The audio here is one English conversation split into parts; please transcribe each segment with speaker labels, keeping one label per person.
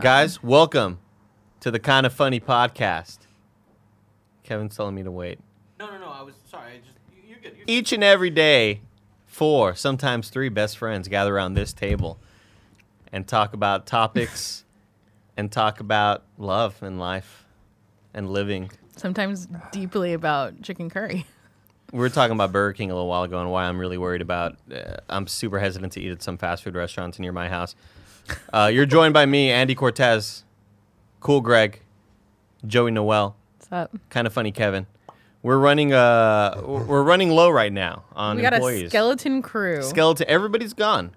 Speaker 1: Guys, welcome to the Kind of Funny podcast. Kevin's telling me to wait.
Speaker 2: No, no, no. I was sorry. I just you- you're good. You're good.
Speaker 1: Each and every day, four, sometimes three best friends gather around this table and talk about topics and talk about love and life and living.
Speaker 3: sometimes deeply about chicken curry.
Speaker 1: We were talking about Burger King a little while ago and why I'm really worried about. Uh, I'm super hesitant to eat at some fast food restaurants near my house. Uh, you're joined by me, Andy Cortez, Cool Greg, Joey Noel.
Speaker 3: What's up?
Speaker 1: kind of funny, Kevin. We're running uh we're we're running low right now on
Speaker 3: we got
Speaker 1: employees.
Speaker 3: a skeleton crew.
Speaker 1: Skeleton. Everybody's gone.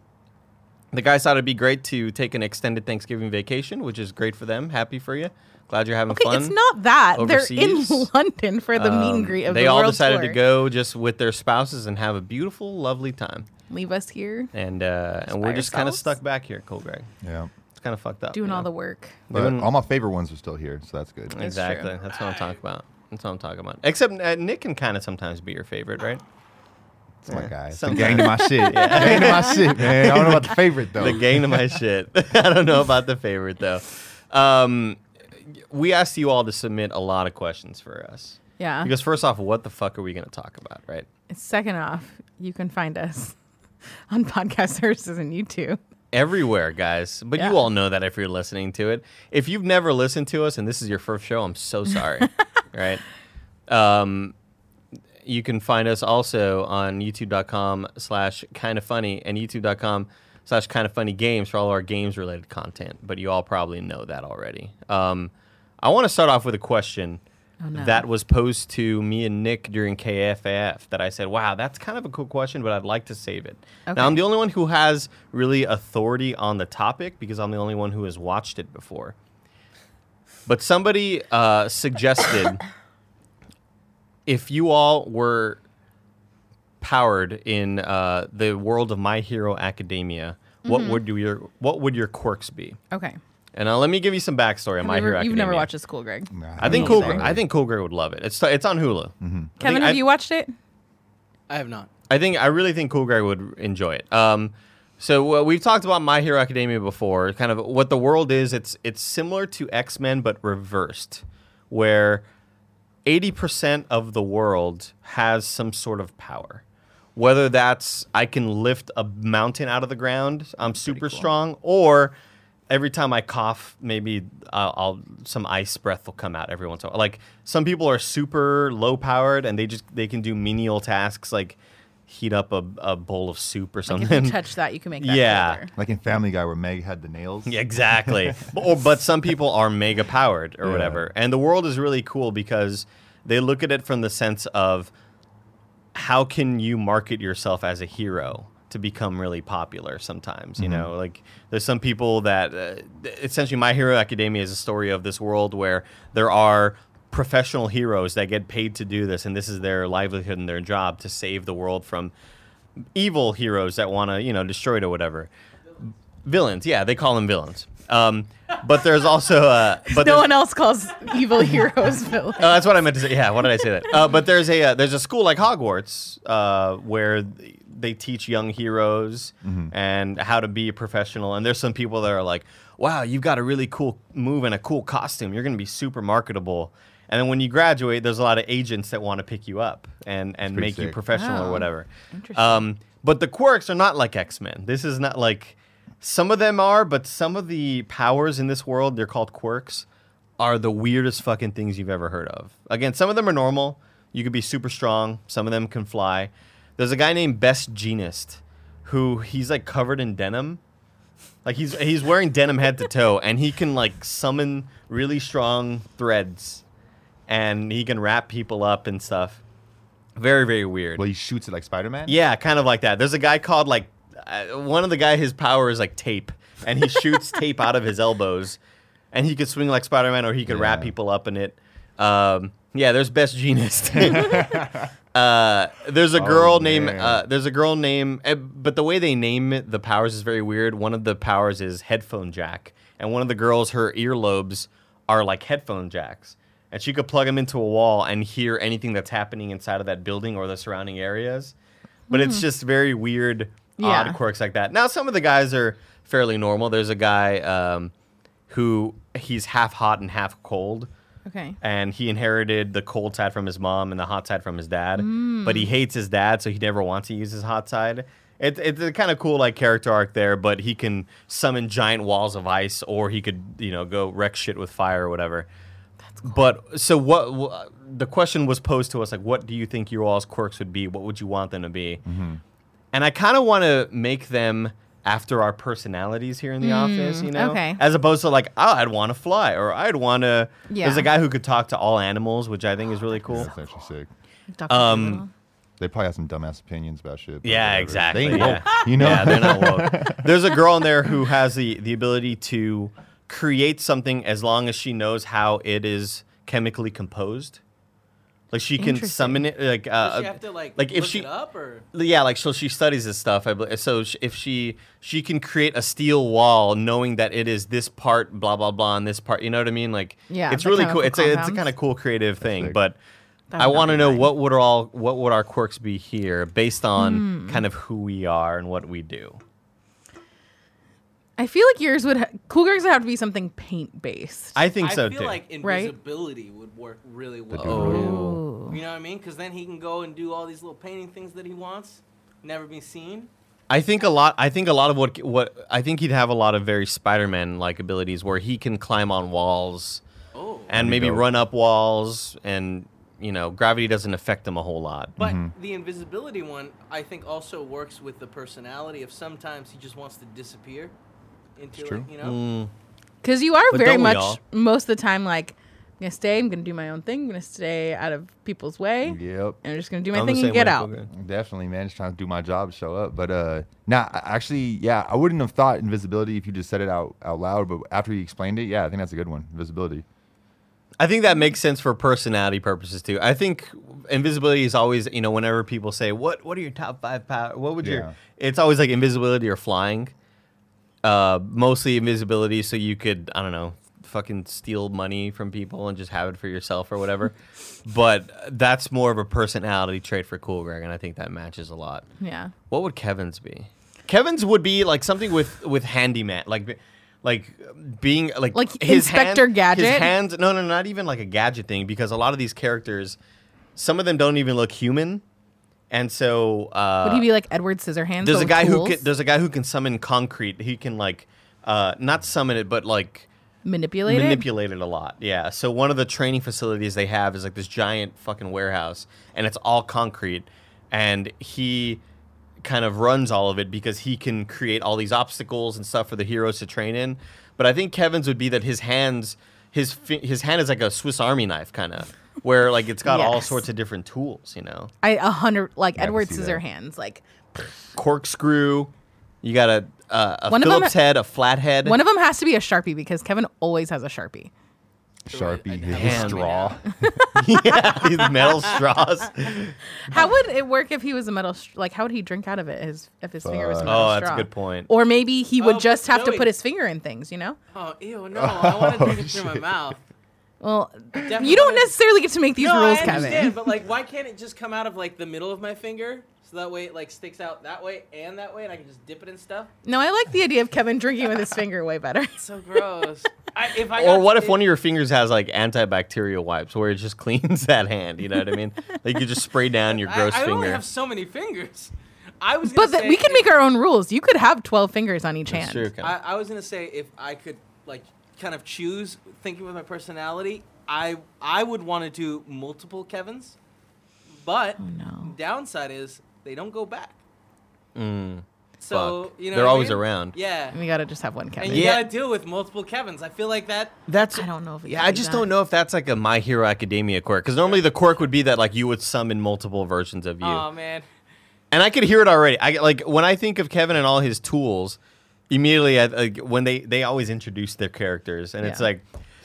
Speaker 1: The guys thought it'd be great to take an extended Thanksgiving vacation, which is great for them. Happy for you. Glad you're having
Speaker 3: okay,
Speaker 1: fun.
Speaker 3: it's not that
Speaker 1: overseas.
Speaker 3: they're in London for the meet
Speaker 1: Um,
Speaker 3: and greet of
Speaker 1: they
Speaker 3: the
Speaker 1: all
Speaker 3: world
Speaker 1: decided
Speaker 3: tour.
Speaker 1: to go just with their spouses and have a beautiful, lovely time.
Speaker 3: Leave us here
Speaker 1: And uh, and
Speaker 3: by
Speaker 1: we're just kind of
Speaker 3: ourselves?
Speaker 1: stuck back here, Cool Greg.
Speaker 4: Yeah.
Speaker 1: It's kind of fucked up.
Speaker 3: doing
Speaker 1: you
Speaker 3: all
Speaker 1: know?
Speaker 3: the work.
Speaker 4: But
Speaker 1: Doing-
Speaker 4: all my favorite ones are still here, so that's good.
Speaker 3: That's true.
Speaker 1: exactly. That's what I'm talking about. That's what I'm talking about. Except uh, Nick can kind of sometimes be your favorite, right?
Speaker 4: It's my guy. It's the
Speaker 1: sometimes.
Speaker 4: gang to my shit. Gang to my shit, man. I don't know about the favorite though.
Speaker 1: the gang to my shit. I don't know about the favorite though. Um, we asked you all to submit a lot of questions for us
Speaker 3: Yeah.
Speaker 1: because first off, what the fuck are we gonna talk about, right?
Speaker 3: Second off, you can find us on podcast services and YouTube.
Speaker 1: Everywhere, guys. But
Speaker 3: Yeah.
Speaker 1: you all know that if you're listening to it. If you've never listened to us and this is your first show, I'm so sorry. right? Um, you can find us also on youtube.com slash kind of funny and youtube.com slash kind of funny games for all our games related content but you all probably know that already um, i want to start off with a question
Speaker 3: Oh, no.
Speaker 1: that was posed to me and nick during kff that i said wow that's kind of a cool question but i'd like to save it
Speaker 3: Okay.
Speaker 1: now i'm the only one who has really authority on the topic because i'm the only one who has watched it before but somebody uh, suggested if you all were powered in uh, the world of My Hero Academia,
Speaker 3: Mm-hmm.
Speaker 1: what would your what would your quirks be?
Speaker 3: Okay.
Speaker 1: And now let me give you some backstory on My
Speaker 3: Have you
Speaker 1: Hero
Speaker 3: ever-
Speaker 1: Academia.
Speaker 3: you've never watched this, cool, Greg.
Speaker 4: Nah,
Speaker 1: I think
Speaker 3: Me
Speaker 1: Cool.
Speaker 3: either.
Speaker 1: Gr- I think Cool Girl would love it. It's it's on Hulu.
Speaker 3: Kevin,
Speaker 1: I-
Speaker 3: have you watched it?
Speaker 2: I have not.
Speaker 1: I think I really think Cool Greg would enjoy it. Um, so uh, we've talked about My Hero Academia before. Kind of what the world is. It's it's similar to X Men but reversed, where eighty percent of the world has some sort of power. Whether that's I can lift a mountain out of the ground, I'm super strong, or every time I cough, maybe I'll, I'll some ice breath will come out every once in a while. Like some people are super low powered and they just they can do menial tasks like heat up a, a bowl of soup or
Speaker 3: Like
Speaker 1: something.
Speaker 3: if you touch that, you can make that
Speaker 1: Yeah.
Speaker 3: color.
Speaker 4: Like in Family Guy where Meg had the nails.
Speaker 1: Yeah, Exactly. but, or, but some people are mega powered or
Speaker 4: Yeah.
Speaker 1: whatever. And the world is really cool because they look at it from the sense of how can you market yourself as a hero to become really popular sometimes you know like there's some people that uh, th- essentially my hero academia is a story of this world where there are professional heroes that get paid to do this and this is their livelihood and their job to save the world from evil heroes that want to you know destroy it or whatever villains yeah they call them villains um, but there's also uh, but
Speaker 3: No
Speaker 1: there's-
Speaker 3: one else calls evil heroes villains.
Speaker 1: Oh, that's what I meant to say. Yeah, why did I say that? Uh, but there's a uh, there's a school like Hogwarts uh, where th- they teach young heroes
Speaker 4: Mm-hmm.
Speaker 1: and how to be a professional. And there's some people that are like, "Wow, you've got a really cool move and a cool costume. You're going to be super marketable." And then when you graduate, there's a lot of agents that want to pick you up and and
Speaker 4: pretty
Speaker 1: make you
Speaker 4: sick.
Speaker 1: professional or
Speaker 3: Wow.
Speaker 1: whatever.
Speaker 3: Interesting.
Speaker 1: Um, but the quirks are not like X Men. This is not like some of them are, but some of the powers in this world, they're called quirks, are the weirdest fucking things you've ever heard of. Again, some of them are normal. You could be super strong. Some of them can fly. There's a guy named Best Genist who he's like covered in denim. Like he's he's wearing denim head to toe, and he can like summon really strong threads, and he can wrap people up and stuff. Very very weird.
Speaker 4: Well, he shoots it like Spider Man.
Speaker 1: Yeah, kind of like that. There's a guy called like uh, one of the guy. His power is like tape, and he shoots tape out of his elbows, and he could swing like Spider Man, or he could wrap
Speaker 4: Yeah.
Speaker 1: people up in it. Um, yeah, there's best genist. uh, there's a
Speaker 4: Oh,
Speaker 1: girl named
Speaker 4: man.
Speaker 1: uh, there's a girl named, uh, but the way they name it, the powers is very weird. One of the powers is headphone jack, and one of the girls, her earlobes are like headphone jacks. And she could plug them into a wall and hear anything that's happening inside of that building or the surrounding areas but it's just very weird,
Speaker 3: Yeah.
Speaker 1: odd quirks like that. Now, some of the guys are fairly normal. There's a guy um, who he's half hot and half cold.
Speaker 3: Okay.
Speaker 1: And he inherited the cold side from his mom and the hot side from his dad. But he hates his dad, so he never wants to use his hot side. It, it's a kind of cool like character arc there, but he can summon giant walls of ice, or he could you know go wreck shit with fire or whatever. That's cool. But so what? wha- The question was posed to us like, what do you think your all's quirks would be? What would you want them to be? And I kind of want to make them after our personalities here in the office, you know,
Speaker 3: okay.
Speaker 1: as opposed to like, oh, I'd want to fly, or I'd want to. There's
Speaker 3: Yeah.
Speaker 1: a guy who could talk to all animals, which I think is really cool.
Speaker 4: That's actually sick.
Speaker 3: Dr.
Speaker 1: Um,
Speaker 3: Dolittle.
Speaker 4: They probably have some dumbass opinions about shit. but
Speaker 1: Yeah,
Speaker 4: whatever.
Speaker 1: exactly.
Speaker 4: They ain't
Speaker 1: yeah.
Speaker 4: woke, you know.
Speaker 1: Yeah, they're not woke. There's a girl in there who has the, the ability to create something as long as she knows how it is chemically composed. Like she can
Speaker 3: Interesting.
Speaker 1: summon it. Like uh,
Speaker 2: Does she have to like,
Speaker 1: like if
Speaker 2: look
Speaker 1: she
Speaker 2: it up or
Speaker 1: yeah, like so she studies this stuff. I believe. So sh- if she she can create a steel wall, knowing that it is this part, blah blah blah, and this part. You know what I mean? Like
Speaker 3: Yeah,
Speaker 1: it's
Speaker 3: the
Speaker 1: really
Speaker 3: chemical
Speaker 1: cool. It's a it's a
Speaker 3: compounds.
Speaker 1: kind of cool creative thing.
Speaker 4: sick.
Speaker 1: But
Speaker 3: That
Speaker 1: I
Speaker 3: would not
Speaker 1: want to
Speaker 3: be
Speaker 1: know
Speaker 3: mine.
Speaker 1: what would all what would our quirks be here, based
Speaker 3: Hmm.
Speaker 1: on kind of who we are and what we do.
Speaker 3: I feel like yours would ha- cool girls would have to be something paint based.
Speaker 1: I think
Speaker 2: I
Speaker 1: so
Speaker 2: feel
Speaker 1: too.
Speaker 2: like
Speaker 3: Right?
Speaker 2: invisibility would work really well.
Speaker 1: Oh.
Speaker 2: You know what I mean? Because then he can go and do all these little painting things that he wants, never be seen.
Speaker 1: I think a lot. I think a lot of what what I think he'd have a lot of very Spider-Man like abilities where he can climb on walls.
Speaker 2: Oh,
Speaker 1: and maybe
Speaker 4: dope.
Speaker 1: run up walls and you know gravity doesn't affect them a whole lot
Speaker 2: but the invisibility one, I think, also works with the personality of sometimes he just wants to disappear into
Speaker 4: It's true.
Speaker 2: like, you know.
Speaker 1: Mm.
Speaker 3: Because you are
Speaker 1: But
Speaker 3: very
Speaker 1: don't we
Speaker 3: much
Speaker 1: all?
Speaker 3: most of the time like I'm gonna stay, I'm gonna do my own thing, I'm gonna stay out of people's way, and
Speaker 4: Yep.
Speaker 3: I'm just gonna do my
Speaker 1: I'm the
Speaker 3: thing and
Speaker 1: same
Speaker 3: get
Speaker 1: way,
Speaker 3: out.
Speaker 1: okay.
Speaker 4: Definitely, man. Just trying to do my job, show up. But uh, nah, I- actually, yeah, I wouldn't have thought invisibility if you just said it out out loud. But after you explained it, yeah, I think that's a good one. Invisibility.
Speaker 1: i think that makes sense for personality purposes too i think invisibility is always you know whenever people say what what are your top five power what would
Speaker 4: Yeah.
Speaker 1: your it's always like invisibility or flying uh mostly invisibility so you could i don't know fucking steal money from people and just have it for yourself or whatever but that's more of a personality trait for cool greg and i think that matches a lot
Speaker 3: Yeah.
Speaker 1: What would Kevin's be? Kevin's would be like something with with handyman, like be- like being like
Speaker 3: Like
Speaker 1: hand-
Speaker 3: Inspector Gadget?
Speaker 1: His hands, no, no, not even like a gadget thing, because a lot of these characters, some of them don't even look human, and so uh,
Speaker 3: Would he be like Edward Scissorhands?
Speaker 1: there's a
Speaker 3: but with
Speaker 1: guy who
Speaker 3: tools?
Speaker 1: can, there's a guy who can summon concrete. He can like uh, not summon it, but like
Speaker 3: manipulate it?
Speaker 1: manipulated a lot. Yeah. So one of the training facilities they have is like this giant fucking warehouse, and it's all concrete, and he kind of runs all of it because he can create all these obstacles and stuff for the heroes to train in. But I think Kevin's would be that his hands, his fi- his hand is like a Swiss Army knife kind of, where like it's got all
Speaker 3: Yes.
Speaker 1: sorts of different tools, you know,
Speaker 3: I a hundred like
Speaker 4: I can
Speaker 3: Edward
Speaker 4: see that.
Speaker 3: Scissorhands. Like
Speaker 1: corkscrew. You got a uh, a
Speaker 3: One of 'em-
Speaker 1: Phillips head, a flathead.
Speaker 3: one of them has to be a sharpie because Kevin always has a sharpie.
Speaker 4: Sharpie,
Speaker 2: I'd have
Speaker 4: his
Speaker 1: to
Speaker 4: straw.
Speaker 1: yeah, these metal straws.
Speaker 3: How would it work if he was a metal? Sh- like, how would he drink out of it? His if his finger was a
Speaker 4: Fuck.
Speaker 3: metal
Speaker 1: Oh, that's a
Speaker 3: straw?
Speaker 1: good point.
Speaker 3: Or maybe he would
Speaker 2: Oh,
Speaker 3: just
Speaker 2: but
Speaker 3: have to
Speaker 2: Joey-
Speaker 3: put his finger in things. You know.
Speaker 2: Oh, ew, no! I want to drink
Speaker 1: Oh,
Speaker 2: it through my mouth.
Speaker 3: Well,
Speaker 2: Definitely.
Speaker 3: you don't necessarily get to make these
Speaker 2: no,
Speaker 3: rules,
Speaker 2: I understand,
Speaker 3: Kevin.
Speaker 2: but like, why can't it just come out of like the middle of my finger? So that way it like sticks out that way and that way, and I can just dip it in stuff.
Speaker 3: No, I like the idea of Kevin drinking with his finger way better.
Speaker 2: So gross. I, if I
Speaker 1: Or
Speaker 2: got-
Speaker 1: what if one of your fingers has like antibacterial wipes where it just cleans that hand? You know what I mean? Like you just spray down your gross
Speaker 2: I, I only
Speaker 1: finger.
Speaker 2: have so many fingers. I was.
Speaker 3: But
Speaker 2: gonna
Speaker 3: th-
Speaker 2: say
Speaker 3: we can
Speaker 2: if-
Speaker 3: make our own rules. You could have twelve fingers on each
Speaker 1: That's
Speaker 3: hand.
Speaker 1: true, Kevin.
Speaker 2: I, I was gonna say if I could like kind of choose, thinking with my personality, I I would want to do multiple Kevin's, but
Speaker 3: Oh, no.
Speaker 2: downside is they don't go back.
Speaker 1: Mm.
Speaker 2: So
Speaker 1: Fuck.
Speaker 2: you know
Speaker 1: They're
Speaker 2: what I
Speaker 1: always
Speaker 2: mean?
Speaker 1: around.
Speaker 2: Yeah,
Speaker 3: We gotta just have one
Speaker 2: and
Speaker 3: Kevin.
Speaker 2: you
Speaker 1: Yeah.
Speaker 2: gotta deal with multiple Kevin's. I feel like that.
Speaker 1: That's
Speaker 3: I don't know if we
Speaker 1: yeah,
Speaker 3: can
Speaker 1: I
Speaker 3: do
Speaker 1: just
Speaker 3: that.
Speaker 1: don't know if that's like a My Hero Academia quirk because normally the quirk would be that like you would summon multiple versions of you,
Speaker 2: Oh man,
Speaker 1: and I could hear it already. I like when I think of Kevin and all his tools, immediately I, like when they they always introduce their characters, and it's
Speaker 3: Yeah.
Speaker 1: like.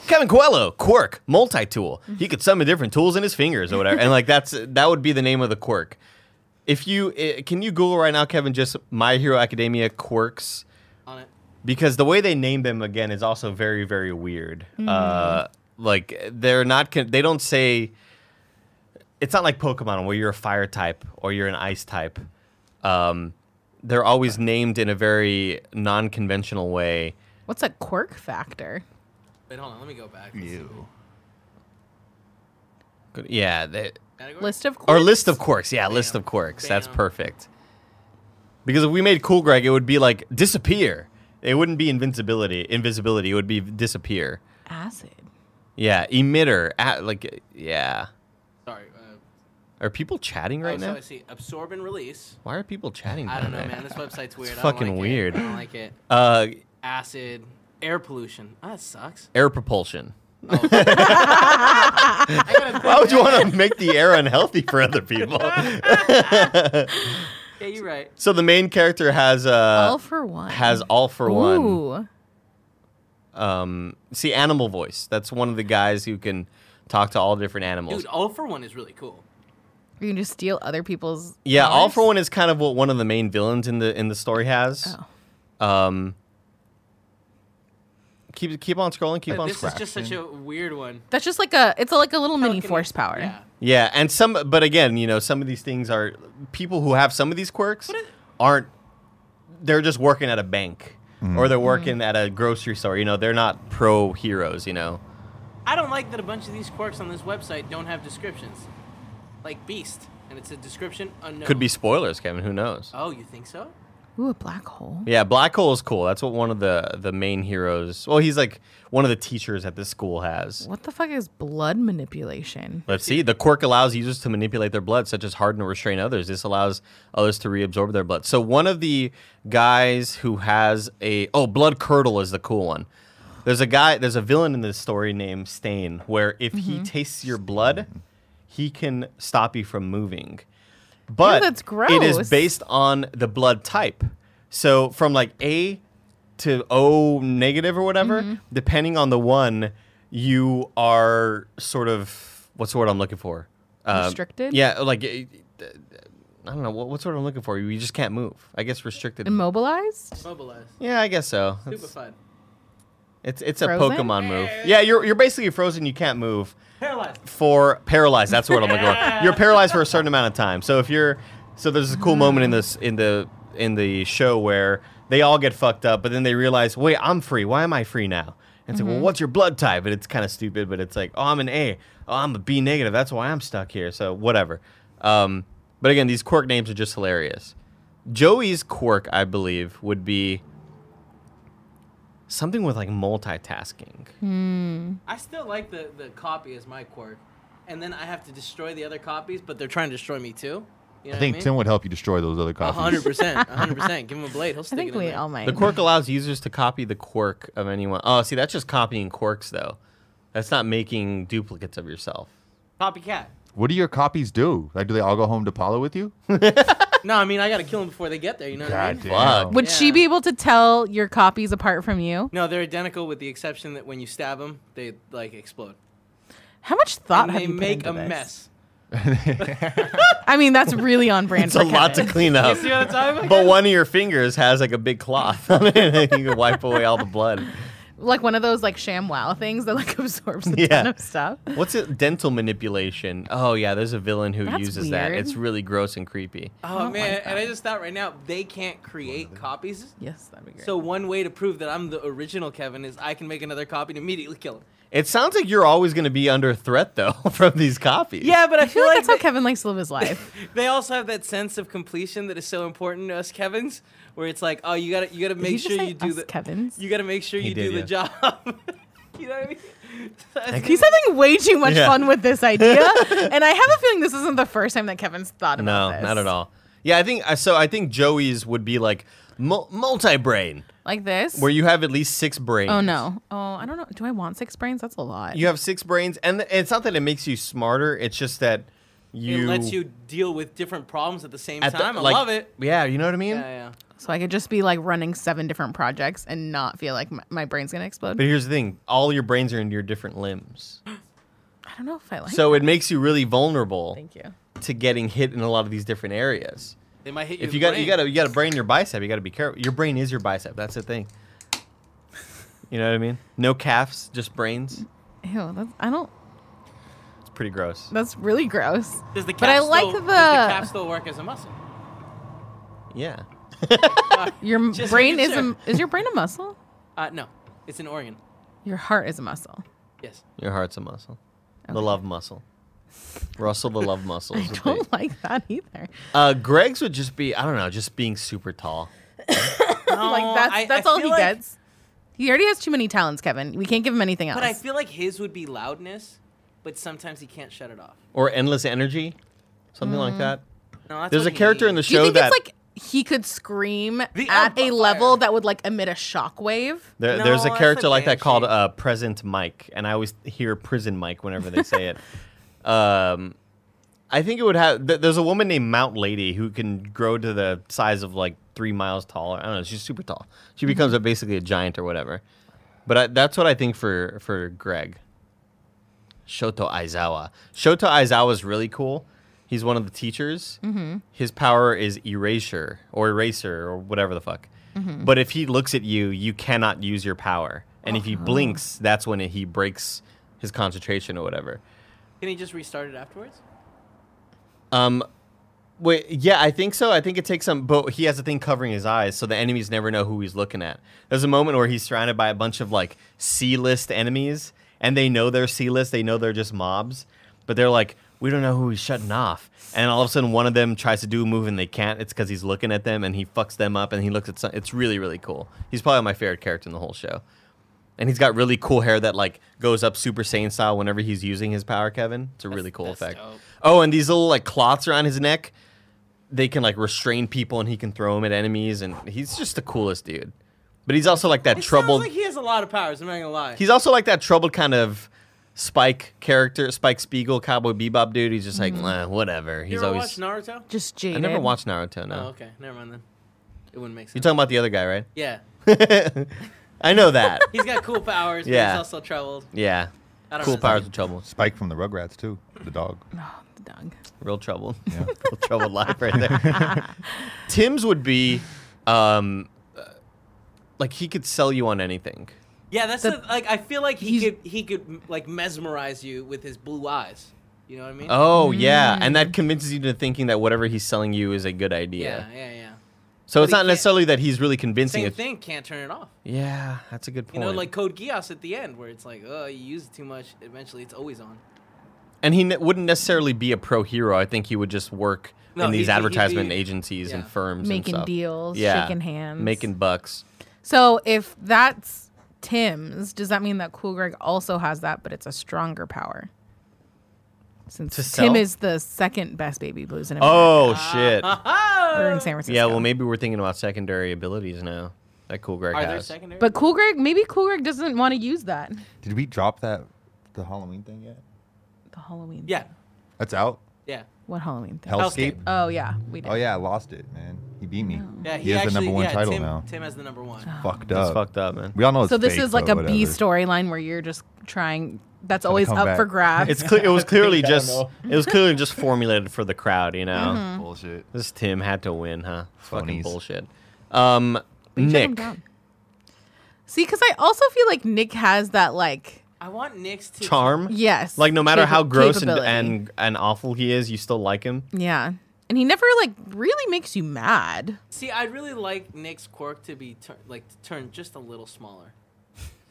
Speaker 1: Kevin Coelho, quirk, multi-tool. He could summon different tools in his fingers or whatever, and like that's that would be the name of the quirk. If you eh, can you Google right now, Kevin, just My Hero Academia quirks,
Speaker 2: on it.
Speaker 1: because the way they name them again is also very very weird. Uh, like they're not con- they don't say. It's not like Pokemon where you're a fire type or you're an ice type. Um, they're always named in a very non-conventional way.
Speaker 3: What's a quirk factor?
Speaker 2: Wait, hold on. Let me go back. Let's see.
Speaker 4: Ew.
Speaker 1: Good- Yeah, they,
Speaker 2: Category?
Speaker 3: List of
Speaker 1: or
Speaker 3: quirks?
Speaker 1: list of quirks. Yeah, list
Speaker 2: Bam.
Speaker 1: of quirks. That's
Speaker 2: Bam.
Speaker 1: perfect. Because if we made Cool Greg, it would be like disappear. It wouldn't be invincibility. Invisibility. It would be disappear.
Speaker 3: acid.
Speaker 1: Yeah, emitter. At, like yeah.
Speaker 2: Sorry. Uh,
Speaker 1: Are people chatting right
Speaker 2: oh,
Speaker 1: now?
Speaker 2: So I see. Absorb and release.
Speaker 1: Why are people chatting?
Speaker 2: I
Speaker 1: down
Speaker 2: don't know,
Speaker 1: there?
Speaker 2: man. This website's weird.
Speaker 1: It's
Speaker 2: I don't
Speaker 1: fucking
Speaker 2: like it.
Speaker 1: weird.
Speaker 2: I don't like it.
Speaker 1: Uh,
Speaker 2: Acid. Air pollution. Ah, that sucks.
Speaker 1: air propulsion.
Speaker 2: I gotta
Speaker 1: Why would you want to make the air unhealthy for other people?
Speaker 2: Yeah, you're right.
Speaker 1: so the main character has uh
Speaker 3: all for one.
Speaker 1: has all for one.
Speaker 3: Ooh.
Speaker 1: Um, see, animal voice. That's one of the guys who can talk to all different animals.
Speaker 2: Dude, all for one is really cool.
Speaker 3: You can just steal other people's.
Speaker 1: yeah, all
Speaker 3: powers?
Speaker 1: for one is kind of what one of the main villains in the in the story has.
Speaker 3: Oh.
Speaker 1: Um, keep keep on scrolling. Keep
Speaker 2: But
Speaker 1: on
Speaker 2: this
Speaker 1: scrolling.
Speaker 2: is just such a weird one.
Speaker 3: That's just like a. It's like a little mini
Speaker 2: Telekinetic-
Speaker 3: force power.
Speaker 2: Yeah.
Speaker 1: Yeah, and some, but again, you know, some of these things are people who have some of these quirks aren't. They're just working at a bank or they're working at a grocery store. You know, they're not pro heroes. You know,
Speaker 2: I don't like that a bunch of these quirks on this website don't have descriptions. Like beast, and it's a description unknown.
Speaker 1: could be spoilers, Kevin. Who knows?
Speaker 2: Oh, you think so?
Speaker 3: Ooh, a black hole.
Speaker 1: Yeah, black hole is cool. That's what one of the the main heroes. Well, he's like one of the teachers at this school has.
Speaker 3: What the fuck is blood manipulation?
Speaker 1: Let's see. The quirk allows users to manipulate their blood, such as harden or restrain others. This allows others to reabsorb their blood. So one of the guys who has a oh blood curdle is the cool one. There's a guy. There's a villain in this story named Stain, where if
Speaker 3: Mm-hmm.
Speaker 1: he tastes your blood, he can stop you from moving. But
Speaker 3: that's
Speaker 1: it is
Speaker 3: gross.
Speaker 1: based on the blood type. So from like A to O negative or whatever,
Speaker 3: Mm-hmm.
Speaker 1: depending on the one, you are sort of what's the word I'm looking for? Um,
Speaker 3: Restricted?
Speaker 1: Yeah, like eh, eh, I don't know what what's the word I'm looking for. You just can't move. I guess restricted.
Speaker 3: Immobilized?
Speaker 2: Mobilized.
Speaker 1: yeah, I guess so. It's
Speaker 2: Stupefied.
Speaker 1: it's, it's a
Speaker 3: Frozen?
Speaker 1: Pokemon move. Yeah, you're you're basically frozen. You can't move
Speaker 2: Paralyzed.
Speaker 1: for paralyzed. That's what I'm looking for. You're paralyzed for a certain amount of time. So if you're, so there's a cool moment in this in the in the show where they all get fucked up, but then they realize, wait, I'm free. Why am I free now? And it's like, well, what's your blood type? And it's kind of stupid, but it's like, oh, I'm an A. Oh, I'm a B negative. That's why I'm stuck here. So whatever. Um, but again, these quirk names are just hilarious. Joey's quirk, I believe, would be something with like multitasking.
Speaker 2: I still like the, the copy as my quirk, and then I have to destroy the other copies, but they're trying to destroy me too. You know
Speaker 4: I think
Speaker 2: what I
Speaker 4: Tim
Speaker 2: mean?
Speaker 4: would help you destroy those other copies.
Speaker 2: hundred percent, hundred percent. Give him a blade. He'll
Speaker 3: I
Speaker 2: stick
Speaker 3: think
Speaker 2: it in
Speaker 3: we
Speaker 2: there.
Speaker 3: all might.
Speaker 1: The quirk allows users to copy the quirk of anyone. Oh, see, that's just copying quirks, though. That's not making duplicates of yourself.
Speaker 2: Copycat.
Speaker 4: What do your copies do? Like, do they all go home to Paula with you?
Speaker 2: No, I mean I gotta kill him before they get there. You know what I mean?
Speaker 1: Fuck.
Speaker 3: Would she
Speaker 2: Yeah.
Speaker 3: be able to tell your copies apart from you?
Speaker 2: No, they're identical with the exception that when you stab them, they like explode.
Speaker 3: How much thought
Speaker 2: And
Speaker 3: have
Speaker 2: they
Speaker 3: you put
Speaker 2: make
Speaker 3: into
Speaker 2: a
Speaker 3: this?
Speaker 2: mess.
Speaker 3: I mean, that's really on brand.
Speaker 1: It's
Speaker 3: for
Speaker 1: a lot to
Speaker 3: Kevin.
Speaker 1: clean up.
Speaker 2: See what I'm talking about?
Speaker 1: But one of your fingers has like a big cloth on it, and you can wipe away all the blood.
Speaker 3: like one of those like sham wow things that like absorbs a
Speaker 1: Yeah.
Speaker 3: ton of stuff.
Speaker 1: What's it? Dental manipulation. Oh yeah, there's a villain who
Speaker 3: That's
Speaker 1: uses that.
Speaker 3: weird.
Speaker 1: It's really gross and creepy.
Speaker 3: I
Speaker 2: Oh
Speaker 3: don't
Speaker 2: man,
Speaker 3: like
Speaker 2: and
Speaker 3: that.
Speaker 2: I just thought right now they can't create copies.
Speaker 3: Yes, that'd be great.
Speaker 2: So one way to prove that I'm the original Kevin is I can make another copy and immediately kill him.
Speaker 1: It sounds like you're always going to be under threat though from these copies.
Speaker 2: Yeah, but I,
Speaker 3: I feel like that's
Speaker 2: they,
Speaker 3: how Kevin likes to live his life.
Speaker 2: they also have that sense of completion that is so important to us Kevins, where it's like, oh, you gotta you gotta
Speaker 3: Did
Speaker 2: make
Speaker 3: he just
Speaker 2: sure
Speaker 3: say
Speaker 2: you do
Speaker 3: us
Speaker 2: the
Speaker 3: Kevin's.
Speaker 2: you gotta make sure
Speaker 1: He
Speaker 2: you
Speaker 1: did,
Speaker 2: do the job. you know what I mean? That's-
Speaker 3: He's having way too much
Speaker 1: Yeah.
Speaker 3: fun with this idea, and I have a feeling this isn't the first time that Kevin's thought about
Speaker 1: No,
Speaker 3: this.
Speaker 1: not at all. Yeah, I think uh, so. I think Joey's would be like mul- multi-brain,
Speaker 3: Like this.
Speaker 1: where you have at least six brains.
Speaker 3: oh no. Oh, I don't know. Do I want six brains? That's a lot.
Speaker 1: you have six brains and th- it's not that it makes you smarter it's just that you
Speaker 2: it lets you deal with different problems at the same
Speaker 1: at the-
Speaker 2: time. I
Speaker 1: like-
Speaker 2: love it.
Speaker 1: yeah you know what i mean
Speaker 2: Yeah, yeah.
Speaker 3: so I could just be like running seven different projects and not feel like my, my brain's gonna explode.
Speaker 1: but here's the thing all your brains are in your different limbs
Speaker 3: Oh, I don't know if I like.
Speaker 1: so it makes you really vulnerable
Speaker 3: Thank you.
Speaker 1: to getting hit in a lot of these different areas
Speaker 2: They might hit you.
Speaker 1: if
Speaker 2: with
Speaker 1: you got
Speaker 2: brain.
Speaker 1: you got a you got a brain in your bicep you got to be careful your brain is your bicep that's the thing you know what i mean no calves just brains
Speaker 3: Ew, that's, I don't.
Speaker 1: it's pretty gross
Speaker 3: That's really gross.
Speaker 2: Does the cap
Speaker 3: But I like
Speaker 2: still,
Speaker 3: the-
Speaker 2: does the cap still work as a muscle?
Speaker 1: yeah
Speaker 3: Your m-
Speaker 2: Just
Speaker 3: brain
Speaker 2: making
Speaker 3: is a, is your brain a muscle?
Speaker 2: Uh, no, it's an organ.
Speaker 3: Your heart is a muscle.
Speaker 2: Yes.
Speaker 1: Your heart's a muscle. The
Speaker 3: Okay.
Speaker 1: love muscle. Russell the love muscle.
Speaker 3: I
Speaker 1: is the
Speaker 3: don't
Speaker 1: thing.
Speaker 3: like that either.
Speaker 1: Uh, Greg's would just be, I don't know, just being super tall.
Speaker 3: like
Speaker 2: No,
Speaker 3: that's
Speaker 2: I-
Speaker 3: that's
Speaker 2: I
Speaker 3: all
Speaker 2: feel
Speaker 3: he
Speaker 2: like-
Speaker 3: gets. He already has too many talents, Kevin. We can't give him anything else.
Speaker 2: But I feel like his would be loudness, but sometimes he can't shut it off.
Speaker 1: Or endless energy. Something like that.
Speaker 2: No, that's
Speaker 1: There's a
Speaker 2: what
Speaker 1: character
Speaker 2: he-
Speaker 1: in the
Speaker 3: Do Mm-hmm. you
Speaker 1: show
Speaker 3: think
Speaker 1: that
Speaker 3: it's like he could scream
Speaker 2: The
Speaker 3: at a
Speaker 2: Elba
Speaker 3: level
Speaker 2: Fire.
Speaker 3: that would like emit a shockwave?
Speaker 1: there,
Speaker 2: No,
Speaker 1: there's a
Speaker 2: that's a
Speaker 1: character like that called
Speaker 2: banshee.
Speaker 1: uh, Present Mike, and I always hear Prison Mike whenever they say it. Um, I think it would have. Th- there's a woman named Mount Lady who can grow to the size of like three miles tall. I don't know. She's super tall. She
Speaker 3: Mm-hmm.
Speaker 1: becomes a, basically a giant or whatever. But I, that's what I think for for Greg. Shoto Aizawa. Shoto Aizawa is really cool. He's one of the teachers. His power is erasure or eraser or whatever the fuck. But if he looks at you, you cannot use your power. And if he blinks, that's when he breaks his concentration or whatever.
Speaker 2: Can he just restart it afterwards?
Speaker 1: Um, wait, yeah, I think so. I think it takes some, but he has a thing covering his eyes, so the enemies never know who he's looking at. There's a moment where he's surrounded by a bunch of like C-list enemies, and they know they're C-list. They know they're just mobs, but they're like, we don't know who he's shutting off. And all of a sudden, one of them tries to do a move and they can't. It's because he's looking at them and he fucks them up. And he looks at some. It's really really cool. He's probably my favorite character in the whole show. And he's got really cool hair that like goes up Super Saiyan style whenever he's using his power, Kevin. It's a really cool
Speaker 2: that's
Speaker 1: effect.
Speaker 2: dope.
Speaker 1: Oh, and these little like clots around his neck, they can like restrain people and he can throw them at enemies and he's just the coolest dude. But he's also like that
Speaker 2: It
Speaker 1: troubled
Speaker 2: sounds like he has a lot of powers. I'm not gonna lie.
Speaker 1: He's also like that troubled kind of Spike character, Spike Spiegel, Cowboy Bebop dude. He's just like, "Nah, whatever.
Speaker 2: Mm-hmm. you
Speaker 1: He's
Speaker 2: ever
Speaker 1: always
Speaker 2: watched Naruto?
Speaker 3: Just jaded.
Speaker 1: I never watched Naruto, no.
Speaker 2: Oh, okay. Never mind then. It wouldn't make
Speaker 1: You're
Speaker 2: sense.
Speaker 1: talking about the other guy, right?
Speaker 2: yeah.
Speaker 1: I know that.
Speaker 2: He's got cool powers, but
Speaker 1: Yeah.
Speaker 2: he's also troubled.
Speaker 1: yeah.
Speaker 2: I don't
Speaker 1: Cool
Speaker 2: know.
Speaker 1: powers of trouble.
Speaker 4: Spike from the Rugrats too, the dog.
Speaker 3: Oh, the dog.
Speaker 1: Real trouble. Real troubled life right there. Tim's would be um uh, like he could sell you on anything.
Speaker 2: Yeah, that's
Speaker 3: The-
Speaker 2: the, like I feel like he
Speaker 3: he's-
Speaker 2: could he could m- like mesmerize you with his blue eyes. You know what I mean?
Speaker 1: Oh yeah, and that convinces you to thinking that whatever he's selling you is a good idea.
Speaker 2: Mm. yeah, yeah, yeah.
Speaker 1: So
Speaker 2: But
Speaker 1: it's
Speaker 2: he
Speaker 1: not
Speaker 2: can't-
Speaker 1: necessarily that he's really convincing.
Speaker 2: Same
Speaker 1: it's-
Speaker 2: thing. Can't turn it off.
Speaker 1: Yeah, that's a good
Speaker 2: You
Speaker 1: point.
Speaker 2: know, like Code Geass at the end, where it's like, oh, you use it too much. Eventually, it's always on.
Speaker 1: and he ne- wouldn't necessarily be a pro hero. I think he would just work
Speaker 2: No,
Speaker 1: in
Speaker 2: he'd
Speaker 1: these
Speaker 2: be- he'd
Speaker 1: advertisement
Speaker 2: be-
Speaker 1: agencies and
Speaker 2: yeah.
Speaker 1: firms,
Speaker 3: Making
Speaker 1: and stuff.
Speaker 3: deals, shaking hands.
Speaker 1: making bucks.
Speaker 3: So if that's Tim's, does that mean that Cool Greg also has that, but it's a stronger power? Since
Speaker 1: To
Speaker 3: Tim
Speaker 1: sell?
Speaker 3: is the second best baby blues in America,
Speaker 1: Oh shit!
Speaker 2: Ah!
Speaker 3: or in San Francisco.
Speaker 1: yeah, well maybe we're thinking about secondary abilities now. That cool Greg
Speaker 2: Are there
Speaker 1: has.
Speaker 2: secondary?
Speaker 3: But Cool Greg, maybe Cool Greg doesn't want to use that.
Speaker 4: Did we drop that the Halloween thing yet?
Speaker 3: The Halloween.
Speaker 2: yeah,
Speaker 4: That's out.
Speaker 2: yeah,
Speaker 3: What Halloween thing?
Speaker 4: Hellscape.
Speaker 2: Hellscape.
Speaker 3: Oh yeah, we did.
Speaker 4: Oh yeah, I lost it, man. He beat me.
Speaker 2: yeah.
Speaker 4: he, has
Speaker 2: actually,
Speaker 4: the number one
Speaker 2: yeah,
Speaker 4: title
Speaker 2: Tim,
Speaker 4: now.
Speaker 2: Tim has the number one.
Speaker 4: Fucked
Speaker 1: That's
Speaker 4: up.
Speaker 1: fucked up, man.
Speaker 4: We all know. It's
Speaker 3: So this
Speaker 4: fake,
Speaker 3: is like
Speaker 4: though,
Speaker 3: a B
Speaker 4: whatever.
Speaker 3: storyline where you're just trying. That's always
Speaker 4: come
Speaker 3: up
Speaker 4: back.
Speaker 3: for grabs.
Speaker 1: It's clear. It was clearly
Speaker 4: I don't
Speaker 1: just. It was clearly just formulated for the crowd. You know,
Speaker 3: Mm-hmm.
Speaker 4: Bullshit.
Speaker 1: this Tim had to win, huh? Fucking
Speaker 4: Phonies.
Speaker 1: bullshit. Um,
Speaker 3: We shut him
Speaker 1: Nick.
Speaker 3: down. See, because I also feel like Nick has that like
Speaker 2: I want Nick's to
Speaker 1: charm.
Speaker 3: yes,
Speaker 1: Like no matter
Speaker 3: capa-
Speaker 1: how gross and,
Speaker 3: capability.
Speaker 1: and and awful he is, you still like him.
Speaker 3: yeah, and he never like really makes you mad.
Speaker 2: See, I'd really like Nick's quirk to be tur- like to turn just a little smaller.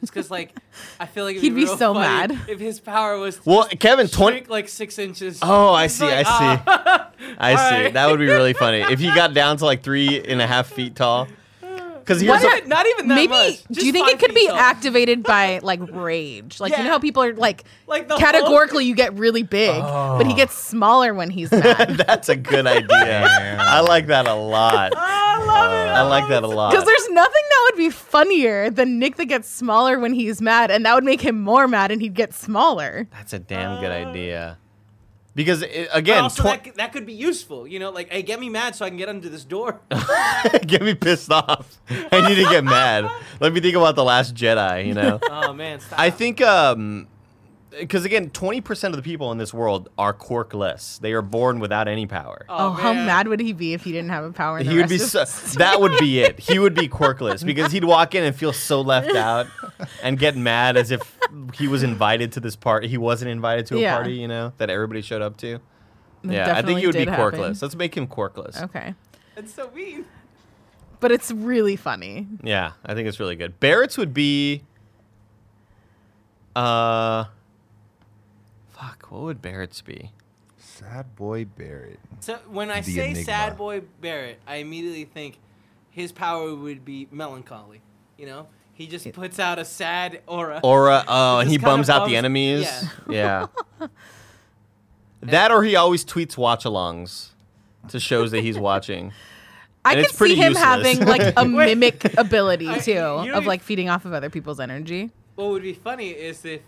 Speaker 2: Just because, like, I feel like it'd
Speaker 3: He'd be
Speaker 2: real
Speaker 3: so
Speaker 2: funny
Speaker 3: mad.
Speaker 2: if his power was to
Speaker 1: Well, Kevin, twenty.
Speaker 2: shrink, like six inches.
Speaker 1: Oh, I
Speaker 2: It's
Speaker 1: see,
Speaker 2: like,
Speaker 1: I see.
Speaker 2: ah.
Speaker 1: I
Speaker 2: All
Speaker 1: see.
Speaker 2: right.
Speaker 1: That would be really funny if he got down to like three and a half feet tall. Because here's
Speaker 3: What
Speaker 1: the-
Speaker 2: not, not even that
Speaker 3: Maybe
Speaker 2: much.
Speaker 3: do
Speaker 2: Just
Speaker 3: you think
Speaker 2: five
Speaker 3: it could
Speaker 2: feet
Speaker 3: be
Speaker 2: tall.
Speaker 3: activated by like rage? Like you know
Speaker 2: Yeah.
Speaker 3: how people are like,
Speaker 2: Like the
Speaker 3: categorically you get really big, but
Speaker 1: Oh.
Speaker 3: he gets smaller when he's mad
Speaker 1: that's a good idea. I like that a lot.
Speaker 2: I love it.
Speaker 1: I like that a lot.
Speaker 3: because there's nothing that would be funnier than Nick that gets smaller when he's mad, and that would make him more mad, and he'd get smaller.
Speaker 1: That's a damn good idea. Because it,
Speaker 2: But
Speaker 1: again,
Speaker 2: also,
Speaker 1: twen-
Speaker 2: Oh, that, c- that could be useful. You know, like, hey, get me mad so I can get under this door.
Speaker 1: get me pissed off. I need to get mad. Let me think about the Last Jedi. You know,
Speaker 2: oh man, stop.
Speaker 1: I think um, because again, twenty percent of the people in this world are quirkless. They are born without any power.
Speaker 3: Oh, how
Speaker 2: man.
Speaker 3: mad would he be if he didn't have a power?
Speaker 1: He would be so, that would be it. He would be quirkless because he'd walk in and feel so left out and get mad as if he was invited to this party. He wasn't invited to a
Speaker 3: Yeah.
Speaker 1: party, you know, that everybody showed up to. yeah, I think he would be quirkless. Let's make him quirkless.
Speaker 3: Okay,
Speaker 2: That's so mean.
Speaker 3: but it's really funny.
Speaker 1: Yeah, I think it's really good. Barrett's would be Uh, fuck. What would Barrett's be?
Speaker 4: Sad boy Barrett.
Speaker 2: So when I
Speaker 4: The
Speaker 2: say
Speaker 4: enigma.
Speaker 2: sad boy Barrett, I immediately think his power would be melancholy. You know, he just puts out a sad aura.
Speaker 1: Aura. Oh,
Speaker 2: It
Speaker 1: and
Speaker 2: just
Speaker 1: he
Speaker 2: kinda
Speaker 1: bums out the
Speaker 2: bums-
Speaker 1: enemies.
Speaker 2: yeah.
Speaker 1: Yeah. that or he always tweets watch alongs to shows that he's watching.
Speaker 3: I
Speaker 1: And
Speaker 3: could
Speaker 1: it's pretty
Speaker 3: see him
Speaker 1: useless.
Speaker 3: having like a mimic ability
Speaker 2: I-
Speaker 3: too
Speaker 2: you know
Speaker 3: of
Speaker 2: you-
Speaker 3: like feeding off of other people's energy.
Speaker 2: what would be funny is if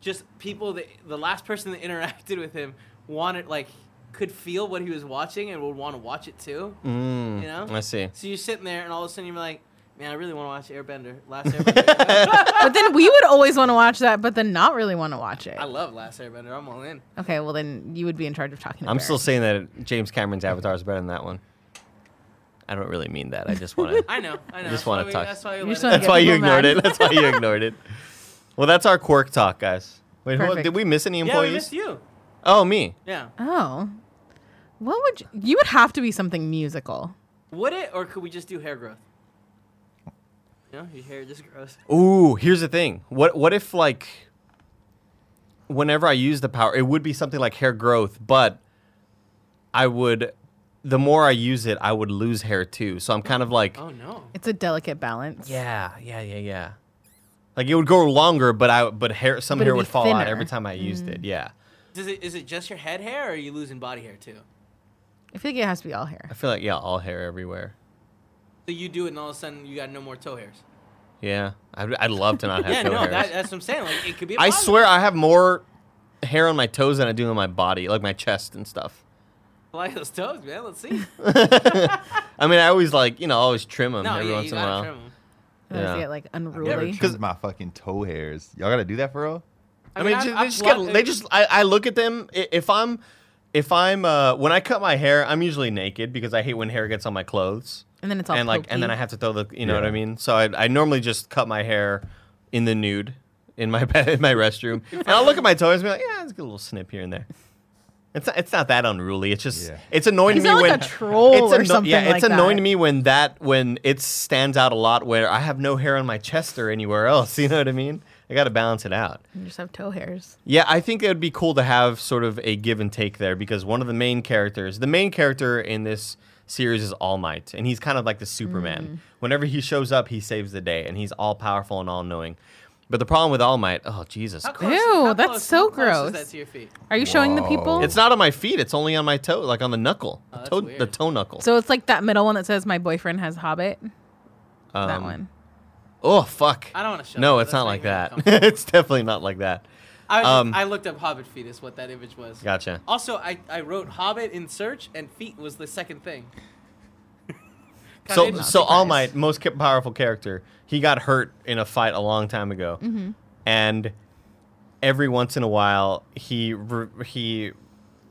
Speaker 2: just people that the last person that interacted with him wanted like could feel what he was watching and would want to watch it too.
Speaker 1: Mm,
Speaker 2: You know?
Speaker 1: I see.
Speaker 2: So you're sitting there and all of a sudden you're like, man, I really want to watch Airbender. Last Airbender.
Speaker 3: But then we would always want to watch that, but then not really want to watch it.
Speaker 2: I love Last Airbender. I'm all in.
Speaker 3: Okay, well then you would be in charge of talking. To
Speaker 1: I'm still
Speaker 3: Barrett.
Speaker 1: saying that James Cameron's Avatar is better than that one. I don't really mean that. I just want to.
Speaker 2: I know. I know.
Speaker 1: Just
Speaker 2: That's why
Speaker 1: wanna
Speaker 2: we-
Speaker 1: talk.
Speaker 2: That's why we
Speaker 3: You
Speaker 2: let
Speaker 3: just
Speaker 2: it-
Speaker 3: wanna
Speaker 1: That's
Speaker 3: get
Speaker 1: why you
Speaker 3: people mad.
Speaker 1: ignored it. That's why you ignored it. Well, that's our quirk talk, guys. Wait, hold on,
Speaker 3: Perfect.
Speaker 1: did we miss any
Speaker 2: Yeah,
Speaker 1: employees?
Speaker 2: we missed you.
Speaker 1: Oh, me.
Speaker 2: Yeah.
Speaker 3: Oh, what would you, you would have to be something musical?
Speaker 2: Would it, or could we just do hair growth? You know, your hair just grows.
Speaker 1: Ooh, here's the thing. What what if like whenever I use the power, it would be something like hair growth, but I would the more I use it, I would lose hair too. So I'm kind of like
Speaker 2: Oh no.
Speaker 3: It's a delicate balance.
Speaker 1: Yeah, yeah, yeah, yeah. Like it would grow longer, but I but hair some
Speaker 3: But it'd
Speaker 1: hair
Speaker 3: be
Speaker 1: would fall out
Speaker 3: thinner.
Speaker 1: every time I used it. Yeah.
Speaker 2: Does it? Is it just your head hair, or are you losing body hair too?
Speaker 3: I feel like it has to be all hair.
Speaker 1: I feel like yeah, all hair everywhere.
Speaker 2: So you do it, and all of a sudden you got no more toe hairs.
Speaker 1: Yeah. I'd, I'd love to not have
Speaker 2: yeah,
Speaker 1: toe
Speaker 2: no,
Speaker 1: hairs.
Speaker 2: that, that's what I'm saying. Like it could be. I
Speaker 1: I swear I have more hair on my toes than I do on my body, like my chest and stuff.
Speaker 2: Like those toes, man. Let's see.
Speaker 1: I mean, I always like, you know, I always trim them
Speaker 2: No,
Speaker 1: every
Speaker 2: yeah,
Speaker 1: once
Speaker 2: you
Speaker 1: in a
Speaker 2: gotta
Speaker 1: while.
Speaker 2: trim them.
Speaker 3: Otherwise
Speaker 1: Yeah.
Speaker 3: they get like
Speaker 4: Never
Speaker 3: unruly.
Speaker 4: trimmed my fucking toe hairs. Y'all gotta do that for real?
Speaker 1: I mean,
Speaker 2: I've-
Speaker 1: ju- they
Speaker 2: I've
Speaker 1: just get,
Speaker 2: lo-
Speaker 1: they just, I, I look at them. i- If I'm, if I'm, uh, when I cut my hair, I'm usually naked because I hate when hair gets on my clothes.
Speaker 3: And then it's all
Speaker 1: and like, and then
Speaker 3: pokey.
Speaker 1: I have to throw the, you know what I
Speaker 4: Yeah.
Speaker 1: mean? So I, I normally just cut my hair in the nude in my bed, in my restroom. and I'll look at my toes and be like, yeah, it's got a little snip here and there. It's not, it's not that unruly. It's just,
Speaker 4: Yeah.
Speaker 1: it's annoying
Speaker 3: He's
Speaker 1: to me
Speaker 3: not
Speaker 1: when,
Speaker 3: like a troll
Speaker 1: it's
Speaker 3: or
Speaker 1: anno-
Speaker 3: something
Speaker 1: Yeah, it's
Speaker 3: like
Speaker 1: annoying
Speaker 3: that.
Speaker 1: to me when that when it stands out a lot where I have no hair on my chest or anywhere else. You know what I mean? I got to balance it out.
Speaker 3: You just have toe hairs.
Speaker 1: Yeah, I think it would be cool to have sort of a give and take there because one of the main characters, the main character in this series is All Might, and he's kind of like the Superman.
Speaker 3: Mm.
Speaker 1: Whenever he shows up, he saves the day, and he's all powerful and all knowing. But the problem with All Might, oh Jesus,
Speaker 2: How
Speaker 1: Christ.
Speaker 2: close-
Speaker 3: Ew,
Speaker 2: how
Speaker 3: that's
Speaker 2: close-
Speaker 3: so
Speaker 2: how close is
Speaker 3: gross.
Speaker 2: that to your feet?
Speaker 3: Are you showing the
Speaker 4: Whoa.
Speaker 3: people?
Speaker 1: it's not on my feet; it's only on my toe, like on the knuckle,
Speaker 3: Oh,
Speaker 2: that's
Speaker 1: toe, the
Speaker 2: weird.
Speaker 1: toe knuckle.
Speaker 3: so it's like that middle one that says "My boyfriend has Hobbit." that
Speaker 1: Um,
Speaker 3: one.
Speaker 1: Oh fuck!
Speaker 2: I don't wanna show
Speaker 1: No,
Speaker 2: that.
Speaker 1: it's
Speaker 2: That's
Speaker 1: not like
Speaker 2: making me
Speaker 1: that.
Speaker 2: uncomfortable.
Speaker 1: it's definitely not like that.
Speaker 2: I,
Speaker 1: Um,
Speaker 2: I looked up Hobbit feet is what that image was.
Speaker 1: Gotcha.
Speaker 2: Also, I, I wrote Hobbit in search, and feet was the second thing. Kinda
Speaker 1: So
Speaker 2: interesting.
Speaker 1: so All Might, most ca- powerful character, he got hurt in a fight a long time ago, and every once in a while he re- he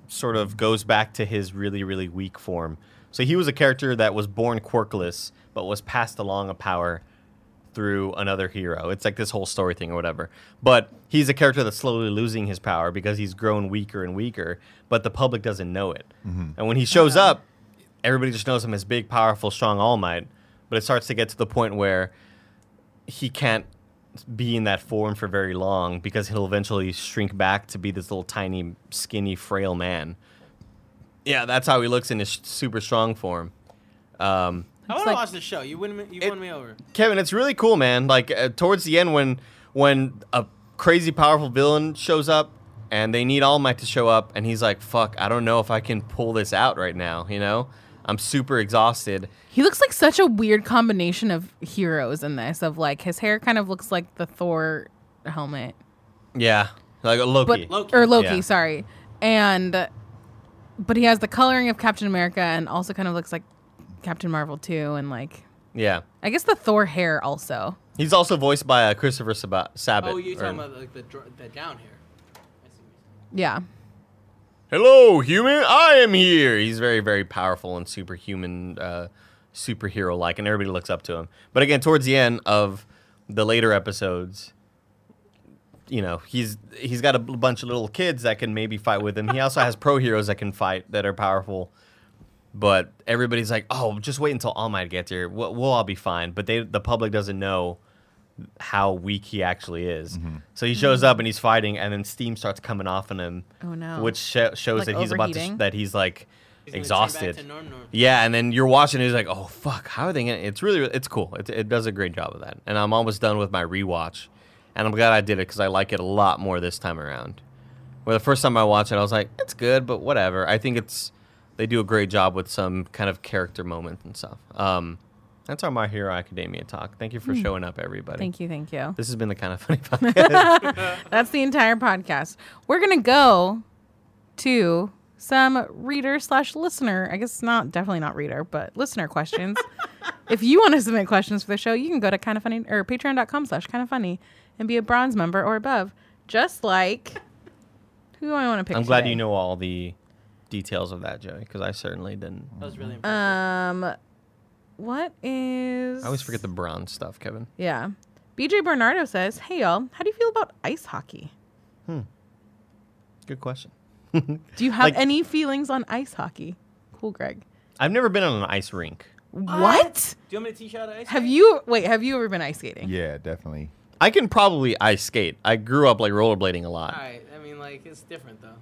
Speaker 1: sort of goes back to his really really weak form. So he was a character that was born quirkless, but was passed along a power through another hero. It's like this whole story thing or whatever. But he's a character that's slowly losing his power because he's grown weaker and weaker, but the public doesn't know it. And when he shows up, everybody just knows him as big, powerful, strong All Might. But it starts to get to the point where he can't be in that form for very long because he'll eventually shrink back to be this little tiny, skinny, frail man. Yeah, that's how he looks in his super strong form. Um,
Speaker 2: I want
Speaker 3: It's
Speaker 2: to
Speaker 3: like-
Speaker 2: watch the show. You win me. You
Speaker 1: It-
Speaker 2: won me over.
Speaker 1: Kevin, it's really cool, man. Like uh, towards the end, when when a crazy powerful villain shows up and they need All Might to show up, and he's like, "Fuck, I don't know if I can pull this out right now." You know, I'm super exhausted.
Speaker 3: He looks like such a weird combination of heroes in this. Of like his hair kind of looks like the Thor helmet,
Speaker 1: Yeah, like a Loki.
Speaker 3: but
Speaker 2: Loki.
Speaker 3: or Loki,
Speaker 1: Yeah.
Speaker 3: sorry, and but he has the coloring of Captain America and also kind of looks like Captain Marvel too. And like
Speaker 1: yeah,
Speaker 3: I guess the Thor hair also.
Speaker 1: he's also voiced by uh, Christopher Saba- Sabat.
Speaker 2: Oh, you
Speaker 1: or-
Speaker 2: talking about like the dr- the down here? I see what you're
Speaker 3: Yeah,
Speaker 1: Hello, human. I am here. He's very, very powerful and superhuman, uh, superhero like, and everybody looks up to him. But again, towards the end of the later episodes, you know, he's he's got a b- bunch of little kids that can maybe fight with him. He also has pro heroes that can fight that are powerful. But everybody's like, "Oh, just wait until All Might gets here. We'll, we'll all be fine." But they, the public doesn't know how weak he actually is. So he shows up and he's fighting, and then steam starts coming off on him.
Speaker 3: Oh, no.
Speaker 1: Which sho shows
Speaker 3: Like
Speaker 1: that he's about to sh-
Speaker 3: overheating?
Speaker 1: that he's like
Speaker 2: He's gonna turn back
Speaker 1: exhausted.
Speaker 2: to norm, norm.
Speaker 1: Yeah, and then you're watching. it, It's like, oh fuck, how are they? Gonna? It's really, it's cool. It, it does a great job of that. And I'm almost done with my rewatch, and I'm glad I did it because I like it a lot more this time around. Where the first time I watched it, I was like, it's good, but whatever. I think it's they do a great job with some kind of character moments and stuff. Um, that's our My Hero Academia talk. Thank you for showing up, everybody.
Speaker 3: Hmm. Thank you, thank you.
Speaker 1: This has been the kind of funny podcast.
Speaker 3: That's the entire podcast. We're gonna go to some reader slash listener. I guess not definitely not reader, but listener questions. if you want to submit questions for the show, you can go to kind of funny or patreon.com slash kind of funny and be a bronze member or above. Just like who do I want to pick?
Speaker 1: I'm glad
Speaker 3: today?
Speaker 1: you know all the details of that, Joey, because I certainly didn't.
Speaker 2: That was really impressive.
Speaker 3: Um what is
Speaker 1: I always forget the bronze stuff, Kevin.
Speaker 3: Yeah. BJ Bernardo says, Hey y'all, how do you feel about ice hockey?
Speaker 1: Good question.
Speaker 3: Do you have
Speaker 1: Like-
Speaker 3: any feelings on ice hockey? Cool, Greg.
Speaker 1: I've never been on an ice rink.
Speaker 3: What?
Speaker 2: Do you want me to teach you how to ice?
Speaker 3: Have
Speaker 2: skate?
Speaker 3: you wait? Have you ever been ice skating?
Speaker 4: Yeah, definitely.
Speaker 1: I can probably ice skate. I grew up like rollerblading a lot.
Speaker 2: All right. I mean, like it's different though.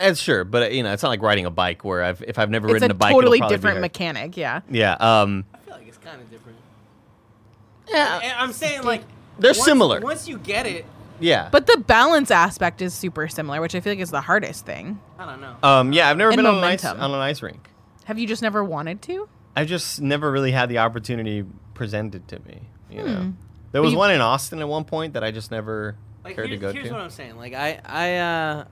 Speaker 1: That's sure, but uh, you know, it's not like riding a bike where I've if I've never
Speaker 3: It's
Speaker 1: ridden a,
Speaker 3: a
Speaker 1: bike.
Speaker 3: totally
Speaker 1: it'll probably be
Speaker 3: different
Speaker 1: hard.
Speaker 3: mechanic. Yeah.
Speaker 1: Yeah. Um.
Speaker 2: I feel like it's kind of different.
Speaker 1: Yeah.
Speaker 2: And I'm saying like
Speaker 1: They're
Speaker 2: once-
Speaker 1: similar.
Speaker 2: Once you get it,
Speaker 1: Yeah.
Speaker 3: But the balance aspect is super similar, which I feel like is the hardest thing.
Speaker 2: I don't know.
Speaker 1: um. Yeah. I've never
Speaker 3: And
Speaker 1: been on an, ice, on
Speaker 3: momentum.
Speaker 1: an ice rink.
Speaker 3: Have you just never wanted to?
Speaker 1: I've just never really had the opportunity presented to me. You know, there
Speaker 3: Hmm. But
Speaker 1: was
Speaker 3: you-
Speaker 1: one in Austin at one point that I just never
Speaker 2: like
Speaker 1: cared
Speaker 2: here's,
Speaker 1: to go
Speaker 2: here's
Speaker 1: to.
Speaker 2: what I'm saying. Like I, I, uh,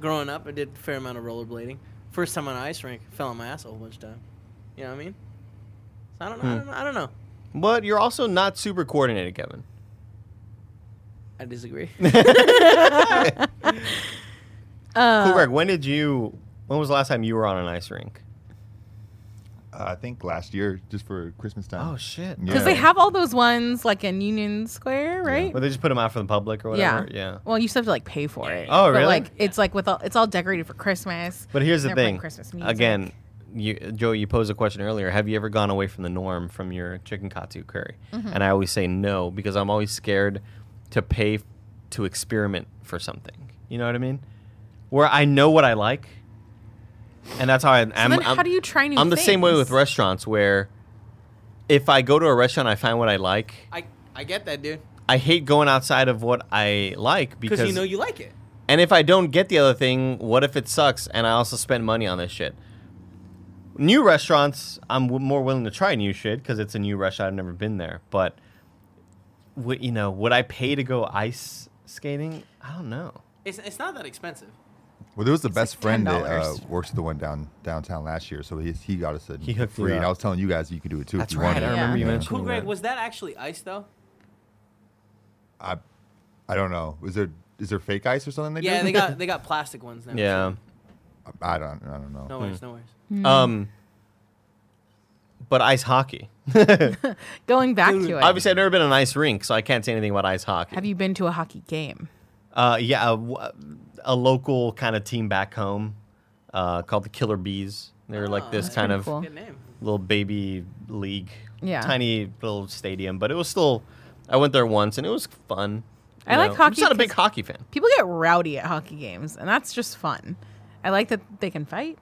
Speaker 2: growing up, I did a fair amount of rollerblading. First time on an ice rink, fell on my ass a whole bunch of time. You know what I mean? So I don't,
Speaker 1: Hmm.
Speaker 2: know. I don't know. I don't know.
Speaker 1: but you're also not super coordinated, Kevin.
Speaker 2: I disagree.
Speaker 3: Uh,
Speaker 1: cool, Greg. When did you? When was the last time you were on an ice rink?
Speaker 4: Uh, I think last year, just for Christmas time.
Speaker 1: Oh shit.
Speaker 4: Yeah.
Speaker 3: Because they have all those ones like in Union Square, right?
Speaker 1: Well, they just put them out for the public or
Speaker 3: Yeah.
Speaker 1: whatever. Yeah.
Speaker 3: Well, you still have to like pay for it.
Speaker 1: Oh,
Speaker 3: But,
Speaker 1: really?
Speaker 3: like it's like with all it's all decorated for Christmas.
Speaker 1: But here's the
Speaker 3: They're playing
Speaker 1: thing.
Speaker 3: Christmas music.
Speaker 1: Again, you, Joe, you posed a question earlier. Have you ever gone away from the norm from your chicken katsu curry?
Speaker 3: Mm-hmm.
Speaker 1: And I always say no because I'm always scared to pay f- to experiment for something. You know what I mean? Where I know what I like, and that's how I am.
Speaker 3: then how do you try new
Speaker 1: I'm the same way with
Speaker 3: things?
Speaker 1: restaurants where if I go to a restaurant, I find what I like.
Speaker 2: I, I get that, dude.
Speaker 1: I hate going outside of what I like because
Speaker 2: Because you know you like it.
Speaker 1: and if I don't get the other thing, what if it sucks and I also spend money on this shit? New restaurants, I'm w- more willing to try new shit because it's a new restaurant. I've never been there. But, would, you know, would I pay to go ice skating? I don't know.
Speaker 2: It's, it's not that expensive.
Speaker 4: Well, there was the best
Speaker 3: like
Speaker 4: friend that uh,
Speaker 3: $10.
Speaker 4: works at the one down downtown last year, so he, he got us a
Speaker 1: He hooked you
Speaker 4: free. And
Speaker 1: up.
Speaker 4: I was telling you guys you could do it too.
Speaker 1: That's
Speaker 4: if you
Speaker 1: right.
Speaker 4: Wanted.
Speaker 1: I remember you
Speaker 4: Yeah.
Speaker 1: mentioned
Speaker 2: Cool, Greg.
Speaker 1: that.
Speaker 2: Was that actually ice though?
Speaker 4: I, I don't know. Is there is there fake ice or something? They
Speaker 2: Yeah,
Speaker 4: do?
Speaker 2: they got they got plastic ones now.
Speaker 1: Yeah. Hmm.
Speaker 4: I don't. I don't know.
Speaker 2: No worries. No worries.
Speaker 3: Mm-hmm.
Speaker 1: Um, but ice hockey.
Speaker 3: Going back
Speaker 2: Dude,
Speaker 3: to it.
Speaker 1: Obviously, I've never been on an ice rink, so I can't say anything about ice hockey.
Speaker 3: have you been to a hockey game?
Speaker 1: Uh, yeah, a, w- a local kind of team back home uh, called the Killer Bees. They were like
Speaker 2: Oh,
Speaker 1: this
Speaker 2: that's
Speaker 1: kind
Speaker 3: pretty
Speaker 1: of
Speaker 3: cool.
Speaker 2: Good name.
Speaker 1: little baby league,
Speaker 3: Yeah.
Speaker 1: tiny little stadium, but it was still. I went there once and it was fun.
Speaker 3: I
Speaker 1: you
Speaker 3: like
Speaker 1: I'm just
Speaker 3: hockey
Speaker 1: not a big
Speaker 3: 'cause-
Speaker 1: hockey fan.
Speaker 3: People get rowdy at hockey games, and that's just fun. I like that they can fight.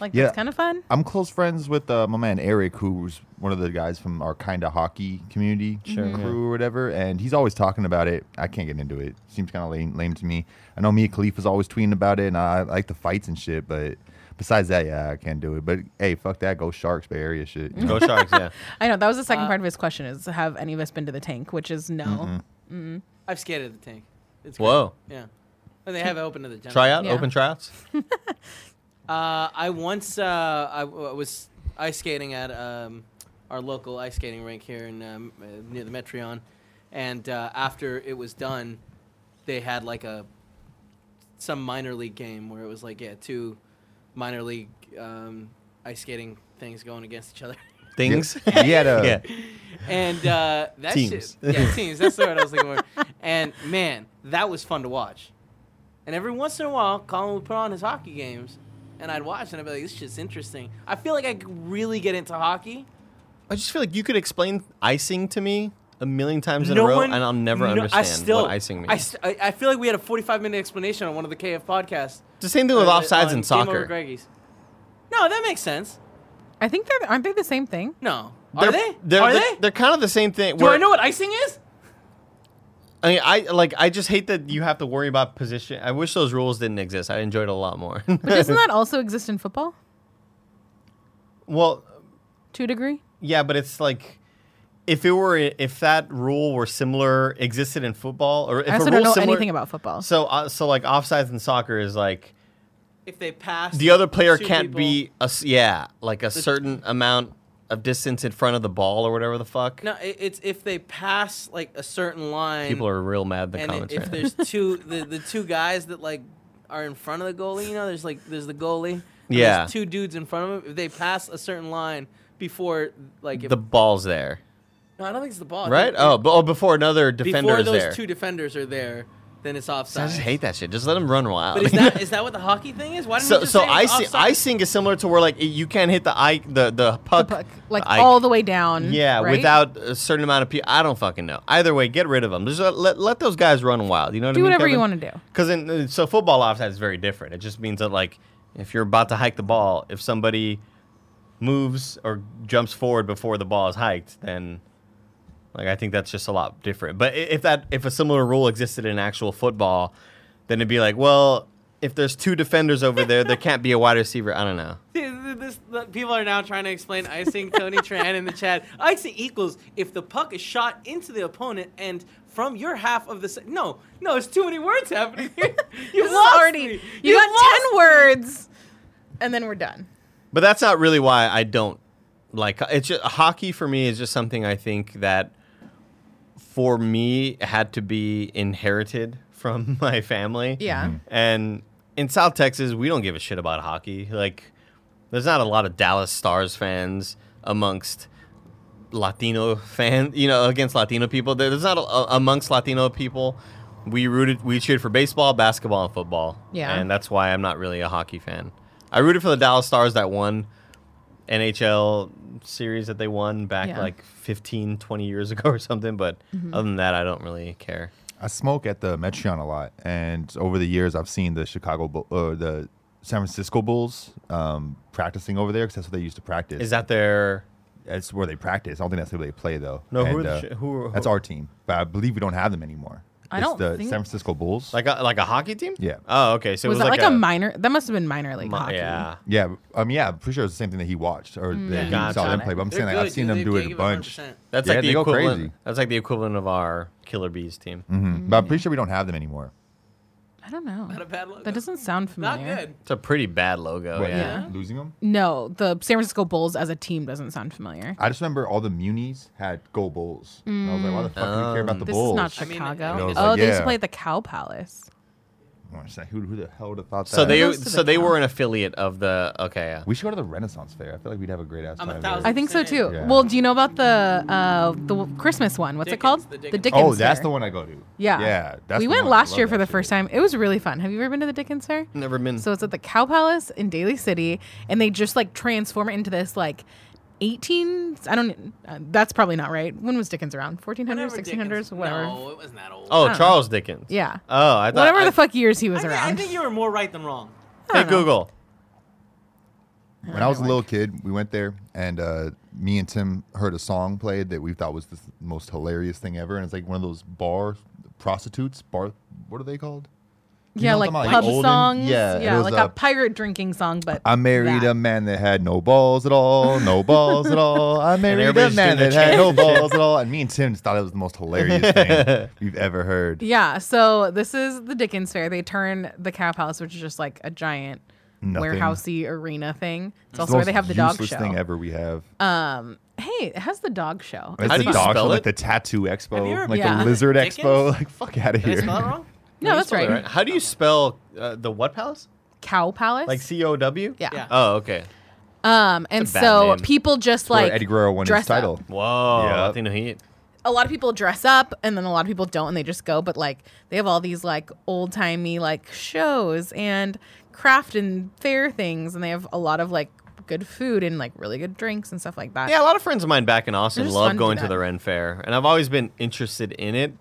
Speaker 3: Like
Speaker 4: Yeah.
Speaker 3: that's kind of fun.
Speaker 4: I'm close friends with uh, my man Eric, who's one of the guys from our kinda hockey community
Speaker 1: Sure, Mhm.
Speaker 4: crew or whatever, and he's always talking about it. I can't get into it. Seems kind of lame, lame to me. I know Mia Khalifa's always tweeting about it, and I like the fights and shit. But besides that, yeah, I can't do it. But hey, fuck that. Go Sharks, Bay Area shit. you know?
Speaker 1: Go Sharks! Yeah,
Speaker 3: I know that was the second
Speaker 2: Uh,
Speaker 3: part of his question: is have any of us been to the tank? Which is no.
Speaker 2: I've skated the tank. It's great.
Speaker 1: Whoa.
Speaker 2: Yeah. And they have it open to the general.
Speaker 1: tryout,
Speaker 3: Yeah.
Speaker 1: open tryouts.
Speaker 2: Uh, I once uh, I, w- I was ice skating at um, our local ice skating rink here in um, uh, near the Metreon, and uh, after it was done, they had like a some minor league game where it was like yeah two minor league um, ice skating things going against each other,
Speaker 1: Things.
Speaker 4: He had a
Speaker 1: yeah.
Speaker 2: and uh, that
Speaker 1: Teams.
Speaker 2: shit yeah teams that's the word I was looking for, and man that was fun to watch, and every once in a while Colin would put on his hockey games. And I'd watch and I'd be like, this shit's interesting. I feel like I could really get into hockey.
Speaker 1: I just feel like you could explain icing to me
Speaker 2: no-
Speaker 1: understand
Speaker 2: I still,
Speaker 1: what icing means.
Speaker 2: I, st- I, I feel like we had a 45 minute explanation on one of the KF podcasts.
Speaker 1: it's the same thing with
Speaker 2: uh,
Speaker 1: offsides in
Speaker 2: on Game Over
Speaker 1: soccer.
Speaker 2: Greggy's. No, that makes sense.
Speaker 3: I think they're aren't they the same thing?
Speaker 2: No,
Speaker 1: They're-
Speaker 2: are they?
Speaker 1: They're,
Speaker 2: are
Speaker 1: they're,
Speaker 2: they?
Speaker 1: They're kind of the same thing.
Speaker 2: Do
Speaker 1: where-
Speaker 2: I know what icing is?
Speaker 1: I mean, I like. I just hate that you have to worry about position. I wish those rules didn't exist. I enjoyed it a lot more.
Speaker 3: But doesn't that also exist in football
Speaker 1: well,
Speaker 3: to a degree?
Speaker 1: yeah, but it's like if it were if that rule were similar existed in football, or if
Speaker 3: I
Speaker 1: a
Speaker 3: also
Speaker 1: rule
Speaker 3: don't know
Speaker 1: similar,
Speaker 3: anything about football.
Speaker 1: So, uh, so like offsides in soccer is like
Speaker 2: If they pass,
Speaker 1: the other player
Speaker 2: two
Speaker 1: can't
Speaker 2: people-
Speaker 1: be a s- yeah like a certain amount of distance in front of the ball or whatever the fuck.
Speaker 2: No, it, it's if they pass like a certain line.
Speaker 1: People are real mad in the
Speaker 2: and
Speaker 1: comments.
Speaker 2: if
Speaker 1: right now.
Speaker 2: there's two the, the two guys that like are in front of the goalie you know there's like there's the goalie and
Speaker 1: Yeah.
Speaker 2: there's two dudes in front of him if they pass a certain line before like if,
Speaker 1: the ball's there,
Speaker 2: no, i don't think it's the ball I
Speaker 1: right?
Speaker 2: think
Speaker 1: Oh, but, oh, before another defender
Speaker 2: before
Speaker 1: is
Speaker 2: those
Speaker 1: there.
Speaker 2: two defenders are there then it's
Speaker 1: I
Speaker 2: offside
Speaker 1: just hate that shit. Just let them run wild.
Speaker 2: but is that is that what the hockey thing is why didn't you
Speaker 1: so
Speaker 2: just
Speaker 1: so
Speaker 2: say it was
Speaker 1: icing,
Speaker 2: offside?
Speaker 1: icing is similar to where like you can't hit the ike the the puck,
Speaker 3: Puck, like
Speaker 1: ike.
Speaker 3: all the way down.
Speaker 1: yeah
Speaker 3: right?
Speaker 1: without a certain amount of people. I don't fucking know. Either way, get rid of them. Just let let, let those guys run wild. You know what
Speaker 3: Do
Speaker 1: I mean?
Speaker 3: whatever you wanna do.
Speaker 1: Because in uh, so football offside is very different. It just means that like if you're about to hike the ball, if somebody moves or jumps forward before the ball is hiked, then like I think that's just a lot different. But i- if that if a similar rule existed in actual football, then it'd be like, well, if there's two defenders over there, there can't be a wide receiver. I don't know.
Speaker 2: This, this- the- people are now trying to explain icing. Tony Tran in the chat. Icing equals if the puck is shot into the opponent and from your half of the. se- No, no, it's too many words happening here. You
Speaker 3: This is
Speaker 2: lost
Speaker 3: already
Speaker 2: me.
Speaker 3: you, got ten words, and then we're done.
Speaker 1: But that's not really why I don't like it's just hockey for me is just something I think that for me had to be inherited from my family.
Speaker 3: Yeah.
Speaker 4: Mm-hmm.
Speaker 3: Mhm.
Speaker 1: And in South Texas, we don't give a shit about hockey. Like there's not a lot of Dallas Stars fans amongst Latino fans, you know, against Latino people. There- There's not a, a- amongst Latino people. We rooted, we cheered for baseball, basketball, and football.
Speaker 3: Yeah.
Speaker 1: and that's why I'm not really a hockey fan. I rooted for the Dallas Stars that won NHL series that they won back
Speaker 3: Yeah. Mm-hmm.
Speaker 1: like 15, 20 years ago or something. But other than that, I don't really care.
Speaker 4: I smoke at the Metreon a lot, and over the years I've seen the Chicago Bull, uh, the San Francisco Bulls um, practicing over there because that's what they used to practice.
Speaker 1: Is that their?
Speaker 4: that's where they practice. I don't think that's where they play though.
Speaker 1: No, who
Speaker 4: And, uh,
Speaker 1: are the chi- who are-
Speaker 4: That's our team, but I believe we don't have them anymore.
Speaker 3: I
Speaker 4: it's
Speaker 3: don't
Speaker 4: the
Speaker 3: think-
Speaker 4: San Francisco Bulls.
Speaker 1: Like a, like a hockey team?
Speaker 4: Yeah.
Speaker 1: Oh, okay. So it
Speaker 3: was
Speaker 1: was
Speaker 3: that
Speaker 1: like,
Speaker 3: like, a, minor? That must have been minor league
Speaker 1: mi-
Speaker 3: hockey.
Speaker 1: Yeah.
Speaker 4: yeah, I mean, yeah, I'm pretty sure it's the same thing that he watched or
Speaker 3: Mm.
Speaker 4: that
Speaker 1: Gotcha.
Speaker 4: he saw them play. But I'm
Speaker 2: They're
Speaker 4: saying like,
Speaker 2: good,
Speaker 4: I've seen
Speaker 2: dude.
Speaker 4: them
Speaker 2: They-
Speaker 4: do
Speaker 2: they
Speaker 4: it a
Speaker 2: give
Speaker 4: bunch.
Speaker 2: 100%.
Speaker 1: That's
Speaker 4: Yeah,
Speaker 1: like the
Speaker 4: they go
Speaker 1: equivalent.
Speaker 4: crazy.
Speaker 1: That's like the equivalent of our Killer Bees team.
Speaker 4: Mhm. But I'm pretty sure we don't have them anymore.
Speaker 3: I don't know.
Speaker 2: Not a bad look.
Speaker 3: That doesn't sound
Speaker 2: Not
Speaker 3: familiar.
Speaker 2: good.
Speaker 1: It's a pretty bad logo.
Speaker 4: What,
Speaker 1: Oh, yeah.
Speaker 4: losing them.
Speaker 3: No, the San Francisco Bulls as a team doesn't sound familiar.
Speaker 4: I just remember all the munis had go Bulls. And I was like, why the fuck do you care about the
Speaker 3: Mm. This
Speaker 4: Bulls?
Speaker 3: is not
Speaker 2: I mean,
Speaker 3: Chicago.
Speaker 2: I
Speaker 4: mean, it's
Speaker 3: oh,
Speaker 4: like,
Speaker 3: they used to
Speaker 4: yeah.
Speaker 3: play at the Cow Palace.
Speaker 4: I'm just like, Who, who the hell would have thought that?
Speaker 1: So they
Speaker 3: Close to the
Speaker 1: so they
Speaker 3: town.
Speaker 1: were an affiliate of the okay yeah.
Speaker 4: We should go to the Renaissance Fair. I feel like we'd have a great ass
Speaker 2: I'm
Speaker 4: time.
Speaker 2: a
Speaker 4: there.
Speaker 2: thousand-
Speaker 3: I think so too.
Speaker 4: Yeah.
Speaker 3: Well, do you know about the uh, the Christmas one? What's
Speaker 2: Dickens,
Speaker 3: it called?
Speaker 2: the Dickens.
Speaker 3: The Dickens.
Speaker 4: Oh, that's
Speaker 3: Fair.
Speaker 4: the one I go to.
Speaker 3: Yeah.
Speaker 4: Yeah. That's
Speaker 3: we
Speaker 4: the
Speaker 3: went
Speaker 4: one. I
Speaker 3: last
Speaker 4: love
Speaker 3: year for
Speaker 4: that
Speaker 3: the
Speaker 4: shit.
Speaker 3: first time. It was really fun. Have you ever been to the Dickens Fair?
Speaker 1: Never been.
Speaker 3: So it's at the Cow Palace in Daly City, and they just like transform it into this like 18. I don't. Uh, that's probably not right. When was Dickens around? 1400s,
Speaker 2: Whenever
Speaker 3: 1600s,
Speaker 2: Dickens-
Speaker 3: whatever.
Speaker 2: No, it wasn't that old.
Speaker 1: oh, Charles Dickens.
Speaker 3: um, Yeah.
Speaker 1: Oh, I thought
Speaker 3: Whatever
Speaker 1: I-
Speaker 3: the fuck years he
Speaker 2: I,
Speaker 3: was
Speaker 2: thi-
Speaker 3: around.
Speaker 2: I think you were more right than wrong.
Speaker 1: Hey Google.
Speaker 4: When I was a little kid, we went there, and uh, me and Tim heard a song played that we thought was the most hilarious thing ever. And it's like one of those bar prostitutes. Bar, what are they called? You
Speaker 3: yeah,
Speaker 4: know what
Speaker 3: like
Speaker 4: I'm talking about,
Speaker 3: pub
Speaker 4: olden-
Speaker 3: songs.
Speaker 4: Yeah,
Speaker 3: Yeah,
Speaker 4: it was
Speaker 3: like
Speaker 4: a-
Speaker 3: a pirate drinking song, but
Speaker 4: I married
Speaker 3: that.
Speaker 4: a man that had no balls at all, no balls at all. I married a
Speaker 1: everybody's
Speaker 4: man
Speaker 1: doing
Speaker 4: that
Speaker 1: the
Speaker 4: had no
Speaker 1: chant and shit.
Speaker 4: balls at all. And me and Tim just thought it was the most hilarious thing we've ever heard.
Speaker 3: Yeah, so this is the Dickens Fair. They turn the cow palace, which is just like a giant
Speaker 4: Nothing.
Speaker 3: warehousey arena thing. It's
Speaker 4: It's
Speaker 3: also where they
Speaker 4: most
Speaker 3: have the dog
Speaker 4: useless
Speaker 3: show.
Speaker 4: thing ever we have.
Speaker 3: Um, hey, it has the dog show.
Speaker 4: It's
Speaker 1: How
Speaker 4: the
Speaker 1: do you
Speaker 4: dog
Speaker 1: spell
Speaker 4: show,
Speaker 1: it?
Speaker 4: like the tattoo expo,
Speaker 2: ever
Speaker 4: like
Speaker 3: been
Speaker 4: the
Speaker 3: to
Speaker 4: lizard
Speaker 2: Dickens?
Speaker 4: expo. Like fuck out of
Speaker 2: Did
Speaker 4: here.
Speaker 2: I spell it wrong?
Speaker 3: No, that's right.
Speaker 1: Right. How do you spell uh, the what palace?
Speaker 3: Cow palace.
Speaker 1: Like C O W?
Speaker 3: yeah.
Speaker 2: Yeah.
Speaker 1: Oh, okay.
Speaker 3: Um, and
Speaker 1: It's a bad
Speaker 3: so
Speaker 1: name.
Speaker 3: people just
Speaker 4: Where
Speaker 3: like
Speaker 4: Eddie Guerrero won his
Speaker 3: dress up.
Speaker 4: title.
Speaker 1: Whoa.
Speaker 4: Yeah.
Speaker 1: Latino Heat.
Speaker 3: a lot of people dress up and then a lot of people don't and they just go but like they have all these like old timey like shows and craft and fair things and they have a lot of like good food and like really good drinks and stuff like that.
Speaker 1: Yeah, a lot of friends of mine back in Austin
Speaker 3: just fun
Speaker 1: love
Speaker 3: to
Speaker 1: going
Speaker 3: do
Speaker 1: to
Speaker 3: that.
Speaker 1: the Ren Fair, and I've always been interested in it.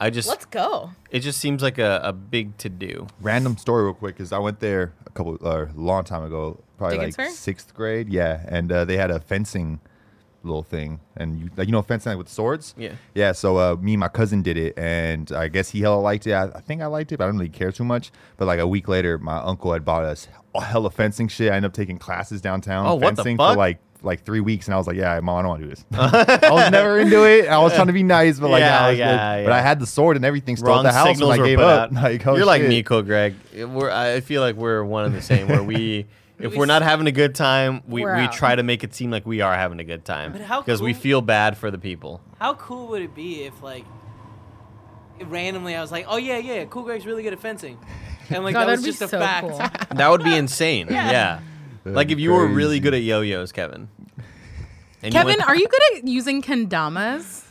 Speaker 1: I just
Speaker 3: Let's go.
Speaker 1: it just seems like a, a big to do.
Speaker 4: Random story, real quick, because I went there a couple, uh, long time ago, probably
Speaker 3: Dickens
Speaker 4: like
Speaker 3: Fair?
Speaker 4: sixth grade. Yeah, and uh, they had a fencing little thing, and you, like, you know, fencing like, with swords.
Speaker 1: Yeah.
Speaker 4: yeah. So uh, me and my cousin did it, and I guess he hella liked it. I, I think I liked it, but I didn't really care too much. But like a week later, my uncle had bought us a hella fencing shit. I ended up taking classes downtown
Speaker 1: Oh, what the
Speaker 4: fencing
Speaker 1: fuck?
Speaker 4: for like like three weeks, and I was like, yeah, mom, I don't want to do this. I was never into it. I was trying to be nice, but like,
Speaker 1: Yeah,
Speaker 4: nah, I was
Speaker 1: yeah,
Speaker 4: good. but
Speaker 1: yeah.
Speaker 4: I had the sword and everything still
Speaker 1: Wrong
Speaker 4: at the house
Speaker 1: signals
Speaker 4: when I
Speaker 1: were
Speaker 4: gave
Speaker 1: put
Speaker 4: up.
Speaker 1: out.
Speaker 4: Like, oh,
Speaker 1: You're like
Speaker 4: shit.
Speaker 1: Nico, Greg. It- We're, I feel like we're one and the same. Where we, if we're not having a good time, we,
Speaker 3: We're
Speaker 1: we
Speaker 3: out.
Speaker 1: try to make it seem like we are having a good time
Speaker 2: But how
Speaker 1: because we
Speaker 2: cool-
Speaker 1: feel bad for the people.
Speaker 2: How cool would it be if like randomly I was like, oh yeah, yeah, Cool Greg's really good at fencing, and like
Speaker 3: God,
Speaker 2: that was
Speaker 3: that'd be
Speaker 2: just a
Speaker 3: so
Speaker 2: fact.
Speaker 3: cool.
Speaker 1: That would be insane. yeah.
Speaker 3: Yeah.
Speaker 4: That'd
Speaker 1: Like
Speaker 4: be
Speaker 1: if you were really
Speaker 4: crazy.
Speaker 1: good at yo-yos, Kevin. And
Speaker 3: Kevin,
Speaker 1: went-
Speaker 3: are you good at using kendamas?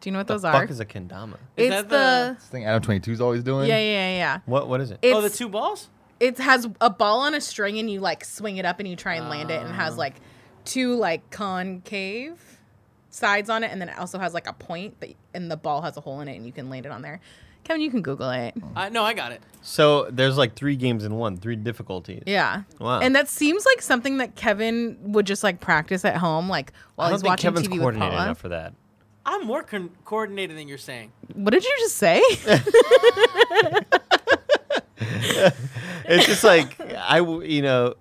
Speaker 3: Do you know what
Speaker 1: the
Speaker 3: those
Speaker 1: fuck
Speaker 3: are?
Speaker 1: is a kendama?
Speaker 2: Is
Speaker 3: it's
Speaker 2: that the-
Speaker 3: the,
Speaker 4: This thing Adam 22 is always doing.
Speaker 3: yeah, yeah, yeah.
Speaker 1: What what is it?
Speaker 3: It's,
Speaker 2: oh, the two balls.
Speaker 3: it has a ball on a string and you like swing it up and you try and land it and it has like two like concave sides on it and then it also has like a point that, and the ball has a hole in it and you can land it on there. Kevin, you can Google it.
Speaker 2: I no, I got it.
Speaker 1: So there's like three games in one, three difficulties.
Speaker 3: Yeah.
Speaker 1: Wow.
Speaker 3: And that seems like something that Kevin would just like practice at home, like
Speaker 1: I
Speaker 3: while
Speaker 1: don't
Speaker 3: he's
Speaker 1: think
Speaker 3: watching
Speaker 1: Kevin's
Speaker 3: TV with
Speaker 1: coordinated
Speaker 3: Paula.
Speaker 1: enough for that.
Speaker 2: I'm more con- coordinated than you're saying.
Speaker 3: What did you just say?
Speaker 1: It's just like I, w- you know,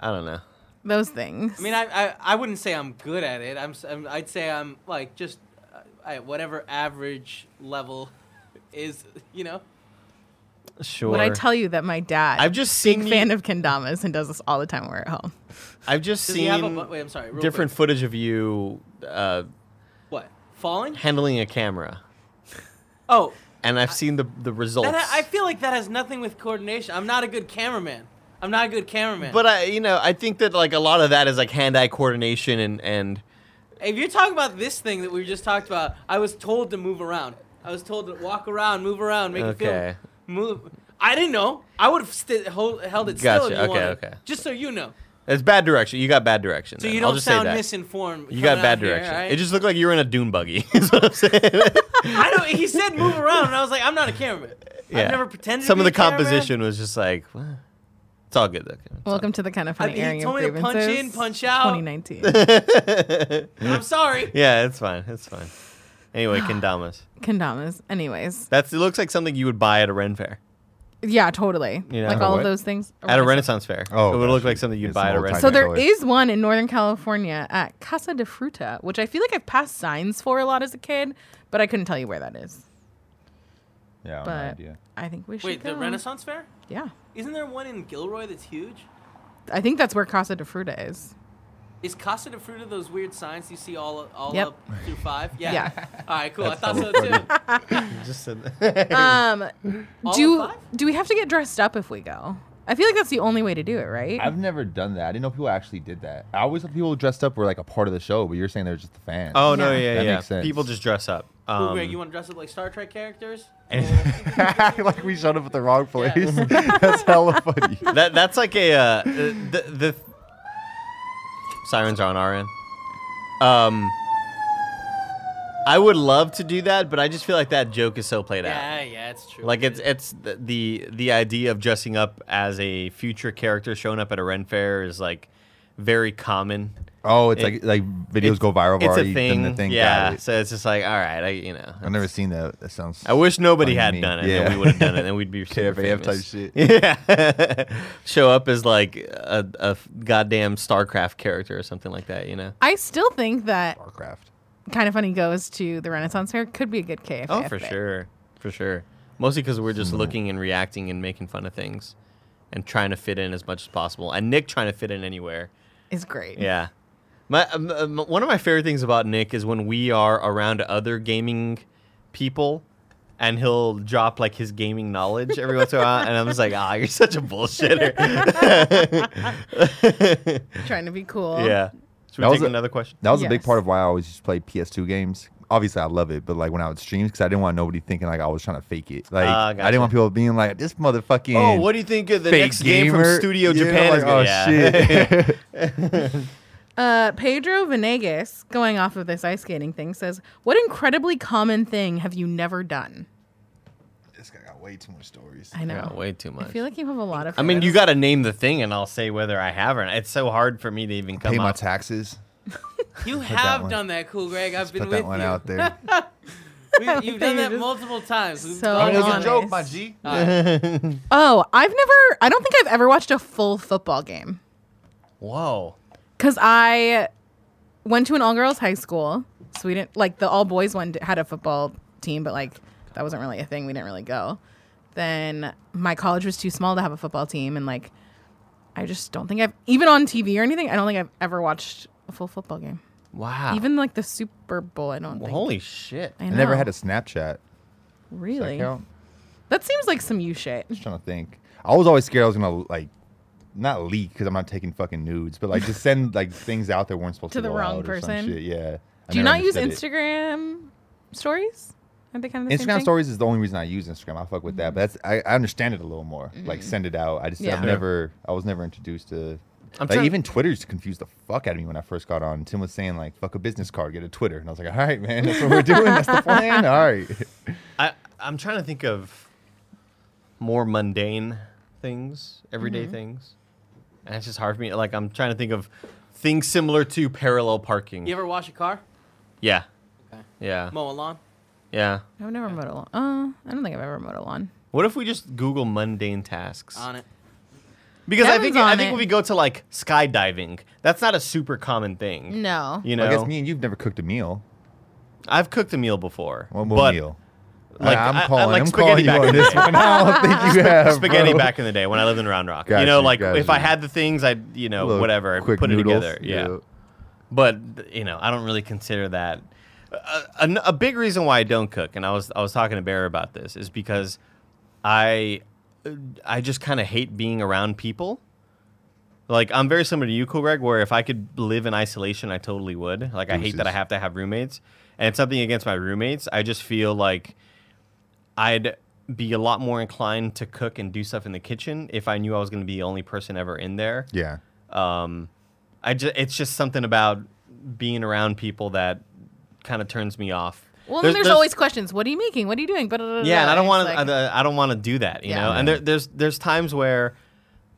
Speaker 1: I don't know.
Speaker 3: Those things.
Speaker 2: I mean, I, I, I wouldn't say I'm good at it. I'm, s- I'm I'd say I'm like just uh, I, whatever average level is, you know.
Speaker 1: Sure.
Speaker 3: when I tell you that my dad,
Speaker 1: I've just
Speaker 3: big
Speaker 1: seen you-
Speaker 3: fan of kendamas and does this all the time when we're at home.
Speaker 1: I've just
Speaker 2: Does
Speaker 1: seen
Speaker 2: he have a bu- wait? I'm sorry. real
Speaker 1: different footage of you uh,
Speaker 2: quick. What falling?
Speaker 1: handling a camera,
Speaker 2: Oh,
Speaker 1: and I've seen the the results.
Speaker 2: that, I I feel like that has nothing with coordination. I'm not a good cameraman. I'm not a good cameraman.
Speaker 1: but I, you know, I think that like a lot of that is like hand-eye coordination and and
Speaker 2: if you're talking about this thing that we just talked about, I was told to move around. I was told to walk around, move around, make
Speaker 1: Okay.
Speaker 2: it feel move. I didn't know. I would have sti- hold, held it still
Speaker 1: Gotcha.
Speaker 2: if you
Speaker 1: Okay,
Speaker 2: wanted.
Speaker 1: okay.
Speaker 2: Just so you know.
Speaker 1: it's bad direction. You got bad direction.
Speaker 2: So
Speaker 1: then.
Speaker 2: you
Speaker 1: I'll
Speaker 2: don't
Speaker 1: just
Speaker 2: sound
Speaker 1: say that.
Speaker 2: misinformed.
Speaker 1: You
Speaker 2: coming
Speaker 1: got
Speaker 2: out
Speaker 1: bad
Speaker 2: here,
Speaker 1: direction.
Speaker 2: alright?
Speaker 1: It just looked like you were in a dune buggy. is what I'm saying.
Speaker 2: I don't. He said move around, and I was like, I'm not a cameraman. I've never pretended.
Speaker 1: Some
Speaker 2: to
Speaker 1: of
Speaker 2: be
Speaker 1: the
Speaker 2: a cameraman.
Speaker 1: composition was just like, "What?" it's all good. Though. It's all
Speaker 3: Welcome to the kind of
Speaker 2: I,
Speaker 3: funny airing
Speaker 2: he
Speaker 3: of
Speaker 2: told me to punch
Speaker 3: grievances,
Speaker 2: in, punch out.
Speaker 3: 2019.
Speaker 2: I'm sorry.
Speaker 1: Yeah, it's fine. It's fine. Anyway, kendamas.
Speaker 3: Kendamas. Anyways,
Speaker 1: That's it looks like something you would buy at a Ren fair.
Speaker 3: yeah, totally.
Speaker 1: You know,
Speaker 3: like
Speaker 1: a
Speaker 3: all
Speaker 4: what?
Speaker 3: of those things.
Speaker 1: At a Renaissance fair.
Speaker 4: Oh,
Speaker 1: it would look
Speaker 4: gosh.
Speaker 1: like something you'd
Speaker 4: It's
Speaker 1: buy
Speaker 4: an
Speaker 1: at a
Speaker 4: old
Speaker 1: Renaissance
Speaker 3: So
Speaker 4: time
Speaker 1: fair.
Speaker 3: there
Speaker 4: Color.
Speaker 3: is one in Northern California at Casa de Fruta, which I feel like I've passed signs for a lot as a kid, but I couldn't tell you where that is.
Speaker 4: Yeah, I have no
Speaker 3: But
Speaker 4: idea.
Speaker 3: I think we should
Speaker 2: Wait, the
Speaker 3: go.
Speaker 2: Renaissance Fair?
Speaker 3: Yeah,
Speaker 2: Isn't there one in Gilroy that's huge?
Speaker 3: I think that's where Casa de Fruta is.
Speaker 2: Is Casa de Fruta those weird signs you see all all
Speaker 3: Yep.
Speaker 2: up through five? Yeah.
Speaker 3: Yeah.
Speaker 2: All right, cool. I thought so
Speaker 4: so
Speaker 2: too.
Speaker 1: Just said
Speaker 3: Um,
Speaker 2: All
Speaker 3: do
Speaker 2: of five?
Speaker 3: do we have to get dressed up if we go? I feel like that's the only way to do it, right?
Speaker 4: I've never done that. I didn't know people actually did that. I always thought people dressed up were like a part of the show, but you're saying they're just the fans.
Speaker 1: oh no,
Speaker 3: Yeah.
Speaker 1: yeah,
Speaker 4: That
Speaker 1: yeah.
Speaker 4: makes sense.
Speaker 1: People just dress up.
Speaker 2: Cool,
Speaker 1: Um,
Speaker 2: Greg, you want to dress up like Star Trek characters?
Speaker 4: like we showed up at the wrong place. That's hella funny.
Speaker 1: that that's like a uh, the, the sirens are on our end. Um, I would love to do that, but I just feel like that joke is so played out.
Speaker 2: Yeah, yeah, it's true.
Speaker 1: Like it's it's th- the the idea of dressing up as a future character showing up at a Ren fair is like very common.
Speaker 4: Oh, it's
Speaker 1: It-
Speaker 4: like like videos go viral. have
Speaker 1: It's
Speaker 4: already
Speaker 1: a
Speaker 4: done
Speaker 1: thing.
Speaker 4: The thing.
Speaker 1: yeah.
Speaker 4: Got it.
Speaker 1: So it's just like all right, I you know.
Speaker 4: I've never seen that. That sounds.
Speaker 1: I wish nobody
Speaker 4: funny to
Speaker 1: had
Speaker 4: me.
Speaker 1: done it.
Speaker 4: Yeah.
Speaker 1: Then we would have done it. Then we'd be super
Speaker 4: KFAF type
Speaker 1: famous.
Speaker 4: shit.
Speaker 1: Yeah. Show up as like a, a goddamn StarCraft character or something like that. You know.
Speaker 3: I still think that
Speaker 4: Warcraft.
Speaker 3: kind of funny goes to the Renaissance Fair could be a good KFF.
Speaker 1: Oh, for
Speaker 3: bit.
Speaker 1: sure, for sure. Mostly because we're
Speaker 4: Hmm.
Speaker 1: just looking and reacting and making fun of things, and trying to fit in as much as possible. And Nick trying to fit in anywhere.
Speaker 3: It's great.
Speaker 1: Yeah. My um, um, one of my favorite things about Nick is when we are around other gaming people, and he'll drop like his gaming knowledge every once in a while, and I'm just like, ah, you're such a bullshitter.
Speaker 3: Trying to be cool.
Speaker 1: yeah. Should
Speaker 4: That
Speaker 1: we
Speaker 4: was
Speaker 1: take
Speaker 4: a-
Speaker 1: another question?
Speaker 4: That was a big
Speaker 3: Yes.
Speaker 4: part of why I always used to play PS2 games. Obviously, I love it, but like when I would stream, because I didn't want nobody thinking like I was trying to fake it. Like
Speaker 1: Ah,
Speaker 4: I
Speaker 1: gotcha.
Speaker 4: didn't want people being like, "This motherfucking."
Speaker 1: Oh, what do you think of the
Speaker 4: fake
Speaker 1: next game from
Speaker 4: gamer?"
Speaker 1: Studio
Speaker 4: You know,
Speaker 1: Japan? is
Speaker 4: like, oh
Speaker 1: gonna- yeah.
Speaker 4: shit!
Speaker 3: Uh, Pedro Venegas, going off of this ice skating thing, says, "What incredibly common thing have you never done?"
Speaker 4: this guy got way too much stories.
Speaker 3: I know.
Speaker 1: Yeah, way too much.
Speaker 3: I feel like you have a lot of.
Speaker 1: I mean,
Speaker 3: those.
Speaker 1: you got to name the thing, and I'll say whether I have or not. It's so hard for me to even come
Speaker 4: Pay my
Speaker 1: up.
Speaker 4: taxes.
Speaker 2: You
Speaker 4: that
Speaker 2: have
Speaker 4: one-
Speaker 2: done that, cool Greg. I've been
Speaker 4: Put
Speaker 2: with
Speaker 4: that one
Speaker 2: you.
Speaker 4: out there.
Speaker 2: We, you've done
Speaker 3: You're
Speaker 2: that
Speaker 3: just
Speaker 2: multiple times. We've
Speaker 3: so
Speaker 2: gone
Speaker 3: It was a
Speaker 2: on it.
Speaker 3: joke, my
Speaker 4: G.
Speaker 2: All right.
Speaker 3: Oh, I've never. I don't think I've ever watched a full football game.
Speaker 1: Whoa.
Speaker 3: Because I went to an all girls high school. So we didn't, like, the all boys one had a football team, but, like, that wasn't really a thing. We didn't really go. Then my college was too small to have a football team. And, like, I just don't think I've, even on TV or anything, I don't think I've ever watched a full football game.
Speaker 1: Wow.
Speaker 3: Even, like, the Super Bowl, I don't
Speaker 1: Well,
Speaker 3: think.
Speaker 1: holy shit.
Speaker 3: I,
Speaker 4: Ah. I
Speaker 3: know.
Speaker 4: never had a Snapchat. Does
Speaker 3: Really?
Speaker 4: that count?
Speaker 3: That seems like some you shit.
Speaker 4: just trying to think. I was always scared I was gonna like not leak because I'm not taking fucking nudes, but like just send like things out that weren't supposed
Speaker 3: To
Speaker 4: to,
Speaker 3: the
Speaker 4: go
Speaker 3: wrong
Speaker 4: out or some
Speaker 3: person?
Speaker 4: shit. Yeah. I
Speaker 3: Do you
Speaker 4: never
Speaker 3: not use
Speaker 4: understood it.
Speaker 3: Instagram stories? Are they kind of the same
Speaker 4: Instagram
Speaker 3: thing? Mm-hmm.
Speaker 4: stories is the only reason I use Instagram. I fuck with that, but that's I, I understand it a little more. Like send it out. I just
Speaker 3: Yeah.
Speaker 4: I've
Speaker 3: Sure.
Speaker 4: never I was never introduced to.
Speaker 1: I'm
Speaker 4: like
Speaker 1: trying-
Speaker 4: even Twitter used to confuse the fuck out of me when I first got on. Tim was saying like fuck a business card, get a Twitter, and I was like, all right, man, that's what we're doing. That's the plan. All right.
Speaker 1: I, I'm trying to think of more mundane things, everyday
Speaker 2: Mm-hmm.
Speaker 1: things. And it's just hard for me. Like, I'm trying to think of things similar to parallel parking.
Speaker 2: You ever wash a car?
Speaker 1: yeah.
Speaker 2: Okay.
Speaker 1: Yeah.
Speaker 2: Mow a lawn?
Speaker 1: Yeah.
Speaker 3: I've never mowed a lawn. Uh, I don't think I've ever mowed a lawn.
Speaker 1: What if we just Google mundane tasks?
Speaker 2: On it.
Speaker 1: Because I
Speaker 3: Kevin's
Speaker 1: think
Speaker 3: on
Speaker 1: I think
Speaker 3: it.
Speaker 1: when we go to like skydiving, that's not a super common thing.
Speaker 3: No.
Speaker 1: You
Speaker 4: I
Speaker 1: know,
Speaker 4: guess me and you've never cooked a meal.
Speaker 1: I've cooked a meal before.
Speaker 4: One more
Speaker 1: but
Speaker 4: meal.
Speaker 1: like,
Speaker 4: I,
Speaker 1: I- I
Speaker 4: am calling. I,
Speaker 1: like
Speaker 4: am
Speaker 1: spaghetti
Speaker 4: calling you
Speaker 1: back in
Speaker 4: on
Speaker 1: the
Speaker 4: this
Speaker 1: day.
Speaker 4: one. I don't think you have
Speaker 1: spaghetti
Speaker 4: bro.
Speaker 1: back in the day when I lived in Round Rock. you
Speaker 4: Got
Speaker 1: know,
Speaker 4: you,
Speaker 1: like
Speaker 4: got
Speaker 1: if I
Speaker 4: you.
Speaker 1: had the things, I would you know
Speaker 4: Little
Speaker 1: whatever, I
Speaker 4: quick
Speaker 1: put
Speaker 4: noodles,
Speaker 1: it together. Yeah. but you know, I don't really consider that. A, a, a big reason why I don't cook, and I was I was talking to Bear about this, is because I I just kind of hate being around people. Like I'm very similar to you, cool Greg, where if I could live in isolation, I totally would. Like I hate that I
Speaker 4: Deuces.
Speaker 1: have to have roommates, and it's something against my roommates. I just feel like I'd be a lot more inclined to cook and do stuff in the kitchen if I knew I was going to be the only person ever in there.
Speaker 4: Yeah.
Speaker 1: Um, I just it's just something about being around people that kind of turns me off.
Speaker 3: Well, there's, there's, always questions. What are you making? What are you doing? But uh,
Speaker 1: yeah, and I don't uh, want
Speaker 3: to.
Speaker 1: to. I, I don't want to do that. You
Speaker 3: Yeah.
Speaker 1: know, and there, there's there's times where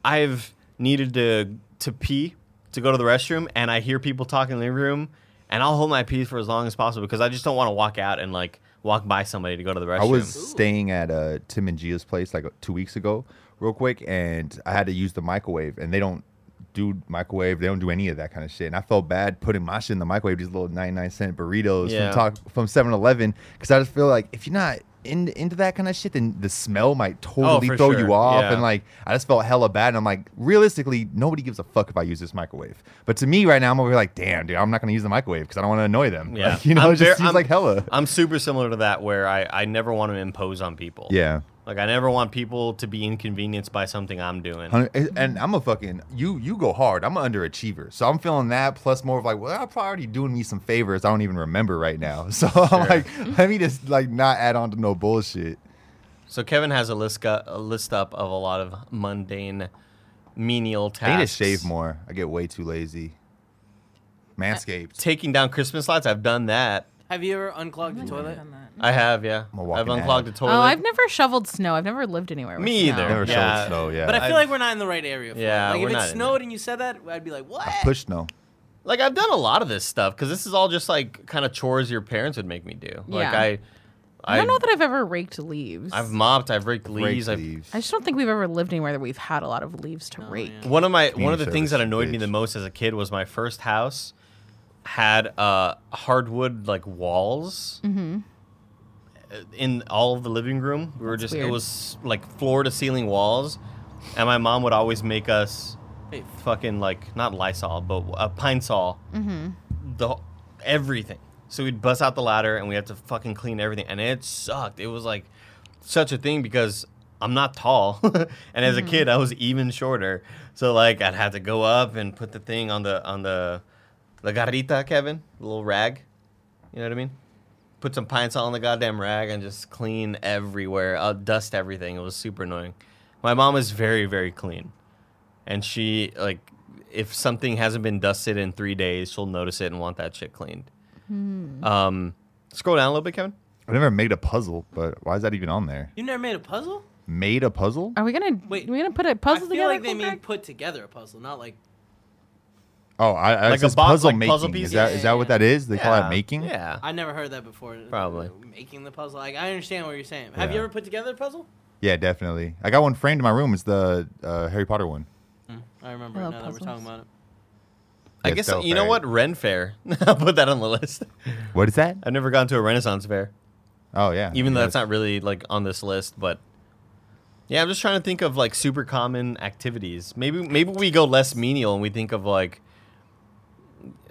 Speaker 1: I've needed to to pee to go to the restroom, and I hear people talking in the room, and I'll hold my pee for as long as possible because I just don't want to walk out and like walk by somebody to go to the restroom.
Speaker 4: I was staying at uh, Tim and Gia's place like two weeks ago, real quick, and I had to use the microwave, and they don't do microwave. They don't do any of that kind of shit. And I felt bad putting my shit in the microwave, these little 99 cent burritos
Speaker 1: Yeah.
Speaker 4: from talk from 7 Eleven, because I just feel like if you're not. In, into that kind of shit, then the smell might totally
Speaker 1: Oh, for
Speaker 4: throw
Speaker 1: sure.
Speaker 4: you off,
Speaker 1: Yeah.
Speaker 4: and like I just felt hella bad. And I'm like, realistically, nobody gives a fuck if I use this microwave. But to me, right now, I'm over here like, damn, dude, I'm not gonna use the microwave because I don't want to annoy them.
Speaker 1: yeah,
Speaker 4: Like, you know,
Speaker 1: I'm
Speaker 4: it just
Speaker 1: ver-
Speaker 4: seems
Speaker 1: I'm-
Speaker 4: like hella.
Speaker 1: I'm super similar to that where I I never want to impose on people.
Speaker 4: Yeah,
Speaker 1: Like I never want people to be inconvenienced by something I'm doing.
Speaker 4: Hundred- And and I'm a fucking you. You go hard. I'm an underachiever, so I'm feeling that plus more of like, well, I'm probably already doing me some favors. I don't even remember right now. So I'm like, let me just like not add on to no bullshit.
Speaker 1: So Kevin has a list gu- a list up of a lot of mundane, menial tasks.
Speaker 4: I need to shave more. I get way too lazy. Manscaped.
Speaker 1: Taking down Christmas lights, I've done that.
Speaker 2: Have you ever unclogged the toilet?
Speaker 1: I have, yeah.
Speaker 4: a walking
Speaker 1: I've unclogged
Speaker 4: addict.
Speaker 1: the Uh, toilet.
Speaker 3: Oh, I've never shoveled snow. I've never lived anywhere. With
Speaker 1: Me
Speaker 3: snow.
Speaker 1: either.
Speaker 4: Never
Speaker 1: Yeah.
Speaker 4: showed snow. Yeah.
Speaker 2: But I feel
Speaker 1: I've-
Speaker 2: like we're not in the right area for
Speaker 1: Yeah,
Speaker 2: that. Like
Speaker 1: we're
Speaker 2: if
Speaker 1: not
Speaker 2: it
Speaker 1: in
Speaker 2: snowed and you said that, I'd be like, what?
Speaker 4: I push snow.
Speaker 1: like I've done a lot of this stuff because this is all just like kind of chores your parents would make me do. Like
Speaker 3: Yeah.
Speaker 1: I,
Speaker 3: I don't know that I've ever raked leaves.
Speaker 1: I've mopped, I've raked leaves,
Speaker 4: Break
Speaker 1: I've
Speaker 4: leaves.
Speaker 3: I just don't think we've ever lived anywhere that we've had a lot of leaves to rake.
Speaker 1: One of my one of the
Speaker 4: Community
Speaker 1: things that
Speaker 4: service,
Speaker 1: annoyed me
Speaker 4: bitch.
Speaker 1: the most as a kid was my first house had uh, hardwood like walls in all of the living room. We were just it
Speaker 3: weird.
Speaker 1: was like floor to ceiling walls, and my mom would always make us
Speaker 2: Hey,
Speaker 1: fucking like not Lysol but uh, Pine Sol, the everything. So we'd bust out the ladder and we had to fucking clean everything, and it sucked. It was like such a thing because I'm not tall, and as a kid I was even shorter. So like I'd have to go up and put the thing on the on the La garrita, Kevin, a little rag. You know what I mean? Put some pine salt on the goddamn rag and just clean everywhere. I'll dust everything. It was super annoying. My mom is very, very clean. And she, like, if something hasn't been dusted in three days, she'll notice it and want that shit cleaned. Um, scroll down a little bit, Kevin.
Speaker 4: I never made a puzzle, but why is that even on there?
Speaker 2: You never made a puzzle?
Speaker 4: Made a puzzle?
Speaker 3: Are we gonna
Speaker 2: Wait.
Speaker 3: we gonna put a
Speaker 2: I
Speaker 3: puzzle
Speaker 2: feel
Speaker 3: together?
Speaker 2: like they
Speaker 3: real
Speaker 2: mean
Speaker 3: quick?
Speaker 2: put together a puzzle, not like
Speaker 4: Oh, I, I
Speaker 1: Like a
Speaker 4: says
Speaker 1: box,
Speaker 4: puzzle
Speaker 1: like
Speaker 4: making.
Speaker 1: puzzle
Speaker 4: Is
Speaker 1: pieces?
Speaker 4: that is that what that is? They call
Speaker 1: Yeah.
Speaker 4: that making?
Speaker 1: Yeah.
Speaker 2: I never heard that before. Uh,
Speaker 1: Probably.
Speaker 2: making the puzzle. Like I understand what you're saying. Have you
Speaker 4: Yeah.
Speaker 2: ever put together a puzzle?
Speaker 4: Yeah, definitely. I got one framed in my room. It's the uh, Harry Potter one.
Speaker 2: I remember
Speaker 3: I
Speaker 2: now
Speaker 3: love
Speaker 2: that we're talking
Speaker 3: puzzles.
Speaker 2: about it.
Speaker 1: I
Speaker 4: Yeah,
Speaker 1: guess,
Speaker 4: so
Speaker 1: you know
Speaker 4: fair.
Speaker 1: what? Ren Fair. I'll put that on the list.
Speaker 4: What is that?
Speaker 1: I've never gone to a Renaissance fair,
Speaker 4: Oh yeah.
Speaker 1: even though
Speaker 4: Yeah,
Speaker 1: that's not really like on this list. But yeah, I'm just trying to think of like super common activities. Maybe maybe we go less menial and we think of like,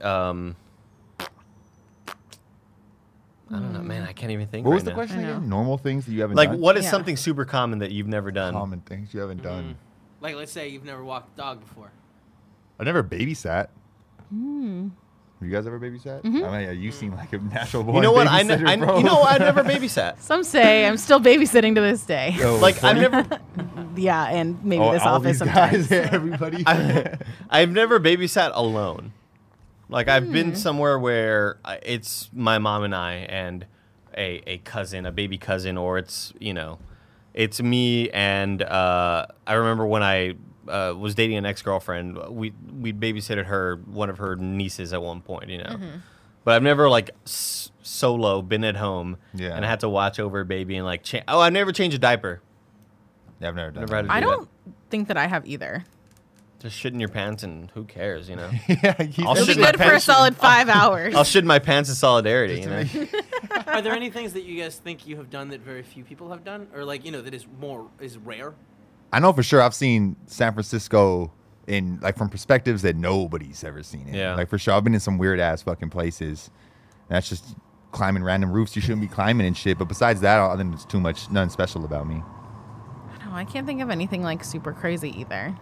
Speaker 1: um, I don't know, man. I can't even think.
Speaker 4: What was
Speaker 1: right
Speaker 4: the
Speaker 1: now.
Speaker 4: question
Speaker 3: I know.
Speaker 4: again? Normal things that you haven't
Speaker 1: Like,
Speaker 4: done.
Speaker 1: what is
Speaker 3: Yeah.
Speaker 1: something super common that you've never done?
Speaker 4: common things you haven't done?
Speaker 2: Like let's say you've never walked a dog before.
Speaker 4: I never babysat. Have you guys ever babysat? I mean, yeah, you seem like a natural born
Speaker 1: You know what? I, ne-
Speaker 4: babysitter,
Speaker 1: I
Speaker 4: bro.
Speaker 1: you know I never babysat.
Speaker 3: Some say I'm still babysitting to this day.
Speaker 4: Yo,
Speaker 1: Like I've
Speaker 4: so-
Speaker 1: never
Speaker 3: yeah, and maybe
Speaker 4: Oh,
Speaker 3: this
Speaker 4: all
Speaker 3: office
Speaker 4: these guys,
Speaker 3: sometimes.
Speaker 4: everybody.
Speaker 1: I- I've never babysat alone. Like I've been somewhere where I- it's my mom and I and a a cousin, a baby cousin, or it's you know, it's me and uh, I remember when I uh, was dating an ex girlfriend, we we babysitted her one of her nieces at one point, you know. But I've never like s- solo been at home
Speaker 4: Yeah.
Speaker 1: and had to watch over a baby and like cha- oh I've never changed a diaper,
Speaker 4: Yeah, I've never done.
Speaker 1: Never had
Speaker 4: that.
Speaker 1: to
Speaker 3: I
Speaker 1: do that.
Speaker 3: don't think that I have either.
Speaker 1: just shit in your pants and who cares, you know.
Speaker 4: yeah, he's
Speaker 1: I'll
Speaker 3: It'll be
Speaker 1: shit my
Speaker 3: good for a
Speaker 1: pants.
Speaker 3: solid five hours.
Speaker 1: I'll shit my pants in solidarity. You know?
Speaker 2: Are there any things that you guys think you have done that very few people have done, or like you know that is more is rare?
Speaker 4: I know for sure I've seen San Francisco in like from perspectives that nobody's ever seen it.
Speaker 1: Yeah.
Speaker 4: Like for sure I've been in some weird ass fucking places. And that's just climbing random roofs you shouldn't be climbing and shit. But besides that, I think it's too much nothing special about me.
Speaker 3: No, Oh, I can't think of anything like super crazy either.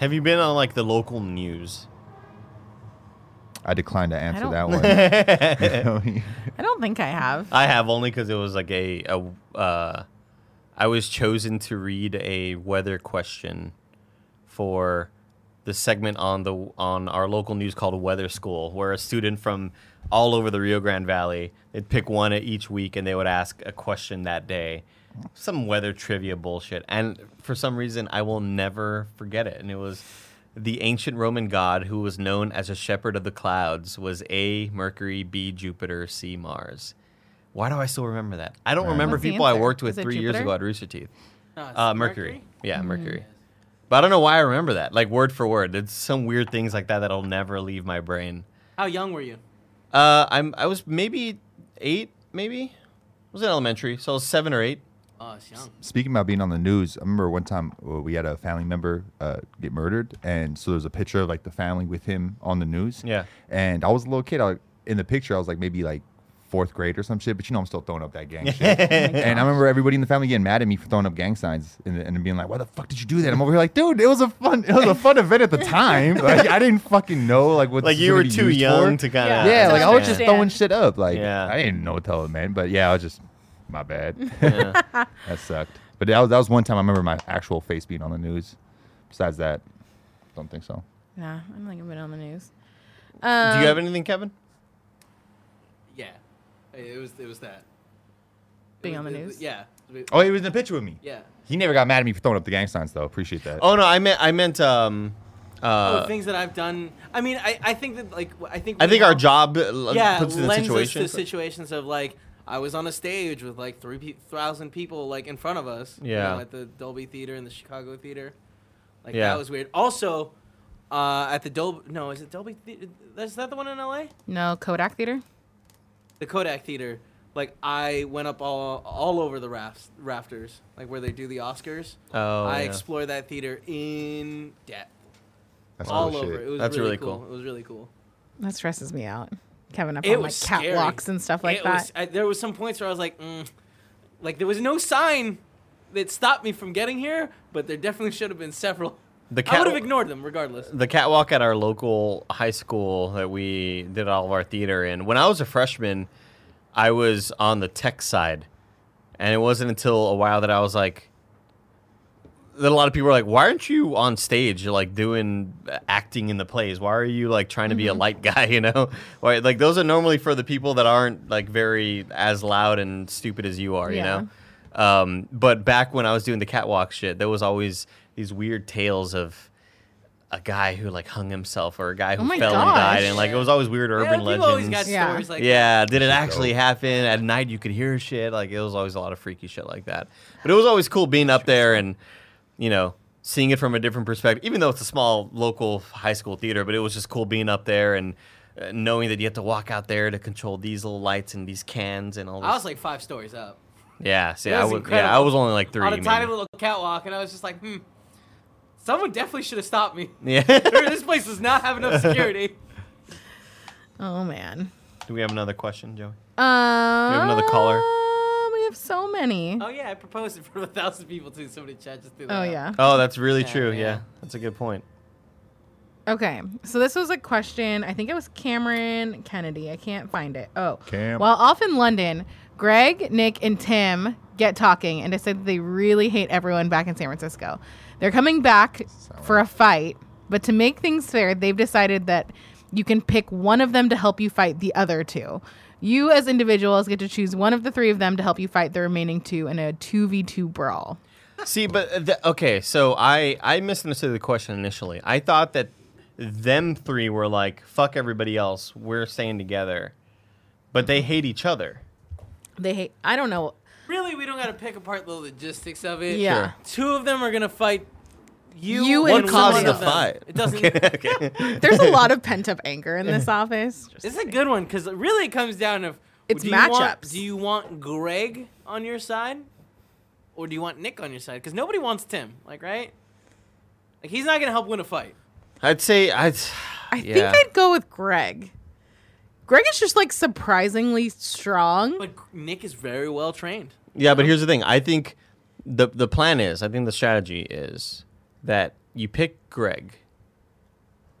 Speaker 1: Have you been on like the local news?
Speaker 4: I decline to answer
Speaker 3: don't-
Speaker 4: that
Speaker 1: I
Speaker 4: one.
Speaker 3: I don't think I have.
Speaker 1: have only because it was like a, a uh, I was chosen to read a weather question for the segment on the on our local news called Weather School, where a student from all over the Rio Grande Valley they'd pick one each week and they would ask a question that day, some weather trivia bullshit. And for some reason, I will never forget it. And it was the ancient Roman god who was known as a shepherd of the clouds was A Mercury, B Jupiter, C Mars. Why do I still remember that? I don't remember
Speaker 3: What's the
Speaker 1: people I
Speaker 3: answer?
Speaker 1: worked with
Speaker 3: Is it
Speaker 1: three years
Speaker 3: Jupiter?
Speaker 1: ago at Rooster Teeth.
Speaker 2: No, it's
Speaker 1: Uh, Mercury. Yeah,
Speaker 3: Hmm.
Speaker 1: Mercury. But I don't know why I remember that, like word for word. There's some weird things like that that'll never leave my brain.
Speaker 2: How young were you?
Speaker 1: Uh, I'm I was maybe eight, maybe I was in elementary, so I was seven or eight.
Speaker 2: Oh, it's young.
Speaker 4: Speaking about being on the news, I remember one time uh, we had a family member uh, get murdered, and so there's a picture of like the family with him on the news.
Speaker 1: Yeah.
Speaker 4: And I was a little kid. I, in the picture, I was like maybe like fourth grade or some shit, but you know I'm still throwing up that gang shit. and I remember everybody in the family getting mad at me for throwing up gang signs and, and being like, "Why the fuck did you do that?" I'm over here like, "Dude, it was a fun, it was a fun event at the time. Like, I didn't fucking know like what
Speaker 1: Like
Speaker 4: this
Speaker 1: you
Speaker 4: was
Speaker 1: were
Speaker 4: gonna be
Speaker 1: too
Speaker 4: used
Speaker 1: young
Speaker 4: for.
Speaker 1: to kind of
Speaker 3: Yeah,
Speaker 4: yeah, like I was
Speaker 3: understand.
Speaker 4: just throwing shit up. Like
Speaker 1: Yeah.
Speaker 4: I didn't know what the hell it meant, but yeah, I was just my bad.
Speaker 1: Yeah.
Speaker 4: that sucked. But that was, that was one time I remember my actual face being on the news. Besides that, don't think so.
Speaker 3: Nah, I don't think I've been on the news. Um,
Speaker 1: Do you have anything, Kevin?
Speaker 2: Yeah, it was it was that. It
Speaker 3: Being
Speaker 2: was-
Speaker 3: on the
Speaker 2: it-
Speaker 3: news?
Speaker 2: Yeah.
Speaker 4: Oh, he was in the picture with me.
Speaker 2: Yeah.
Speaker 4: He never got mad at me for throwing up the gang signs, though. Appreciate that.
Speaker 1: Oh no, I meant I meant um,
Speaker 2: Oh,
Speaker 1: uh,
Speaker 2: things that I've done. I mean, I, I think that like I think
Speaker 1: I
Speaker 2: we
Speaker 1: think our
Speaker 2: all-
Speaker 1: job uh,
Speaker 2: yeah
Speaker 1: puts us in a
Speaker 2: lends
Speaker 1: situation.
Speaker 2: us to situations of like I was on a stage with like three thousand people like in front of us. you
Speaker 1: Yeah.
Speaker 2: know, at the Dolby Theater and the Chicago Theater. Like
Speaker 1: Yeah.
Speaker 2: that was weird. Also, uh, at the Dolby. No, is it Dolby? Theater? Is that the one in L.A.?
Speaker 3: No, Kodak Theater?
Speaker 2: The Kodak Theater. Like I went up all all over the rafts, rafters, like where they do the Oscars.
Speaker 1: Oh,
Speaker 2: I
Speaker 1: yeah.
Speaker 2: explored that theater in depth,
Speaker 4: That's
Speaker 2: all
Speaker 4: cool
Speaker 2: over.
Speaker 4: shit.
Speaker 2: It was
Speaker 1: That's
Speaker 2: really,
Speaker 1: really
Speaker 2: cool.
Speaker 1: cool.
Speaker 2: It was really cool.
Speaker 3: That stresses me out. Kevin up
Speaker 2: It
Speaker 3: on like
Speaker 2: was scary.
Speaker 3: catwalks and stuff like
Speaker 2: it
Speaker 3: that.
Speaker 2: Was, I, there was some points where I was like, mm, like there was no sign that stopped me from getting here, but there definitely should have been several.
Speaker 1: The
Speaker 2: I
Speaker 1: cat
Speaker 2: would have ignored them regardless.
Speaker 1: the catwalk at our local high school that we did all of our theater in. When I was a freshman, I was on the tech side, and it wasn't until a while that I was like, that a lot of people were like, "Why aren't you on stage like doing acting in the plays? Why are you like trying to be a light guy? You know, Why like those are normally for the people that aren't like very as loud and stupid as you are. You
Speaker 3: Yeah.
Speaker 1: know." Um, but back when I was doing the catwalk shit, there was always these weird tales of a guy who like hung himself or a guy
Speaker 2: Oh
Speaker 1: who
Speaker 3: my
Speaker 1: fell and
Speaker 3: gosh.
Speaker 1: died, and like it was always weird
Speaker 2: Yeah,
Speaker 1: urban
Speaker 2: people always
Speaker 1: legends.
Speaker 2: got
Speaker 3: Yeah.
Speaker 2: stories like
Speaker 1: yeah, did it actually happen? At night you could hear shit. Like it was always a lot of freaky shit like that. But it was always cool being up there and you know seeing it from a different perspective. Even though it's a small local high school theater, but it was just cool being up there and. Uh, knowing that you have to walk out there to control these little lights and these cans and all
Speaker 2: that. I was
Speaker 1: this.
Speaker 2: like five stories up
Speaker 1: yeah, see,
Speaker 2: that
Speaker 1: I
Speaker 2: was
Speaker 1: was, yeah,
Speaker 2: incredible.
Speaker 1: I was only like three.
Speaker 2: on a
Speaker 1: maybe.
Speaker 2: tiny little catwalk, and I was just like, hmm, someone definitely should have stopped me.
Speaker 1: yeah.
Speaker 2: this place does not have enough security.
Speaker 3: Oh man.
Speaker 1: Do we have another question, Joey?
Speaker 3: Um,
Speaker 1: have another caller?
Speaker 3: We have so many.
Speaker 2: Oh yeah, I proposed it for a thousand people too. Somebody chat just threw that.
Speaker 3: Oh
Speaker 2: out.
Speaker 3: yeah.
Speaker 1: Oh, that's really
Speaker 2: Yeah,
Speaker 1: true.
Speaker 2: yeah.
Speaker 1: Yeah. that's a good point.
Speaker 3: Okay. So this was a question. I think it was Cameron Kennedy. I can't find it. Oh.
Speaker 4: Cam.
Speaker 3: While off in London, Greg, Nick, and Tim get talking and decide that they really hate everyone back in San Francisco. They're coming back for a fight, but to make things fair, they've decided that you can pick one of them to help you fight the other two. You, as individuals, get to choose one of the three of them to help you fight the remaining two in a 2v2 brawl.
Speaker 1: See, but uh, th- okay, so I I misunderstood the question initially. I thought that them three were like fuck everybody else. We're staying together, but they hate each other.
Speaker 3: They hate, I don't know.
Speaker 2: Really, we don't got to pick apart the logistics of it.
Speaker 3: Yeah.
Speaker 2: Two of them are gonna fight. You,
Speaker 3: You
Speaker 2: and
Speaker 3: and
Speaker 2: one
Speaker 3: someone
Speaker 1: caused
Speaker 2: of
Speaker 1: the
Speaker 3: else.
Speaker 2: them.
Speaker 1: fight.
Speaker 2: It doesn't.
Speaker 1: Okay, okay.
Speaker 3: There's a lot of pent up anger in this office. Just-
Speaker 2: It's a good one because really it comes down to
Speaker 3: It's
Speaker 2: do you want-
Speaker 3: matchups.
Speaker 2: do you want Greg on your side, or do you want Nick on your side? Because nobody wants Tim, like right? Like he's not gonna help win a fight.
Speaker 1: I'd say I'd.
Speaker 3: I
Speaker 1: yeah.
Speaker 3: think I'd go with Greg. Greg is just like surprisingly strong.
Speaker 2: But Nick is very well trained.
Speaker 1: Yeah, but here's the thing. I think the the plan is, I think the strategy is that you pick Greg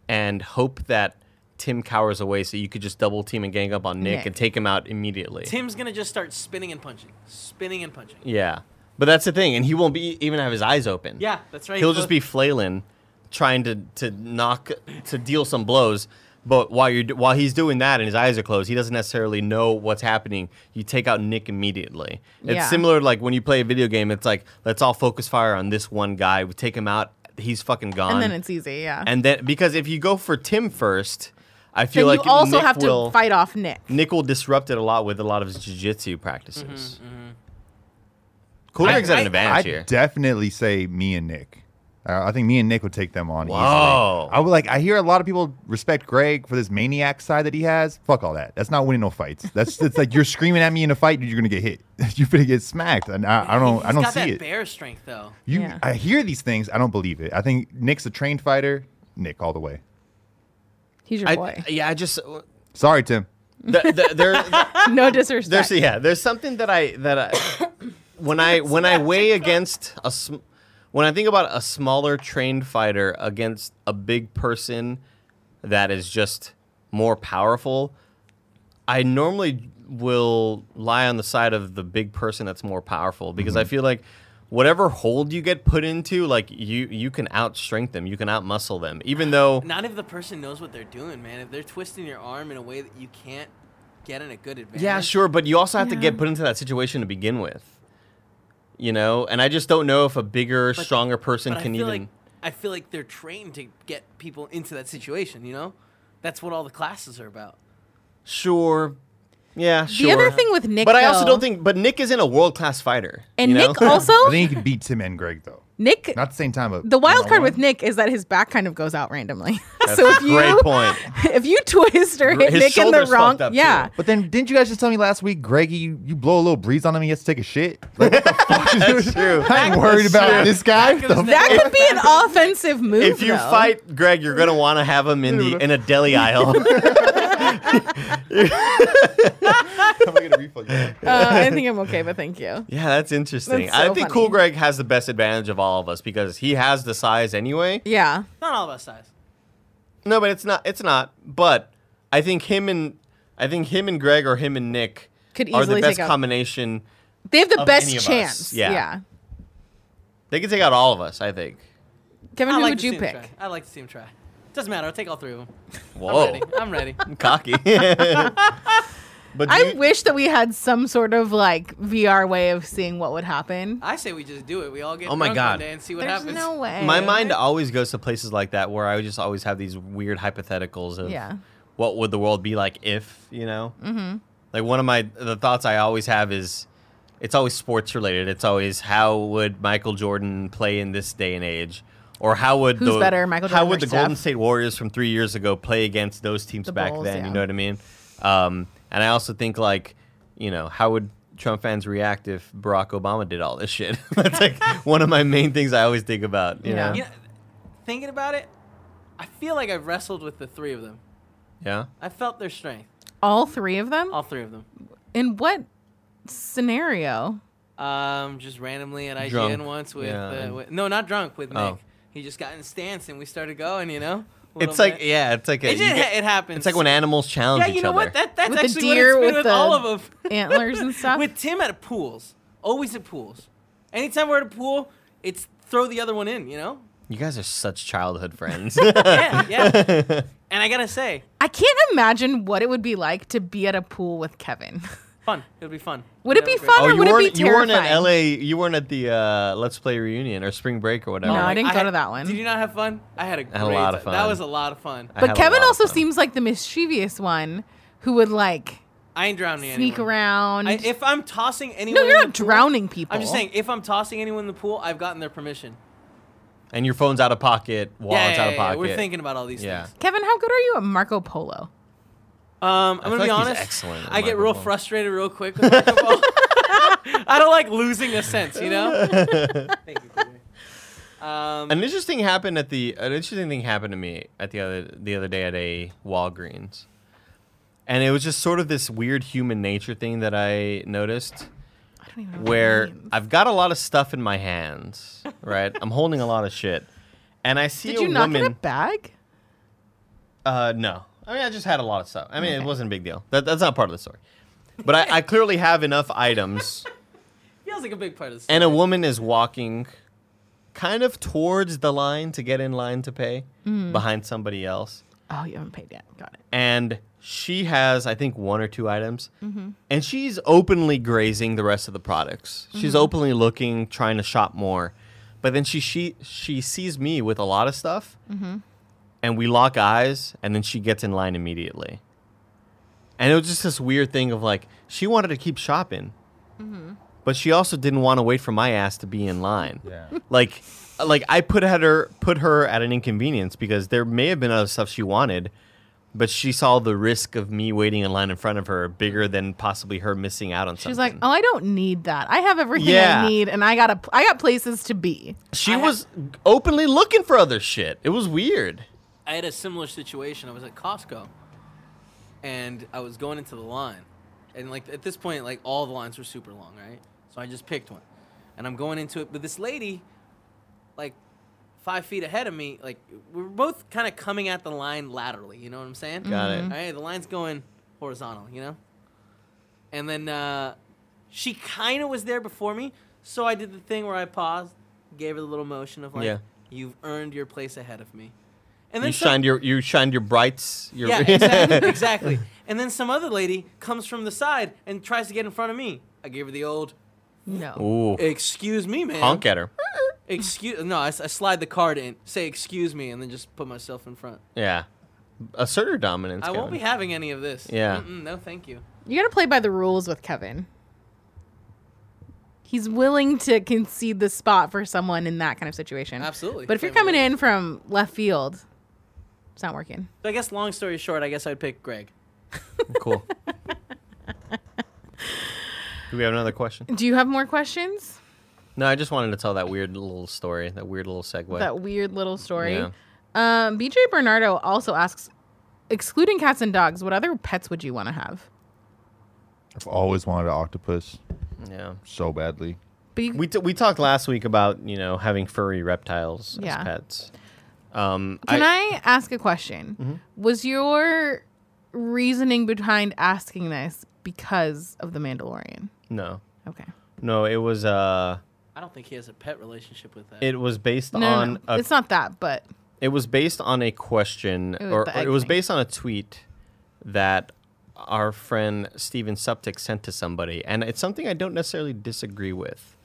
Speaker 1: and hope that Tim cowers away so you could just double team and gang up on Nick,
Speaker 3: Nick.
Speaker 1: and take him out immediately.
Speaker 2: Tim's gonna just start spinning and punching, spinning and punching.
Speaker 1: Yeah. But that's the thing, and he won't be even have his eyes open.
Speaker 2: Yeah, that's right.
Speaker 1: He'll just be flailing trying to to knock to deal some blows. But while you're d- while he's doing that and his eyes are closed, he doesn't necessarily know what's happening. You take out Nick immediately. It's
Speaker 3: Yeah.
Speaker 1: similar to like when you play a video game. It's like let's all focus fire on this one guy. We take him out. He's fucking gone.
Speaker 3: And then it's easy, yeah.
Speaker 1: And then- because if you go for Tim first, I
Speaker 3: then
Speaker 1: feel like
Speaker 3: you also
Speaker 1: Nick
Speaker 3: have to
Speaker 1: will,
Speaker 3: fight off Nick.
Speaker 1: Nick will disrupt it a lot with a lot of his jiu-jitsu practices. Cool Greg's at
Speaker 2: I-
Speaker 1: an advantage
Speaker 4: I
Speaker 1: here.
Speaker 4: definitely say me and Nick. Uh, I think me and Nick would take them on.
Speaker 1: Whoa.
Speaker 4: Easily. I would like. I hear a lot of people respect Greg for this maniac side that he has. Fuck all that. That's not winning no fights. That's it's like you're screaming at me in a fight, you're gonna get hit. you're gonna get smacked, and I, I don't. I
Speaker 2: He's
Speaker 4: don't
Speaker 2: got that
Speaker 4: see it.
Speaker 2: bear strength though.
Speaker 4: You,
Speaker 3: Yeah.
Speaker 4: I hear these things. I don't believe it. I think Nick's a trained fighter. Nick all the way.
Speaker 3: He's your
Speaker 1: I-
Speaker 3: boy.
Speaker 1: yeah, I just
Speaker 4: Sorry, Tim.
Speaker 1: th- th- there,
Speaker 3: no disrespect.
Speaker 1: there's yeah, there's something that I that I when I when I weigh against a sm- when I think about a smaller trained fighter against a big person that is just more powerful, I normally will lie on the side of the big person that's more powerful because I feel like whatever hold you get put into, like you you can outstrength them, you can outmuscle them, even though
Speaker 2: Not if the person knows what they're doing, man. If they're twisting your arm in a way that you can't get in a good advantage.
Speaker 1: Yeah, sure, but you also have to
Speaker 3: Yeah.
Speaker 1: get put into that situation to begin with. You know, and I just don't know if a bigger,
Speaker 2: But-
Speaker 1: stronger person
Speaker 2: But I
Speaker 1: can
Speaker 2: feel
Speaker 1: even.
Speaker 2: like I feel like they're trained to get people into that situation. You know, that's what all the classes are about.
Speaker 1: Sure. Yeah,
Speaker 3: the
Speaker 1: sure.
Speaker 3: other thing with Nick,
Speaker 1: but I also
Speaker 3: though-
Speaker 1: don't think. But Nick isn't a world class fighter.
Speaker 3: and
Speaker 1: you know?
Speaker 3: Nick also,
Speaker 4: I think he could beat Tim and Greg though.
Speaker 3: Nick,
Speaker 4: Not at the same time, but
Speaker 3: the wild card
Speaker 4: one-on-one.
Speaker 3: with Nick is that his back kind of goes out randomly.
Speaker 1: That's
Speaker 3: so
Speaker 1: a
Speaker 3: if you,
Speaker 1: great point.
Speaker 3: if you twist or
Speaker 1: His
Speaker 3: hit Nick in the
Speaker 1: shoulder's
Speaker 3: wrong,
Speaker 1: fucked up,
Speaker 3: yeah,
Speaker 1: too.
Speaker 4: But then, didn't you guys just tell me last week, Greggy, you, you blow a little breeze on him, he has to take a shit? Like, what the fuck? That's
Speaker 1: true.
Speaker 4: I ain't worried about this guy.
Speaker 2: Back of his
Speaker 4: The
Speaker 3: that
Speaker 2: neck.
Speaker 3: could be an offensive move.
Speaker 1: If you
Speaker 3: though.
Speaker 1: fight Greg, you're gonna want to have him in the in a deli aisle.
Speaker 4: I'm gonna refund you.
Speaker 3: Uh, I think I'm okay, but thank you.
Speaker 1: Yeah, that's interesting.
Speaker 3: That's
Speaker 1: I
Speaker 3: so
Speaker 1: think Cool
Speaker 3: funny.
Speaker 1: Greg has the best advantage of all of us because he has the size anyway.
Speaker 3: Yeah.
Speaker 2: Not all of us size.
Speaker 1: No, but it's not. It's not. But I think him and I think him and Greg or him and Nick
Speaker 3: Could
Speaker 1: are the
Speaker 3: easily
Speaker 1: best
Speaker 3: take out-
Speaker 1: combination.
Speaker 3: They have the
Speaker 1: Of
Speaker 3: best
Speaker 1: any of us,
Speaker 3: chance.
Speaker 1: yeah.
Speaker 3: Yeah.
Speaker 1: They can take out all of us. I think.
Speaker 3: Kevin,
Speaker 2: I
Speaker 3: who
Speaker 2: like
Speaker 3: would
Speaker 2: to
Speaker 3: you
Speaker 2: see him
Speaker 3: pick?
Speaker 2: try. I like to see him try. Doesn't matter. I'll take all three of them. I'm
Speaker 1: Whoa,
Speaker 2: ready. I'm ready.
Speaker 1: cocky. but do
Speaker 3: I
Speaker 1: you-
Speaker 3: wish that we had some sort of like VR way of seeing what would happen.
Speaker 2: I say we just do it. We all get
Speaker 1: Oh my
Speaker 2: drunk
Speaker 1: God.
Speaker 2: one day and see what
Speaker 3: There's
Speaker 2: happens.
Speaker 3: no way.
Speaker 1: my mind always goes to places like that where I just always have these weird hypotheticals of
Speaker 3: Yeah.
Speaker 1: what would the world be like if you know. Mm-hmm. Like one of my the thoughts I always have is it's always sports related. It's always how would Michael Jordan play in this day and age, or how would
Speaker 3: Who's
Speaker 1: the,
Speaker 3: better, Michael
Speaker 1: how
Speaker 3: Jordan
Speaker 1: would the
Speaker 3: or Steph?
Speaker 1: Golden State Warriors from three years ago play against those teams
Speaker 3: The
Speaker 1: back
Speaker 3: Bulls,
Speaker 1: then? You
Speaker 3: yeah.
Speaker 1: know what I mean? Um, and I also think like you know how would Trump fans react if Barack Obama did all this shit? That's like one of my main things I always think about. You
Speaker 3: Yeah.
Speaker 1: know?
Speaker 2: You know, thinking about it, I feel like I've wrestled with the three of them.
Speaker 1: Yeah.
Speaker 2: I felt their strength.
Speaker 3: All three of them?
Speaker 2: All three of them.
Speaker 3: In what scenario?
Speaker 2: Um, just randomly at IGN
Speaker 1: Drunk.
Speaker 2: once with,
Speaker 1: Yeah,
Speaker 2: uh,
Speaker 1: and-
Speaker 2: with no, not drunk with Nick.
Speaker 1: Oh.
Speaker 2: He just got in a stance and we started going. You know, a
Speaker 1: It's
Speaker 2: little
Speaker 1: like
Speaker 2: bit.
Speaker 1: yeah, it's like a, you
Speaker 2: it, just,
Speaker 1: get-
Speaker 2: it happens.
Speaker 1: it's like when animals challenge
Speaker 2: yeah, you
Speaker 1: each
Speaker 2: know
Speaker 1: other.
Speaker 2: what? That that's
Speaker 3: With the
Speaker 2: actually
Speaker 3: deer,
Speaker 2: what it's been with,
Speaker 3: with the-
Speaker 2: all of them.
Speaker 3: Antlers and stuff?
Speaker 2: With Tim at pools, always at pools. Anytime we're at a pool, it's throw the other one in. You know.
Speaker 1: You guys are such childhood friends.
Speaker 2: Yeah, yeah. and I gotta say,
Speaker 3: I can't imagine what it would be like to be at a pool with Kevin.
Speaker 2: fun. It would be fun.
Speaker 3: Would
Speaker 2: That
Speaker 3: it be
Speaker 2: great.
Speaker 3: fun?
Speaker 1: oh,
Speaker 3: Or
Speaker 1: you
Speaker 3: would it be
Speaker 1: weren't you weren't at
Speaker 3: terrifying?
Speaker 1: LA. You weren't at the uh, Let's Play reunion or spring break or whatever.
Speaker 3: No, I didn't go
Speaker 2: Oh, had-
Speaker 3: to that one.
Speaker 2: Did you not have fun? I had a great
Speaker 1: had a lot of
Speaker 2: time. That
Speaker 1: fun.
Speaker 2: was a lot of fun.
Speaker 1: I had
Speaker 3: But
Speaker 1: a
Speaker 3: Kevin
Speaker 1: lot of
Speaker 3: also
Speaker 1: fun.
Speaker 3: seems like the mischievous one who would like
Speaker 2: I ain't drowning anyone.
Speaker 3: sneak around.
Speaker 2: I, if I'm tossing anyone,
Speaker 3: no,
Speaker 2: in
Speaker 3: you're
Speaker 2: the
Speaker 3: not
Speaker 2: pool-
Speaker 3: drowning people.
Speaker 2: I'm just saying, if I'm tossing anyone in the pool, I've gotten their permission.
Speaker 1: And your phone's out of pocket. Wallet's
Speaker 2: yeah, yeah,
Speaker 1: out of
Speaker 2: yeah,
Speaker 1: pocket.
Speaker 2: yeah, We're thinking about all these
Speaker 1: Yeah.
Speaker 2: things.
Speaker 3: Kevin, how good are you at Marco Polo?
Speaker 2: Um, I'm
Speaker 1: feel
Speaker 2: gonna
Speaker 1: like
Speaker 2: be
Speaker 1: he's
Speaker 2: honest.
Speaker 1: excellent at
Speaker 2: I get
Speaker 1: Marco
Speaker 2: real
Speaker 1: Polo.
Speaker 2: frustrated real quick with Marco Polo. I don't like losing a sense, you know. Thank you. Peter. Um,
Speaker 1: An interesting happened at the an interesting thing happened to me at the other the other day at a Walgreens. And it was just sort of this weird human nature thing that I noticed.
Speaker 3: I don't even know what that
Speaker 1: where
Speaker 3: means.
Speaker 1: I've got a lot of stuff in my hands, right? I'm holding a lot of shit, and I see
Speaker 3: did
Speaker 1: a
Speaker 3: you not
Speaker 1: woman.
Speaker 3: get a bag?
Speaker 1: Uh, no, I mean I just had a lot of stuff. I mean it wasn't a big deal. That, that's not part of the story, but I, I clearly have enough items,
Speaker 2: feels like a big part of this.
Speaker 1: and a woman is walking, kind of towards the line to get in line to pay
Speaker 3: Hmm.
Speaker 1: behind somebody else,
Speaker 3: Oh, you haven't paid yet. Got it.
Speaker 1: and she has I think one or two items, and she's openly grazing the rest of the products. She's openly looking, trying to shop more, but then she she she sees me with a lot of stuff, and we lock eyes, and then she gets in line immediately. And it was just this weird thing of like she wanted to keep shopping, but she also didn't want to wait for my ass to be in line
Speaker 4: Yeah.
Speaker 1: like like I put had her put her at an inconvenience because there may have been other stuff she wanted, but she saw the risk of me waiting in line in front of her bigger than possibly her missing out on
Speaker 3: She was like,
Speaker 1: something.
Speaker 3: "Oh, I don't need that. I have everything
Speaker 1: Yeah.
Speaker 3: I need, and I got a, I got places to be."
Speaker 1: she
Speaker 2: "Oh, I ha-
Speaker 1: was openly looking for other shit. It was weird.
Speaker 2: I had a similar situation. I was at Costco, and I was going into the line, and like at this point, like all the lines were super long, right? So I just picked one, and I'm going into it. But this lady, like five feet ahead of me, like we were both kind of coming at the line laterally. You know what I'm saying?
Speaker 1: Got it.
Speaker 2: All right, the line's going horizontal. You know, and then uh, she kind of was there before me, so I did the thing where I paused, gave her the little motion of like,
Speaker 1: Yeah.
Speaker 2: "You've earned your place ahead of me." And
Speaker 1: You
Speaker 2: some-
Speaker 1: shined your you shined your brights. Your
Speaker 2: yeah, exactly, exactly. And then some other lady comes from the side and tries to get in front of me. I gave her the old,
Speaker 3: No,
Speaker 1: Ooh,
Speaker 2: excuse me, man.
Speaker 1: honk at her.
Speaker 2: Excuse, no, I, s- I slide the card in, say excuse me, and then just put myself in front.
Speaker 1: Yeah, assert her dominance.
Speaker 2: I won't be
Speaker 1: Kevin.
Speaker 2: having any of this.
Speaker 1: Yeah.
Speaker 2: Mm-mm, no, thank you.
Speaker 3: you got to play by the rules with Kevin. He's willing to concede the spot for someone in that kind of situation.
Speaker 2: Absolutely.
Speaker 3: But if you're
Speaker 2: Play by the
Speaker 3: coming in from left field, it's not working.
Speaker 2: So I guess, long story short, I guess I'd pick Greg.
Speaker 1: cool. Do we have another question?
Speaker 3: Do you have more questions?
Speaker 1: No, I just wanted to tell that weird little story, that weird little segue.
Speaker 3: That weird little story.
Speaker 1: Yeah.
Speaker 3: Um, BJ Bernardo also asks, excluding cats and dogs, what other pets would you want to have?
Speaker 4: I've always wanted an octopus
Speaker 1: Yeah.
Speaker 4: so badly.
Speaker 3: But you,
Speaker 1: We, t- we talked last week about you know having furry reptiles
Speaker 3: Yeah.
Speaker 1: as pets. Um,
Speaker 3: can I, ask a question?
Speaker 1: Mm-hmm.
Speaker 3: Was your reasoning behind asking this because of the Mandalorian?
Speaker 1: no
Speaker 3: Okay.
Speaker 1: no it was uh
Speaker 2: I don't think he has a pet relationship with that.
Speaker 1: it was based
Speaker 3: No, no,
Speaker 1: on
Speaker 3: no.
Speaker 1: a
Speaker 3: it's not that, but
Speaker 1: It was based on a question,
Speaker 3: was
Speaker 1: or
Speaker 3: the
Speaker 1: or
Speaker 3: egg
Speaker 1: it was
Speaker 3: thing.
Speaker 1: based on a tweet that our friend Steven Suptic sent to somebody, and it's something I don't necessarily disagree with.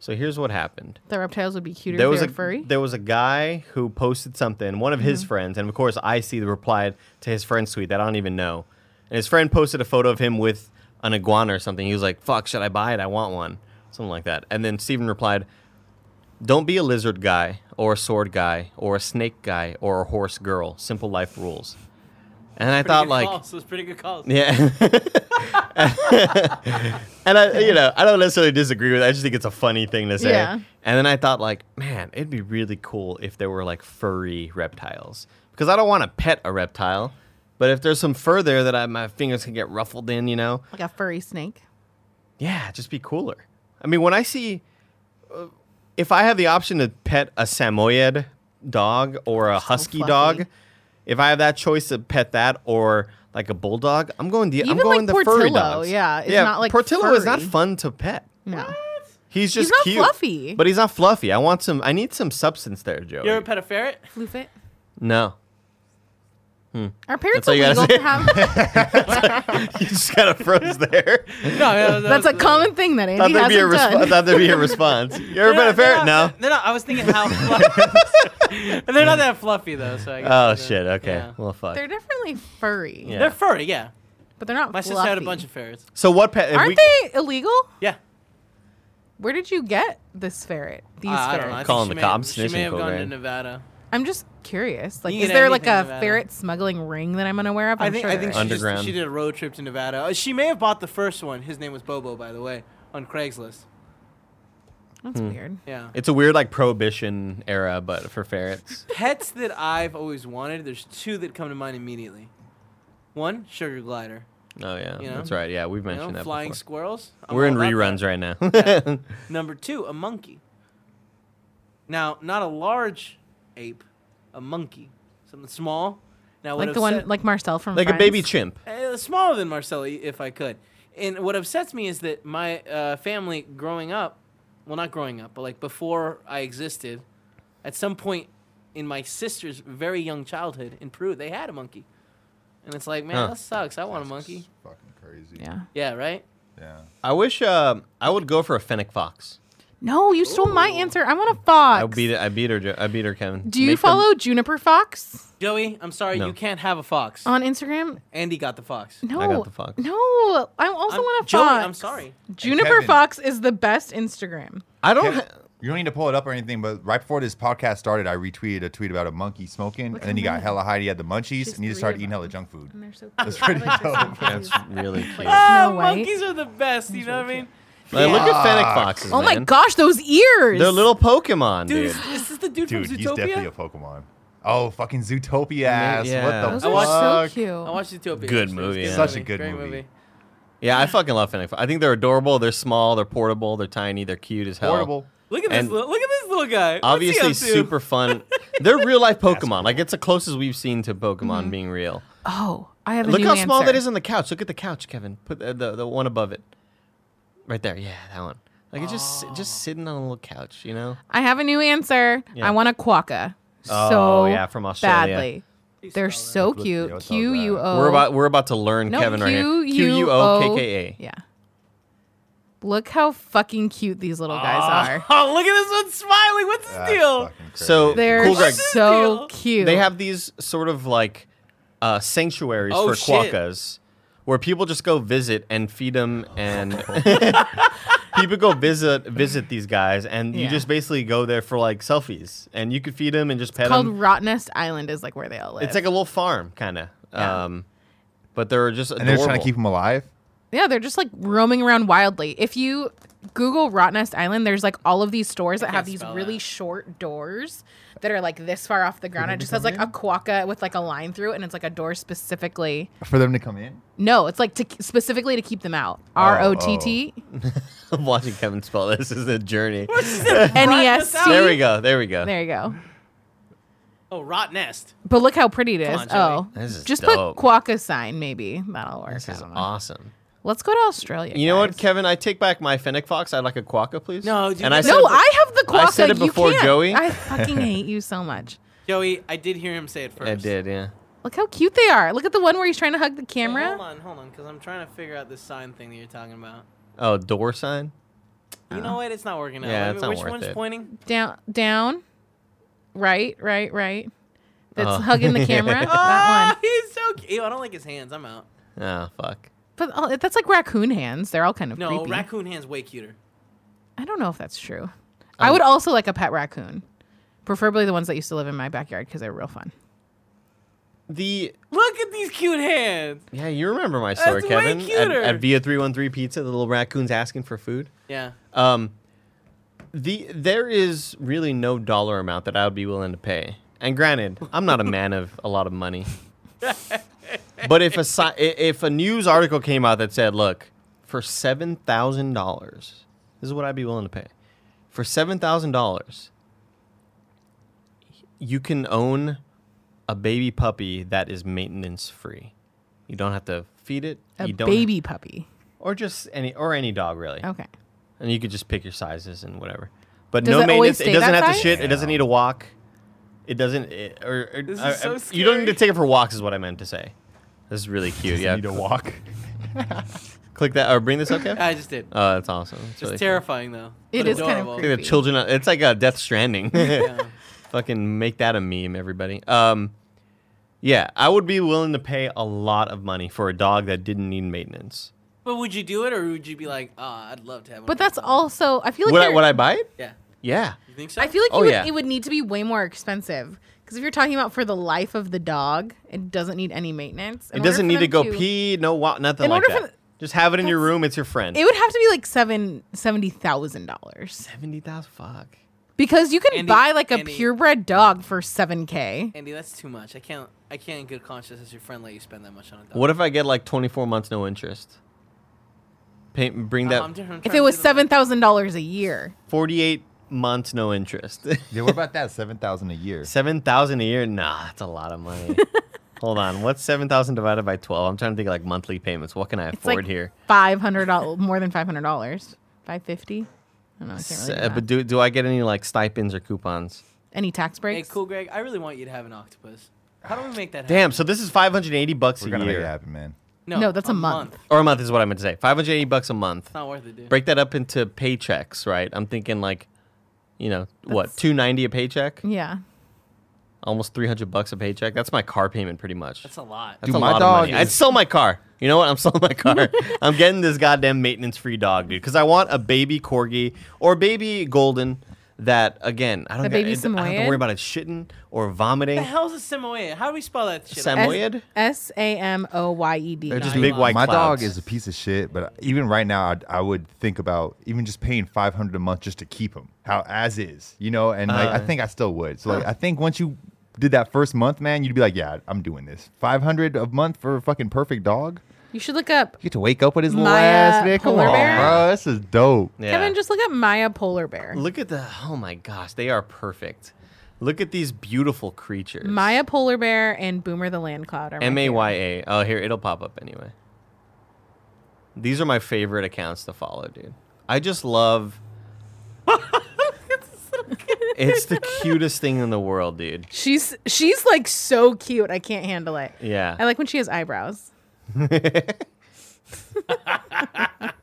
Speaker 1: So here's what happened.
Speaker 3: the reptiles would be cuter
Speaker 1: There
Speaker 3: if
Speaker 1: was
Speaker 3: they
Speaker 1: a
Speaker 3: were furry.
Speaker 1: there was a guy who posted something, one of his friends, and of course I see the reply to his friend's tweet that I don't even know. And his friend posted a photo of him with an iguana or something. He was like, "Fuck, should I buy it? I want one." Something like that. And then Steven replied, don't be a lizard guy or a sword guy or a snake guy or a horse girl. Simple life rules. And I
Speaker 2: Pretty
Speaker 1: thought
Speaker 2: good
Speaker 1: like
Speaker 2: calls. Those pretty good calls.
Speaker 1: yeah. and I you know, I don't necessarily disagree with it. I just think it's a funny thing to say.
Speaker 3: Yeah.
Speaker 1: And then I thought like, man, it'd be really cool if there were like furry reptiles because I don't want to pet a reptile, but if there's some fur there that I, my fingers can get ruffled in, you know.
Speaker 3: like a furry snake.
Speaker 1: Yeah, just be cooler. I mean, when I see, uh, if I have the option to pet a Samoyed dog or a husky
Speaker 3: fluffy.
Speaker 1: dog, if I have that choice to pet that or like a bulldog, I'm going the I'm
Speaker 3: Even,
Speaker 1: going
Speaker 3: like,
Speaker 1: the furry
Speaker 3: Portillo,
Speaker 1: dogs.
Speaker 3: yeah, is not, like,
Speaker 1: Portillo is not
Speaker 3: furry.
Speaker 1: fun to pet.
Speaker 3: No.
Speaker 1: He's
Speaker 3: He's
Speaker 1: just
Speaker 3: not
Speaker 1: cute,
Speaker 3: fluffy.
Speaker 1: but he's not fluffy. I want some. I need some substance there, Joey.
Speaker 2: You ever pet a ferret?
Speaker 3: Floofit.
Speaker 1: no,
Speaker 3: Are
Speaker 1: That's
Speaker 3: parrots
Speaker 1: all you gotta
Speaker 3: illegal
Speaker 1: say.
Speaker 3: to have?
Speaker 1: you just kind of froze there.
Speaker 2: No, no,
Speaker 3: That's a common thing that
Speaker 1: Thought
Speaker 3: Andy
Speaker 1: there'd
Speaker 3: hasn't
Speaker 1: be a
Speaker 3: done.
Speaker 1: response. Thought there'd be a response. You ever
Speaker 2: They're
Speaker 1: pet a
Speaker 2: not- they're
Speaker 1: ferret? No.
Speaker 2: not- They're not. I was thinking how. fluffy. they're not that fluffy though. So I guess
Speaker 1: Oh
Speaker 2: they're-
Speaker 1: shit. Okay.
Speaker 2: yeah.
Speaker 1: Well, fuck.
Speaker 3: They're definitely furry,
Speaker 1: Yeah.
Speaker 2: They're furry. Yeah.
Speaker 3: but they're not.
Speaker 2: My sister
Speaker 3: fluffy.
Speaker 2: had a bunch of ferrets.
Speaker 1: So what pet? if
Speaker 3: Aren't
Speaker 1: we-
Speaker 3: they illegal?
Speaker 2: Yeah.
Speaker 3: Where did you get this ferret? These
Speaker 2: Uh, I don't
Speaker 3: ferrets.
Speaker 2: know. I think
Speaker 1: Calling
Speaker 2: she
Speaker 1: the
Speaker 2: may-
Speaker 1: cops,
Speaker 2: She may
Speaker 1: snitching
Speaker 2: have gone to
Speaker 1: program.
Speaker 2: Nevada.
Speaker 3: I'm just curious. Like,
Speaker 2: You
Speaker 3: is
Speaker 2: can
Speaker 3: there like
Speaker 2: anything
Speaker 3: a
Speaker 2: in Nevada.
Speaker 3: ferret smuggling ring that I'm unaware of? I'm
Speaker 2: I think
Speaker 3: Sure
Speaker 2: I
Speaker 3: there
Speaker 2: think
Speaker 3: is.
Speaker 2: she, Just,
Speaker 1: Underground.
Speaker 2: she did a road trip to Nevada. Uh, She may have bought the first one. His name was Bobo, by the way, on Craigslist.
Speaker 1: Hmm.
Speaker 3: that's weird.
Speaker 2: Yeah.
Speaker 1: It's a weird like prohibition era, but for ferrets.
Speaker 2: Pets that I've always wanted. There's two that come to mind immediately. One, sugar glider.
Speaker 1: Oh yeah,
Speaker 2: You know?
Speaker 1: that's right. Yeah, we've
Speaker 2: You
Speaker 1: mentioned
Speaker 2: know,
Speaker 1: that
Speaker 2: flying
Speaker 1: before.
Speaker 2: squirrels. I'm
Speaker 1: We're in
Speaker 2: all about that.
Speaker 1: reruns right now.
Speaker 2: Number two, a monkey. Now, not a large ape, a monkey, something small. Now, what
Speaker 3: Like the one,
Speaker 2: upset-
Speaker 3: like Marcel from
Speaker 1: like a
Speaker 3: Friends.
Speaker 1: baby chimp.
Speaker 2: uh, smaller than Marcelli, if I could. And what upsets me is that my uh, family growing up, well, not growing up, but like before I existed, at some point in my sister's very young childhood in Peru, they had a monkey. And it's like, man,
Speaker 1: Huh.
Speaker 2: that sucks. I want a monkey.
Speaker 4: Fucking crazy.
Speaker 3: Yeah.
Speaker 2: Yeah, right?
Speaker 4: Yeah.
Speaker 1: I wish uh, I would go for a fennec fox.
Speaker 3: No, you stole my answer. I want a fox.
Speaker 1: I beat it. I beat her. Jo- I beat her, Kevin.
Speaker 3: Do you
Speaker 1: Make them-
Speaker 3: follow Juniper Fox
Speaker 2: Joey, I'm sorry,
Speaker 1: No.
Speaker 2: you can't have a fox.
Speaker 3: on Instagram?
Speaker 2: Andy got the fox.
Speaker 3: No.
Speaker 1: the fox.
Speaker 3: No, I also
Speaker 2: I'm-
Speaker 3: want a fox.
Speaker 2: Joey, I'm sorry.
Speaker 3: Juniper
Speaker 4: Kevin.
Speaker 3: Fox is the best Instagram.
Speaker 1: I don't. Ha-
Speaker 4: You don't need to pull it up or anything, but right before this podcast started, I retweeted a tweet about a monkey smoking,
Speaker 3: Look
Speaker 4: and then
Speaker 3: how
Speaker 4: you got
Speaker 3: many.
Speaker 4: hella high. You had the munchies,
Speaker 3: Just
Speaker 4: and
Speaker 3: three
Speaker 4: you just started
Speaker 3: of
Speaker 4: eating hella
Speaker 3: them.
Speaker 4: junk food.
Speaker 3: And they're so cute.
Speaker 4: That's pretty
Speaker 3: I like
Speaker 4: dope.
Speaker 3: this.
Speaker 1: that's really cute.
Speaker 3: Like-
Speaker 2: Ah,
Speaker 3: Snow White.
Speaker 2: monkeys are the best. You know what I mean?
Speaker 1: Like, look at fennec
Speaker 4: Fuck.
Speaker 1: foxes.
Speaker 3: Oh my
Speaker 1: man.
Speaker 3: gosh, those ears!
Speaker 1: They're little Pokemon,
Speaker 2: Dude,
Speaker 1: dude.
Speaker 2: is, is this the dude,
Speaker 4: Dude,
Speaker 2: from
Speaker 4: he's
Speaker 2: Zootopia?
Speaker 4: definitely a Pokemon. Oh, fucking Zootopia ass!
Speaker 1: yeah.
Speaker 4: What
Speaker 3: Those
Speaker 4: the
Speaker 2: I watched-
Speaker 3: are
Speaker 4: fuck?
Speaker 3: so cute.
Speaker 2: I watched Zootopia.
Speaker 1: Good
Speaker 2: actually. It's
Speaker 1: movie, yeah.
Speaker 4: Such a good
Speaker 2: Great
Speaker 4: movie.
Speaker 1: Yeah, I fucking love fennec. Fox. I think they're adorable. They're small. They're portable. They're tiny. They're cute as hell.
Speaker 4: Portable.
Speaker 2: Look at
Speaker 1: And-
Speaker 2: this! Little, look at this little guy. What's he up
Speaker 1: Obviously,
Speaker 2: to?
Speaker 1: super fun. They're real life Pokemon. Like it's the closest we've seen to Pokemon
Speaker 3: Mm-hmm.
Speaker 1: being real.
Speaker 3: oh, I have a
Speaker 1: Look
Speaker 3: new
Speaker 1: how small
Speaker 3: answer.
Speaker 1: that is on the couch. Look at the couch, Kevin. Put the the, the one above it, right there. Yeah, that one. Like it's just
Speaker 3: Oh.
Speaker 1: si- just sitting on a little couch, you know.
Speaker 3: I have a new answer.
Speaker 1: Yeah.
Speaker 3: I want a quokka. so
Speaker 1: Oh, yeah, from Australia.
Speaker 3: badly.
Speaker 2: Please
Speaker 3: They're
Speaker 2: spell
Speaker 3: so
Speaker 4: What's- yeah,
Speaker 3: cute.
Speaker 4: what's all
Speaker 3: Q U
Speaker 4: that?
Speaker 3: O.
Speaker 1: We're about we're about to learn
Speaker 3: Oh. no,
Speaker 1: Kevin right
Speaker 3: Q
Speaker 1: here. Q
Speaker 3: U
Speaker 1: U O K K A.
Speaker 3: Yeah. Look how fucking cute these little
Speaker 1: Ah.
Speaker 3: guys
Speaker 2: that.
Speaker 3: are.
Speaker 2: Oh, look at this one smiling. What's his
Speaker 4: That's
Speaker 2: deal?
Speaker 4: fucking crazy.
Speaker 1: So-
Speaker 3: They're
Speaker 1: Cool, Greg.
Speaker 3: so
Speaker 2: Deal.
Speaker 3: cute.
Speaker 1: They have these sort of like uh, sanctuaries
Speaker 2: Oh,
Speaker 1: for
Speaker 2: shit.
Speaker 1: quokkas, where people just go visit and feed them, and people go visit visit these guys, and you
Speaker 3: Yeah.
Speaker 1: just basically go there for like selfies, and you could feed them and just pet
Speaker 3: called
Speaker 1: them.
Speaker 3: Rottnest Island is like where they all live.
Speaker 1: It's like a little farm, kind of.
Speaker 3: Yeah.
Speaker 1: Um, but they're just
Speaker 4: and they're
Speaker 1: adorable.
Speaker 4: trying to keep him alive.
Speaker 3: yeah, they're just like roaming around wildly. If you Google Rottnest Island, there's like all of these stores that
Speaker 2: can't
Speaker 3: have these
Speaker 2: spell
Speaker 3: really
Speaker 2: that.
Speaker 3: short doors that are like this far off the ground. It just has like a quokka with like a line through it, and it's like a door specifically.
Speaker 4: for them to come in.
Speaker 3: No, it's like to specifically to keep them out.
Speaker 1: Oh,
Speaker 3: R O T T
Speaker 1: I'm watching Kevin spell this is a journey.
Speaker 3: N E S T.
Speaker 1: There we go. There we go.
Speaker 3: There you go.
Speaker 2: Oh, rot nest.
Speaker 3: But look how pretty it is.
Speaker 2: Come on,
Speaker 3: oh,
Speaker 2: Joey.
Speaker 1: This is
Speaker 3: just
Speaker 1: dope.
Speaker 3: put quokka sign maybe. That'll work.
Speaker 1: This
Speaker 3: I
Speaker 1: is
Speaker 3: don't know.
Speaker 1: awesome.
Speaker 3: Let's go to Australia.
Speaker 1: You know what,
Speaker 3: guys.
Speaker 1: Kevin? I take back my fennec fox. I'd like a quokka, please.
Speaker 2: No, dude,
Speaker 1: and I
Speaker 2: that's-
Speaker 1: said
Speaker 3: No,
Speaker 1: it be-
Speaker 3: I have the quokka.
Speaker 1: I said it
Speaker 3: You
Speaker 1: before,
Speaker 3: can't.
Speaker 1: Joey.
Speaker 3: I fucking hate you so much.
Speaker 2: Joey, I did hear him say it first.
Speaker 1: I did. Yeah.
Speaker 3: Look how cute they are. Look at the one where he's trying to hug the
Speaker 2: Hey,
Speaker 3: camera.
Speaker 2: hold on, hold on, because I'm trying to figure out this sign thing that you're talking about.
Speaker 1: Oh, door sign.
Speaker 2: You know what? It's not working out.
Speaker 1: Uh-huh. Yeah,
Speaker 2: Wait,
Speaker 1: it's not
Speaker 2: which
Speaker 1: worth
Speaker 2: one's
Speaker 1: it.
Speaker 2: pointing?
Speaker 3: down, down, right, right, right. That's
Speaker 1: Oh.
Speaker 3: hugging the camera.
Speaker 2: Ah,
Speaker 3: that one.
Speaker 2: he's so cute. Ew, I don't like his hands. I'm out.
Speaker 1: Oh, fuck.
Speaker 3: But all, that's like raccoon hands. They're all kind of
Speaker 2: No,
Speaker 3: creepy.
Speaker 2: raccoon hands way cuter.
Speaker 3: I don't know if that's true.
Speaker 1: Oh.
Speaker 3: I would also like a pet raccoon, preferably the ones that used to live in my backyard because they're real fun.
Speaker 1: The
Speaker 2: Look at these cute hands.
Speaker 1: yeah, you remember my story,
Speaker 2: That's way
Speaker 1: Kevin? At,
Speaker 2: cuter.
Speaker 1: at Via Three One Three Pizza, the little raccoon's asking for food.
Speaker 2: Yeah.
Speaker 1: Um, the there is really no dollar amount that I would be willing to pay. And granted, I'm not a man of a lot of money. but if a si- i- if a news article came out that said, "Look, for seven thousand dollars, this is what I'd be willing to pay. For seven thousand dollars, you can own a baby puppy that is maintenance free. You don't have to feed it.
Speaker 3: A
Speaker 1: you don't
Speaker 3: baby puppy.
Speaker 1: or just any or any dog really
Speaker 3: Okay.
Speaker 1: and you could just pick your sizes and whatever. But
Speaker 3: Does
Speaker 1: no
Speaker 3: it
Speaker 1: maintenance.
Speaker 3: always stay
Speaker 1: It doesn't
Speaker 3: that
Speaker 1: have to
Speaker 3: size?
Speaker 1: shit. It doesn't need to walk. It doesn't. It, or, or-
Speaker 2: This is
Speaker 1: uh,
Speaker 2: so
Speaker 1: uh, you don't need to
Speaker 2: scary.
Speaker 1: take it for walks. Is what I meant to say. This is really cute.
Speaker 4: Doesn't
Speaker 1: yeah.
Speaker 4: need to walk.
Speaker 1: Click that or bring this up. Kev?
Speaker 2: I just did.
Speaker 1: Oh, that's awesome. It's
Speaker 2: Just
Speaker 1: really cool.
Speaker 2: terrifying though.
Speaker 3: It
Speaker 2: But
Speaker 3: is kind of
Speaker 2: adorable.
Speaker 1: Look at the
Speaker 3: creepy.
Speaker 1: children. on- It's like a Death Stranding.
Speaker 2: Yeah.
Speaker 1: Fucking make that a meme, everybody. Um, yeah, I would be willing to pay a lot of money for a dog that didn't need maintenance.
Speaker 2: But would you do it, or would you be like, ah, I'd love to have one?
Speaker 3: But that's also. I feel like
Speaker 1: would I?
Speaker 3: they're-
Speaker 1: Would I buy it?
Speaker 2: yeah.
Speaker 1: Yeah.
Speaker 2: You think so?
Speaker 3: I feel like
Speaker 1: Oh,
Speaker 3: you would,
Speaker 1: yeah.
Speaker 3: it would need to be way more expensive because if you're talking about for the life of the dog, it doesn't need any maintenance. In
Speaker 1: It
Speaker 3: order
Speaker 1: doesn't
Speaker 3: for
Speaker 1: need to
Speaker 3: them
Speaker 1: go pee. No, wa- nothing
Speaker 3: In
Speaker 1: like
Speaker 3: order
Speaker 1: that.
Speaker 3: for
Speaker 1: just have it in your room. It's your friend.
Speaker 3: It would have to be like seven seventy thousand dollars
Speaker 1: Seventy thousand. Fuck.
Speaker 3: because you can
Speaker 2: Andy-
Speaker 3: buy like a
Speaker 2: Andy-
Speaker 3: purebred dog for seven k.
Speaker 2: Andy, that's too much. I can't. I can't in good conscience as your friend let you spend that much on a dog.
Speaker 1: What if I get like twenty four months no interest? Pay, bring
Speaker 2: Um,
Speaker 1: that
Speaker 2: I'm different- I'm
Speaker 3: If
Speaker 2: trying
Speaker 3: it
Speaker 2: to
Speaker 3: was
Speaker 2: do the math.
Speaker 3: seven thousand dollars a year,
Speaker 1: forty eight months no interest.
Speaker 4: Yeah, what about that? Seven thousand a year.
Speaker 1: seven thousand a year? Nah, that's a lot of money. Hold on. What's seven thousand divided by twelve? I'm trying to think like monthly payments. What can I
Speaker 3: it's
Speaker 1: afford
Speaker 3: like
Speaker 1: here?
Speaker 3: five hundred dollars more than five hundred dollars, five fifty. I don't know. I can't
Speaker 1: S-
Speaker 3: really
Speaker 1: uh,
Speaker 3: do
Speaker 1: but
Speaker 3: but
Speaker 1: do do I get any like stipends or coupons?
Speaker 3: any tax
Speaker 2: Hey,
Speaker 3: breaks.
Speaker 2: cool, Greg. I really want you to have an octopus. How do we make that happen?
Speaker 1: Damn. So this is five hundred eighty bucks
Speaker 4: We're
Speaker 1: a
Speaker 4: gonna make it
Speaker 1: year,
Speaker 4: happen, man.
Speaker 3: No, that's a month.
Speaker 2: It's
Speaker 1: or a month is what I meant to say. Five hundred eighty bucks a month.
Speaker 2: not worth it, dude.
Speaker 1: break that up into paychecks, right? I'm thinking like, you know, what,
Speaker 3: That's-
Speaker 1: 290 a paycheck?
Speaker 3: Yeah,
Speaker 1: Almost 300 bucks a paycheck. That's my car payment pretty much.
Speaker 2: That's a lot.
Speaker 1: That's
Speaker 4: Dude,
Speaker 1: a
Speaker 4: my
Speaker 1: lot
Speaker 4: dog
Speaker 1: of money. I'd
Speaker 4: is-
Speaker 1: sell my car. You know what? I'm selling my car. I'm getting this goddamn maintenance free dog, dude, because I want a baby corgi or baby golden that, again, I don't,
Speaker 3: A
Speaker 1: get-
Speaker 3: baby
Speaker 1: I don't have to
Speaker 3: Samoyed?
Speaker 1: worry about it shitting or
Speaker 2: the
Speaker 1: vomiting.
Speaker 2: hell's a Samoyed? How do we spell that shit?
Speaker 1: Sam-
Speaker 2: out?
Speaker 1: Moyed?
Speaker 3: S A M O Y E D.
Speaker 4: They're just
Speaker 2: Nine
Speaker 1: big
Speaker 2: months.
Speaker 1: white
Speaker 4: My
Speaker 1: clouds.
Speaker 4: dog is a piece of shit, but even right now, I'd, I would think about even just paying five hundred a month just to keep him how as is, you know. And like, I
Speaker 1: Uh.
Speaker 4: think I still would. So like, I think once you did that first month, man, you'd be like, yeah, I'm doing this. Five hundred a month for a fucking perfect dog.
Speaker 3: You should look up
Speaker 4: You get to wake up with his little
Speaker 3: Maya
Speaker 4: ass, man. Come
Speaker 3: polar
Speaker 4: on,
Speaker 3: bear?
Speaker 4: bro. This is dope.
Speaker 1: Yeah.
Speaker 3: Kevin. Just look up Maya polar bear.
Speaker 1: Look at the, oh my gosh, they are perfect. Look at these beautiful creatures.
Speaker 3: Maya polar bear and Boomer the land cloud. Are my
Speaker 1: M A
Speaker 3: favorite.
Speaker 1: Y A. Oh, here it'll pop up anyway. These are my favorite accounts to follow, dude. I just love. it's the cutest thing in the world, dude.
Speaker 3: She's she's like so cute. I can't handle it.
Speaker 1: Yeah.
Speaker 3: I like when she has eyebrows.
Speaker 2: All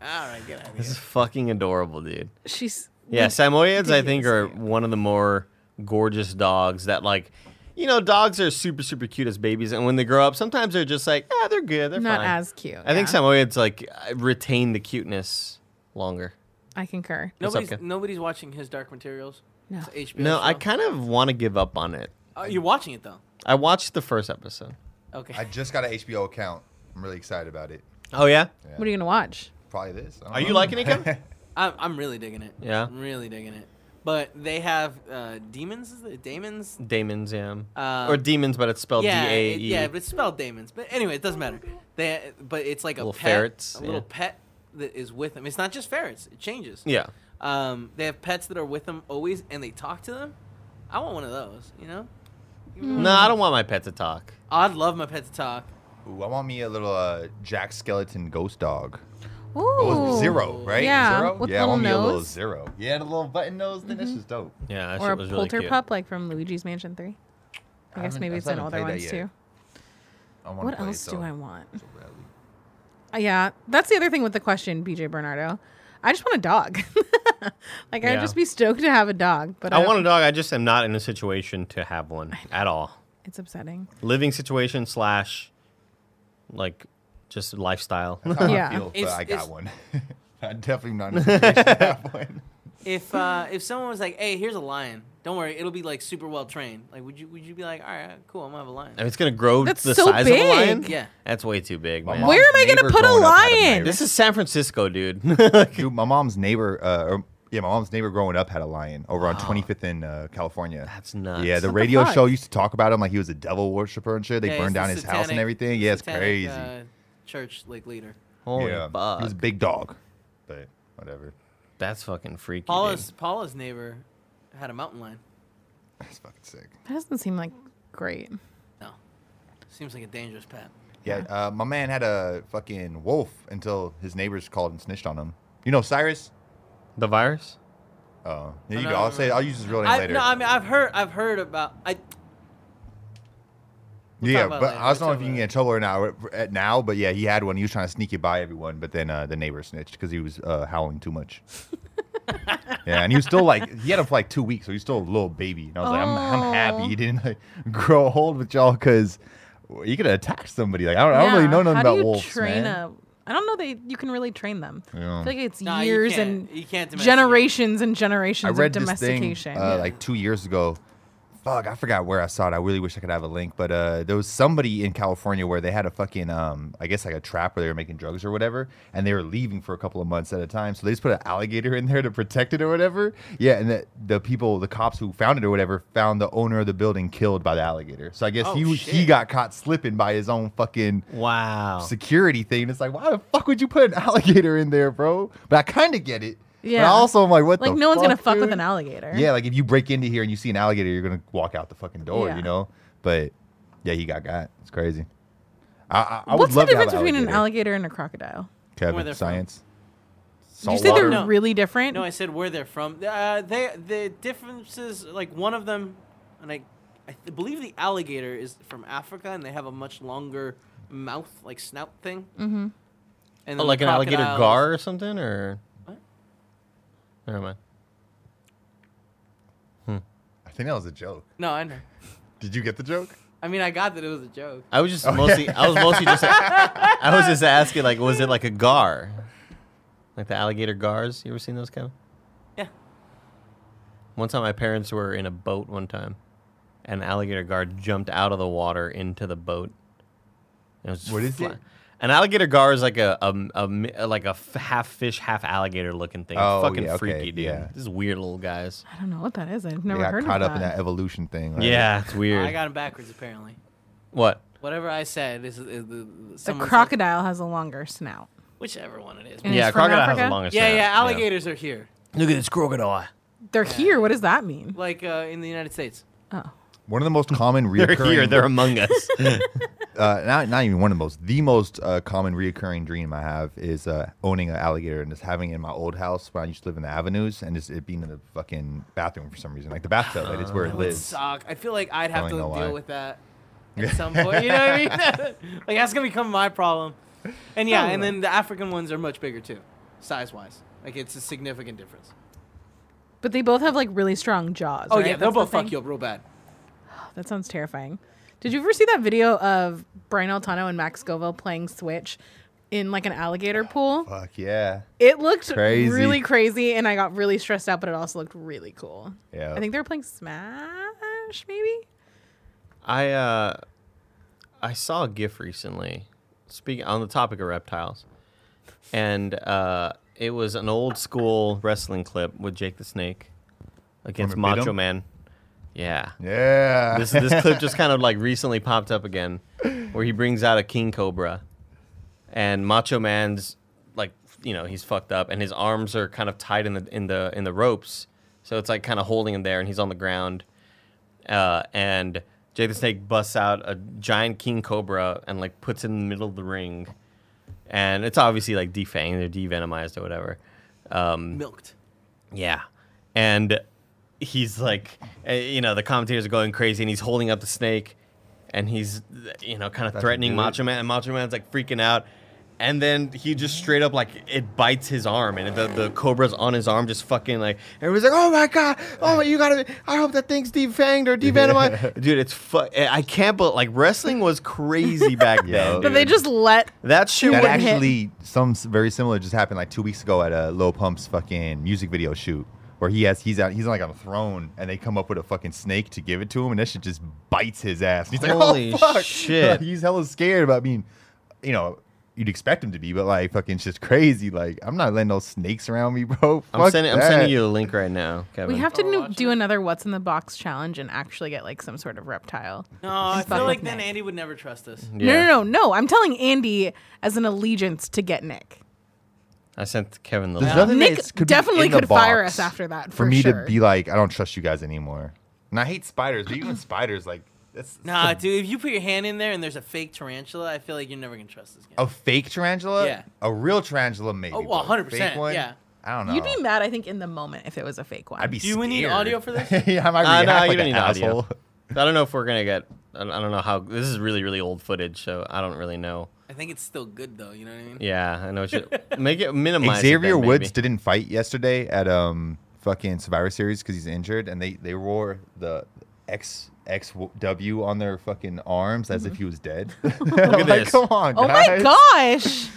Speaker 2: right, get out of here.
Speaker 1: This is fucking adorable, dude.
Speaker 3: She's
Speaker 1: Yeah, Samoyeds I think are
Speaker 3: ridiculous
Speaker 1: one of the more gorgeous dogs that like you know, dogs are super super cute as babies and when they grow up, sometimes they're just like, ah, they're good, they're
Speaker 3: not
Speaker 1: fine."
Speaker 3: as cute.
Speaker 1: I think
Speaker 3: yeah.
Speaker 1: Samoyeds like retain the cuteness longer.
Speaker 3: I concur.
Speaker 1: What's up,
Speaker 2: Nobody's
Speaker 1: Kev?
Speaker 2: nobody's watching his Dark Materials.
Speaker 3: No.
Speaker 2: It's a HBO
Speaker 1: No, I
Speaker 2: show.
Speaker 1: kind of want to give up on it.
Speaker 2: Oh, you're watching it though.
Speaker 1: I watched the first episode.
Speaker 2: Okay.
Speaker 4: I just got an HBO account. I'm really excited about it.
Speaker 1: Oh yeah.
Speaker 3: What are you gonna watch?
Speaker 4: Probably this.
Speaker 1: Are you liking it? Kevin?
Speaker 2: I'm, I'm really digging it.
Speaker 1: Yeah?
Speaker 2: I'm really digging it. But they have uh, demons. Is it demons?
Speaker 1: Damons, yeah.
Speaker 2: Um,
Speaker 1: or demons, but it's spelled
Speaker 2: yeah,
Speaker 1: D A
Speaker 2: it-
Speaker 1: E.
Speaker 2: yeah, but it's spelled demons. But anyway, it doesn't matter. They, but it's like a
Speaker 1: Little
Speaker 2: pet,
Speaker 1: ferrets,
Speaker 2: a little
Speaker 1: yeah.
Speaker 2: pet that is with them. It's not just ferrets. It changes.
Speaker 1: Yeah.
Speaker 2: Um, they have pets that are with them always, and they talk to them. I want one of those. You know,
Speaker 1: No, I don't want my pet to talk.
Speaker 2: I'd love my pet to talk.
Speaker 4: Ooh, I want me a little uh, Jack Skeleton ghost dog.
Speaker 3: Ooh.
Speaker 4: Oh, zero, right?
Speaker 3: Yeah,
Speaker 4: Zero?
Speaker 3: with
Speaker 4: yeah, I want me
Speaker 3: little
Speaker 4: a little
Speaker 3: nose. Mm-hmm.
Speaker 4: zero. Yeah, the little button nose thing. That's just dope.
Speaker 1: Yeah, that
Speaker 3: Or a
Speaker 1: shit was really
Speaker 3: polter
Speaker 1: cute.
Speaker 3: pup, like from Luigi's Mansion 3. I
Speaker 4: I
Speaker 3: guess
Speaker 4: haven't-
Speaker 3: maybe
Speaker 4: I
Speaker 3: it's in
Speaker 4: haven't
Speaker 3: older
Speaker 4: played that
Speaker 3: ones
Speaker 4: yet.
Speaker 3: too.
Speaker 4: I wanna
Speaker 3: What
Speaker 4: play it
Speaker 3: else do
Speaker 4: so-
Speaker 3: I want?
Speaker 4: so badly.
Speaker 3: Uh, Yeah, that's the other thing with the question, BJ Bernardo. I just want a dog. like
Speaker 1: Yeah.
Speaker 3: I'd just be stoked to have a dog, but I,
Speaker 1: I
Speaker 3: don't-
Speaker 1: want a dog. I just am not in a situation to have one at all.
Speaker 3: It's upsetting.
Speaker 1: Living situation slash, like, just lifestyle.
Speaker 4: That's how
Speaker 3: Yeah.
Speaker 4: I feel, but
Speaker 2: It's-
Speaker 4: I
Speaker 2: it's-
Speaker 4: got one. I'm definitely not in a situation to have one.
Speaker 2: If uh, if someone was like, "Hey, here's a lion. Don't worry, it'll be like super well trained." Like, would you would you be like, "All right, cool, I'm gonna have a lion."
Speaker 1: If it's gonna grow
Speaker 3: That's
Speaker 1: the
Speaker 3: so
Speaker 1: size of a lion,
Speaker 3: big.
Speaker 2: Yeah.
Speaker 1: that's way too big,
Speaker 4: My
Speaker 1: man.
Speaker 4: mom's
Speaker 3: Where am I gonna
Speaker 4: neighbor
Speaker 3: put a
Speaker 4: growing up had
Speaker 3: lion?
Speaker 4: nightmare.
Speaker 1: This is San Francisco, dude. Like,
Speaker 4: Dude, my mom's neighbor, uh, or, yeah, my mom's neighbor growing up had a lion over on 25th in uh, California.
Speaker 1: That's nuts.
Speaker 4: Yeah, the
Speaker 3: What the
Speaker 4: radio
Speaker 3: fuck?
Speaker 4: show used to talk about him like he was a devil worshiper and shit. They
Speaker 2: Yeah, it's
Speaker 4: burned
Speaker 2: the
Speaker 4: down his house and
Speaker 2: satanic-
Speaker 4: everything. Yeah, it's
Speaker 2: satanic,
Speaker 4: crazy.
Speaker 2: uh, church like leader.
Speaker 1: holy
Speaker 4: yeah, he
Speaker 1: fuck,
Speaker 4: was a big dog, but whatever.
Speaker 1: that's fucking freaky.
Speaker 2: Paula's
Speaker 1: dude.
Speaker 2: Paula's neighbor had a mountain lion.
Speaker 4: That's fucking sick.
Speaker 3: That doesn't seem like great.
Speaker 2: No, seems like a dangerous pet.
Speaker 4: Yeah, uh, my man had a fucking wolf until his neighbors called and snitched on him. You know Cyrus?
Speaker 1: the virus.
Speaker 4: Oh, yeah,
Speaker 2: Oh, no,
Speaker 4: you go.
Speaker 2: no,
Speaker 4: I'll
Speaker 2: no,
Speaker 4: say
Speaker 2: no.
Speaker 4: I'll use his real name
Speaker 2: I,
Speaker 4: later.
Speaker 2: no, I mean I've heard I've heard about I. we'll talk
Speaker 4: yeah,
Speaker 2: about it
Speaker 4: but
Speaker 2: later,
Speaker 4: I don't
Speaker 2: we'll talk
Speaker 4: know if you
Speaker 2: about
Speaker 4: can
Speaker 2: it.
Speaker 4: get in trouble or not at now. But yeah, he had one. He was trying to sneak it by everyone, but then uh, the neighbor snitched because he was uh, howling too much. yeah, and he was still like he had him for like two weeks, so he's still a little baby. And I was like, I'm, I'm
Speaker 3: Oh.
Speaker 4: happy he didn't like, grow old with y'all because you could attack somebody. Like I don't, I don't really
Speaker 3: Yeah,
Speaker 4: know nothing
Speaker 3: How
Speaker 4: about
Speaker 3: do you
Speaker 4: wolves,
Speaker 3: train
Speaker 4: man.
Speaker 3: a? I don't know that you can really train them. I
Speaker 4: Yeah.
Speaker 3: feel like it's
Speaker 2: Nah, you
Speaker 3: years
Speaker 2: can't-
Speaker 3: and
Speaker 2: you can't domesticate.
Speaker 3: generations and
Speaker 4: I
Speaker 3: generations
Speaker 4: read
Speaker 3: of
Speaker 4: this thing
Speaker 3: domestication.
Speaker 4: uh, like two years ago. Fuck, I forgot where I saw it. I really wish I could have a link, but uh, there was somebody in California where they had a fucking, um, I guess like a trap where they were making drugs or whatever, and they were leaving for a couple of months at a time. So they just put an alligator in there to protect it or whatever. Yeah, and the, the people, the cops who found it or whatever, found the owner of the building killed by the alligator. So I guess
Speaker 2: Oh,
Speaker 4: he he
Speaker 2: shit.
Speaker 4: got caught slipping by his own fucking
Speaker 1: Wow.
Speaker 4: security thing. It's like, why the fuck would you put an alligator in there, bro? But I kind of get it. But
Speaker 3: Yeah.
Speaker 4: I also, I'm like, what?
Speaker 3: Like,
Speaker 4: the
Speaker 3: no one's gonna fuck with
Speaker 4: dude?
Speaker 3: an alligator.
Speaker 4: Yeah, like if you break into here and you see an alligator, you're gonna walk out the fucking door,
Speaker 3: Yeah.
Speaker 4: you know. But yeah, he got got. It's crazy. I, I, I
Speaker 3: What's
Speaker 4: would love
Speaker 3: the
Speaker 4: to have
Speaker 3: difference between an
Speaker 4: alligator.
Speaker 3: alligator and a crocodile?
Speaker 2: Where they're
Speaker 4: Kevin,
Speaker 2: from.
Speaker 4: science.
Speaker 3: Did you
Speaker 4: Salt
Speaker 3: say they're
Speaker 4: water.
Speaker 2: No.
Speaker 3: really different?
Speaker 2: No, I said where they're from. Uh, they the differences like one of them, and I, I th- believe the alligator is from Africa, and they have a much longer mouth, like snout thing. Mm-hmm. And
Speaker 1: Oh,
Speaker 2: then
Speaker 4: Mm-hmm.
Speaker 1: like
Speaker 2: the
Speaker 1: an alligator
Speaker 2: crocodiles-
Speaker 1: gar or something, or
Speaker 2: What?
Speaker 1: never mind.
Speaker 4: I think that was a joke.
Speaker 2: No, I know.
Speaker 4: Did you get the joke?
Speaker 2: I mean, I got that it was a joke.
Speaker 1: I was just mostly. I was mostly just. I was just asking, like, was it like a gar, like the alligator gars? You ever seen those, Kevin?
Speaker 2: Yeah.
Speaker 1: One time, my parents were in a boat. One time, an alligator gar jumped out of the water into the boat. And it was just
Speaker 4: What is
Speaker 1: fly-
Speaker 4: it?
Speaker 1: An alligator gar is like a, a, a mi- like a f- half fish, half alligator looking thing. It's
Speaker 4: Oh,
Speaker 1: fucking
Speaker 4: yeah, okay,
Speaker 1: freaky, dude.
Speaker 4: yeah.
Speaker 1: This is weird little guys.
Speaker 3: I don't know what that is. I've
Speaker 4: They
Speaker 3: never
Speaker 4: got
Speaker 3: heard
Speaker 4: caught
Speaker 3: of
Speaker 4: up in that evolution thing. right?
Speaker 1: Yeah, it's weird.
Speaker 2: I got him backwards apparently.
Speaker 1: what?
Speaker 2: Whatever I said is, is the,
Speaker 3: The
Speaker 2: someone said-
Speaker 3: crocodile has a longer snout.
Speaker 2: whichever one it is.
Speaker 3: And
Speaker 1: yeah,
Speaker 3: it's from
Speaker 1: crocodile has
Speaker 3: Africa?
Speaker 1: the longest.
Speaker 2: Yeah,
Speaker 1: snout.
Speaker 2: yeah, alligators are here,
Speaker 1: Look at this crocodile.
Speaker 3: They're here. What does that mean?
Speaker 2: like uh, in the United States.
Speaker 3: Oh,
Speaker 4: One of the most common
Speaker 1: They're
Speaker 4: reoccurring.
Speaker 1: here. They're among us.
Speaker 4: uh, not not even one of the most. The most uh, common reoccurring dream I have is uh, owning an alligator and just having it in my old house when I used to live in the avenues and just it being in the fucking bathroom for some reason, like the bathtub. like, it's where it
Speaker 2: That would
Speaker 4: lives.
Speaker 2: suck. I feel like I'd have
Speaker 4: Probably
Speaker 2: to deal
Speaker 4: know why.
Speaker 2: with that at some point. You know what I mean? like that's gonna become my problem. And yeah, and then the African ones are much bigger too, size wise. Like it's a significant difference.
Speaker 3: but they both have like really strong jaws.
Speaker 2: Oh
Speaker 3: right?
Speaker 2: yeah, they'll
Speaker 3: That's the
Speaker 2: both fuck
Speaker 3: thing?
Speaker 2: you up real bad.
Speaker 3: That sounds terrifying. Did you ever see that video of Brian Altano and Max Scoville playing Switch in like an alligator pool?
Speaker 4: Fuck yeah.
Speaker 3: It looked
Speaker 4: Crazy.
Speaker 3: really crazy, and I got really stressed out, but it also looked really cool.
Speaker 4: Yeah.
Speaker 3: I think they were playing Smash, maybe.
Speaker 1: I uh, I saw a GIF recently, speaking on the topic of reptiles, and uh, It was an old school wrestling clip with Jake the Snake against
Speaker 4: Wanna beat
Speaker 1: Macho
Speaker 4: him?
Speaker 1: Man. Yeah.
Speaker 4: Yeah.
Speaker 1: This this clip just kind of like recently popped up again, where he brings out a king cobra, and Macho Man's like you know he's fucked up, and his arms are kind of tied in the in the in the ropes, so it's like kind of holding him there, and he's on the ground, uh, and Jake the Snake busts out a giant king cobra and like puts it in the middle of the ring, and it's obviously like defanged or devenomized or whatever. Um,
Speaker 2: Milked.
Speaker 1: yeah. And he's like, eh, you know, the commentators are going crazy and he's holding up the snake and he's, you know, kind of threatening
Speaker 4: do it.
Speaker 1: Macho Man. And Macho Man's like freaking out. And then he just straight up like it bites his arm, and the, the cobra's on his arm, just fucking like everybody's like, "Oh my god, oh my, you gotta! be- I hope that thing's defanged or devenomized, dude." It's fu- eh, I can't believe like wrestling was crazy back
Speaker 4: Yo.
Speaker 1: then.
Speaker 3: But they
Speaker 1: dude.
Speaker 3: just let
Speaker 1: that shit
Speaker 4: that
Speaker 1: would
Speaker 3: wouldn't hit.
Speaker 4: actually, some s- very similar just happened like two weeks ago at a Lil Pump's fucking music video shoot where he has he's out he's like on a throne and they come up with a fucking snake to give it to him and that shit just bites his ass. And he's like,
Speaker 1: Holy
Speaker 4: oh fuck,
Speaker 1: shit.
Speaker 4: he's hella scared about being, you know. You'd expect him to be, but like fucking, it's just crazy. Like I'm not letting no snakes around me, bro.
Speaker 1: I'm
Speaker 4: Fuck
Speaker 1: sending I'm
Speaker 4: that.
Speaker 1: sending you a link right now, Kevin.
Speaker 3: We have
Speaker 2: Oh,
Speaker 3: to
Speaker 2: watch
Speaker 3: n- do
Speaker 2: it.
Speaker 3: another what's in the box challenge and actually get like some sort of reptile.
Speaker 2: No, I
Speaker 3: fucking Mm.
Speaker 2: feel like then
Speaker 3: Nick.
Speaker 2: Andy would never trust us.
Speaker 1: yeah.
Speaker 3: No, no, no, no. I'm telling Andy as an allegiance to get Nick.
Speaker 1: I sent Kevin the
Speaker 4: There's
Speaker 1: link.
Speaker 4: nothing that
Speaker 3: Nick
Speaker 4: it's- could be
Speaker 3: definitely
Speaker 4: in the
Speaker 3: could fire
Speaker 4: box
Speaker 3: us after that
Speaker 4: for,
Speaker 3: for,
Speaker 4: me
Speaker 3: sure.
Speaker 4: to be like, I don't trust you guys anymore. And I hate spiders, but even spiders, like that's
Speaker 2: Nah, dude, if you put your hand in there and there's a fake tarantula, I feel like you're never gonna trust this guy.
Speaker 4: A fake tarantula?
Speaker 2: Yeah.
Speaker 4: A real tarantula, maybe.
Speaker 2: Oh, well,
Speaker 4: but a fake
Speaker 2: 100%,
Speaker 4: one?
Speaker 2: yeah.
Speaker 4: I don't know.
Speaker 3: You'd be mad, I think, in the moment if it was a fake one.
Speaker 4: I'd be.
Speaker 2: Do we need
Speaker 4: scared.
Speaker 2: audio for this?
Speaker 4: yeah, I might
Speaker 1: Uh,
Speaker 4: react
Speaker 1: no, you
Speaker 4: like
Speaker 1: don't
Speaker 4: an
Speaker 1: need
Speaker 4: asshole.
Speaker 1: audio. I don't know if we're gonna get. I I don't know how. This is really, really old footage, so I don't really know.
Speaker 2: I think it's still good though. You know what I mean?
Speaker 1: Yeah, I know. What you, make it minimize. it
Speaker 4: Xavier
Speaker 1: then,
Speaker 4: Woods
Speaker 1: maybe.
Speaker 4: didn't fight yesterday at um fucking Survivor Series because he's injured, and they they wore the X X W on their fucking arms as
Speaker 2: Mm-hmm.
Speaker 4: if he was dead. Look
Speaker 1: at this.
Speaker 4: Come on,
Speaker 3: oh my
Speaker 4: guys.
Speaker 3: gosh.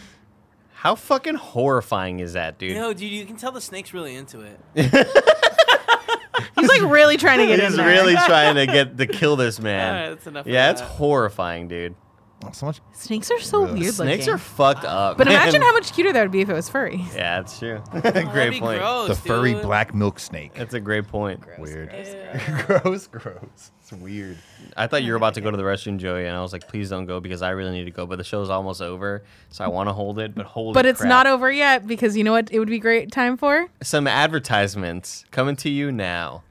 Speaker 1: How fucking horrifying is that, dude?
Speaker 2: No, dude, you can tell the snake's really into it.
Speaker 3: He's like really trying to get in
Speaker 1: He's
Speaker 3: there.
Speaker 1: really trying to get to kill this
Speaker 2: All right,
Speaker 1: man.
Speaker 2: that's enough of
Speaker 1: yeah, it's
Speaker 2: that.
Speaker 1: horrifying, dude.
Speaker 4: So much.
Speaker 3: Snakes are so
Speaker 4: Ugh.
Speaker 3: weird
Speaker 1: Snakes
Speaker 3: looking.
Speaker 1: are fucked up.
Speaker 3: but
Speaker 1: man.
Speaker 3: imagine how much cuter that would be if it was furry.
Speaker 1: Yeah, that's true.
Speaker 2: Oh, that'd
Speaker 1: great
Speaker 2: be
Speaker 1: point.
Speaker 2: gross,
Speaker 4: The furry
Speaker 2: dude.
Speaker 4: black milk snake.
Speaker 1: That's a great point.
Speaker 4: Weird.
Speaker 3: gross,
Speaker 4: gross, gross. It's weird.
Speaker 1: I thought you were about to go to the restroom, Joey, and I was like, please don't go because I really need to go. But the show's almost over, so I want to hold it. But holy
Speaker 3: But it's
Speaker 1: crap.
Speaker 3: not over yet because you know what it would be great time for?
Speaker 1: some advertisements coming to you now.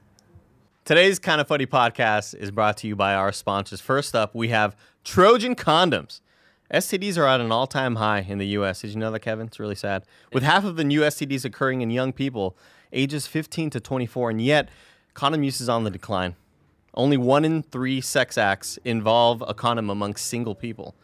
Speaker 1: Today's Kind of Funny podcast is brought to you by our sponsors. First up, we have Trojan Condoms. STDs are at an all time high in the US. Did you know that, Kevin? It's really sad. With half of the new STDs occurring in young people ages 15 to 24, and yet condom use is on the decline. Only one in three sex acts involve a condom amongst single people.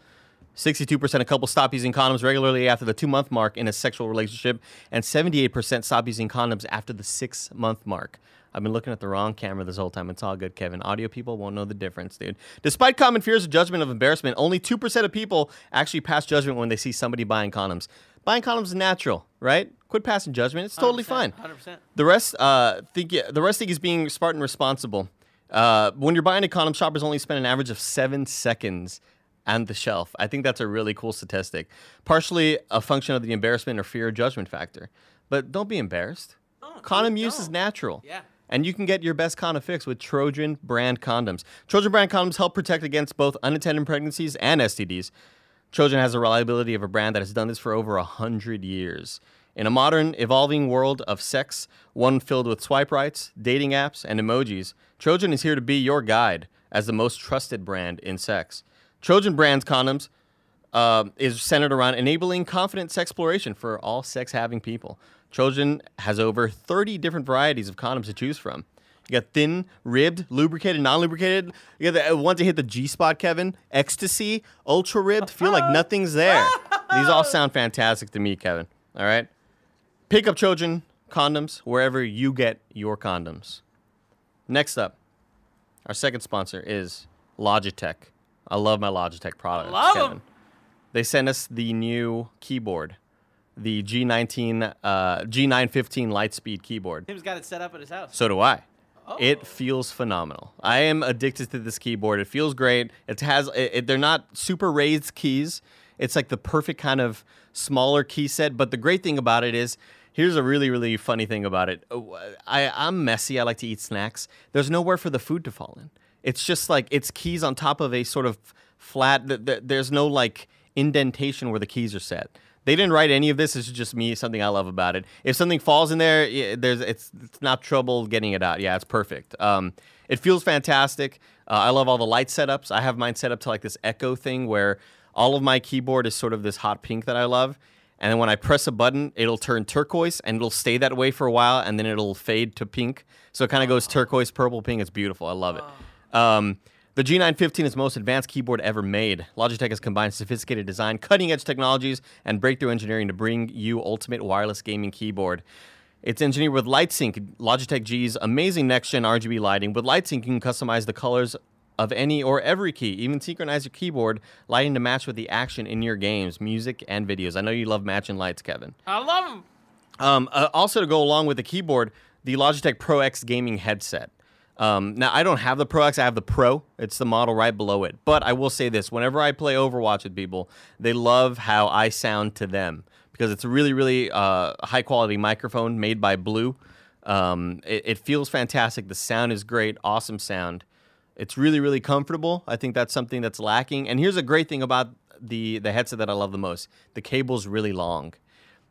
Speaker 1: 62% of couples stop using condoms regularly after the two month mark in a sexual relationship, and 78% stop using condoms after the six month mark. I've been looking at the wrong camera this whole time. It's all good, Kevin. Audio people won't know the difference, dude. Despite common fears of judgment of embarrassment, only 2% of people actually pass judgment when they see somebody buying condoms. Buying condoms is natural, right? Quit passing judgment. It's totally fine.
Speaker 2: 100%.
Speaker 1: The rest, uh, think the rest think is being smart and responsible. Uh, when you're buying a condom, shoppers only spend an average of seven seconds on the shelf. I think that's a really cool statistic, partially a function of the embarrassment or fear of judgment factor. But don't be embarrassed. condom
Speaker 2: dude,
Speaker 1: use is
Speaker 2: don't.
Speaker 1: natural.
Speaker 2: Yeah.
Speaker 1: And you can get your best condom fix with Trojan brand condoms. Trojan brand condoms help protect against both unintended pregnancies and STDs. Trojan has the reliability of a brand that has done this for over a hundred years. In a modern, evolving world of sex, one filled with swipe rights, dating apps, and emojis, Trojan is here to be your guide as the most trusted brand in sex. Trojan brand's condoms um, is centered around enabling confident sex exploration for all sex having people. Trojan has over 30 different varieties of condoms to choose from. You got thin, ribbed, lubricated, non lubricated. You got the uh, ones that hit the G spot, Kevin. Ecstasy, ultra ribbed, feel like nothing's there. These all sound fantastic to me, Kevin. All right? Pick up Trojan condoms wherever you get your condoms. Next up, our second sponsor is Logitech. I love my Logitech products.
Speaker 2: Love 'em.
Speaker 1: Kevin. They sent us the new keyboard, the G19, uh, G915 Lightspeed keyboard.
Speaker 2: Tim's got it set up at his house.
Speaker 1: So do I. It feels phenomenal. I am addicted to this keyboard. It feels great. It has. It, it- they're not super raised keys. It's like the perfect kind of smaller key set. But the great thing about it is, Here's a really, really funny thing about it. Uh, I, I'm messy. I like to eat snacks. There's nowhere for the food to fall in. It's just like it's keys on top of a sort of flat. Th- th- there's no like indentation where the keys are set. They didn't write any of this. It's just me. Something I love about it. If something falls in there, yeah, there's it's, it's not trouble getting it out. Yeah, it's perfect. Um, it feels fantastic. Uh, I love all the light setups. I have mine set up to like this echo thing where all of my keyboard is sort of this hot pink that I love. And then when I press a button, it'll turn turquoise and it'll stay that way for a while and then it'll fade to pink. So it kind of goes turquoise, purple, pink. It's beautiful. I love it. Um, the G915 is the most advanced keyboard ever made. Logitech has combined sophisticated design, cutting edge technologies, and breakthrough engineering to bring you ultimate wireless gaming keyboard. It's engineered with LightSync, Logitech G's amazing next gen RGB lighting. With LightSync, you can customize the colors of any or every key, even synchronize your keyboard lighting to match with the action in your games, music, and videos. I know you love matching lights, Kevin.
Speaker 2: I love them.
Speaker 1: Um, uh, also, to go along with the keyboard, the Logitech Pro X gaming headset. Um, now, I don't have the Pro X, I have the Pro. It's the model right below it. But I will say this whenever I play Overwatch with people, they love how I sound to them because it's a really, really uh, high quality microphone made by Blue. Um, it, it feels fantastic. The sound is great, awesome sound. It's really, really comfortable. I think that's something that's lacking. And here's a great thing about the, the headset that I love the most the cable's really long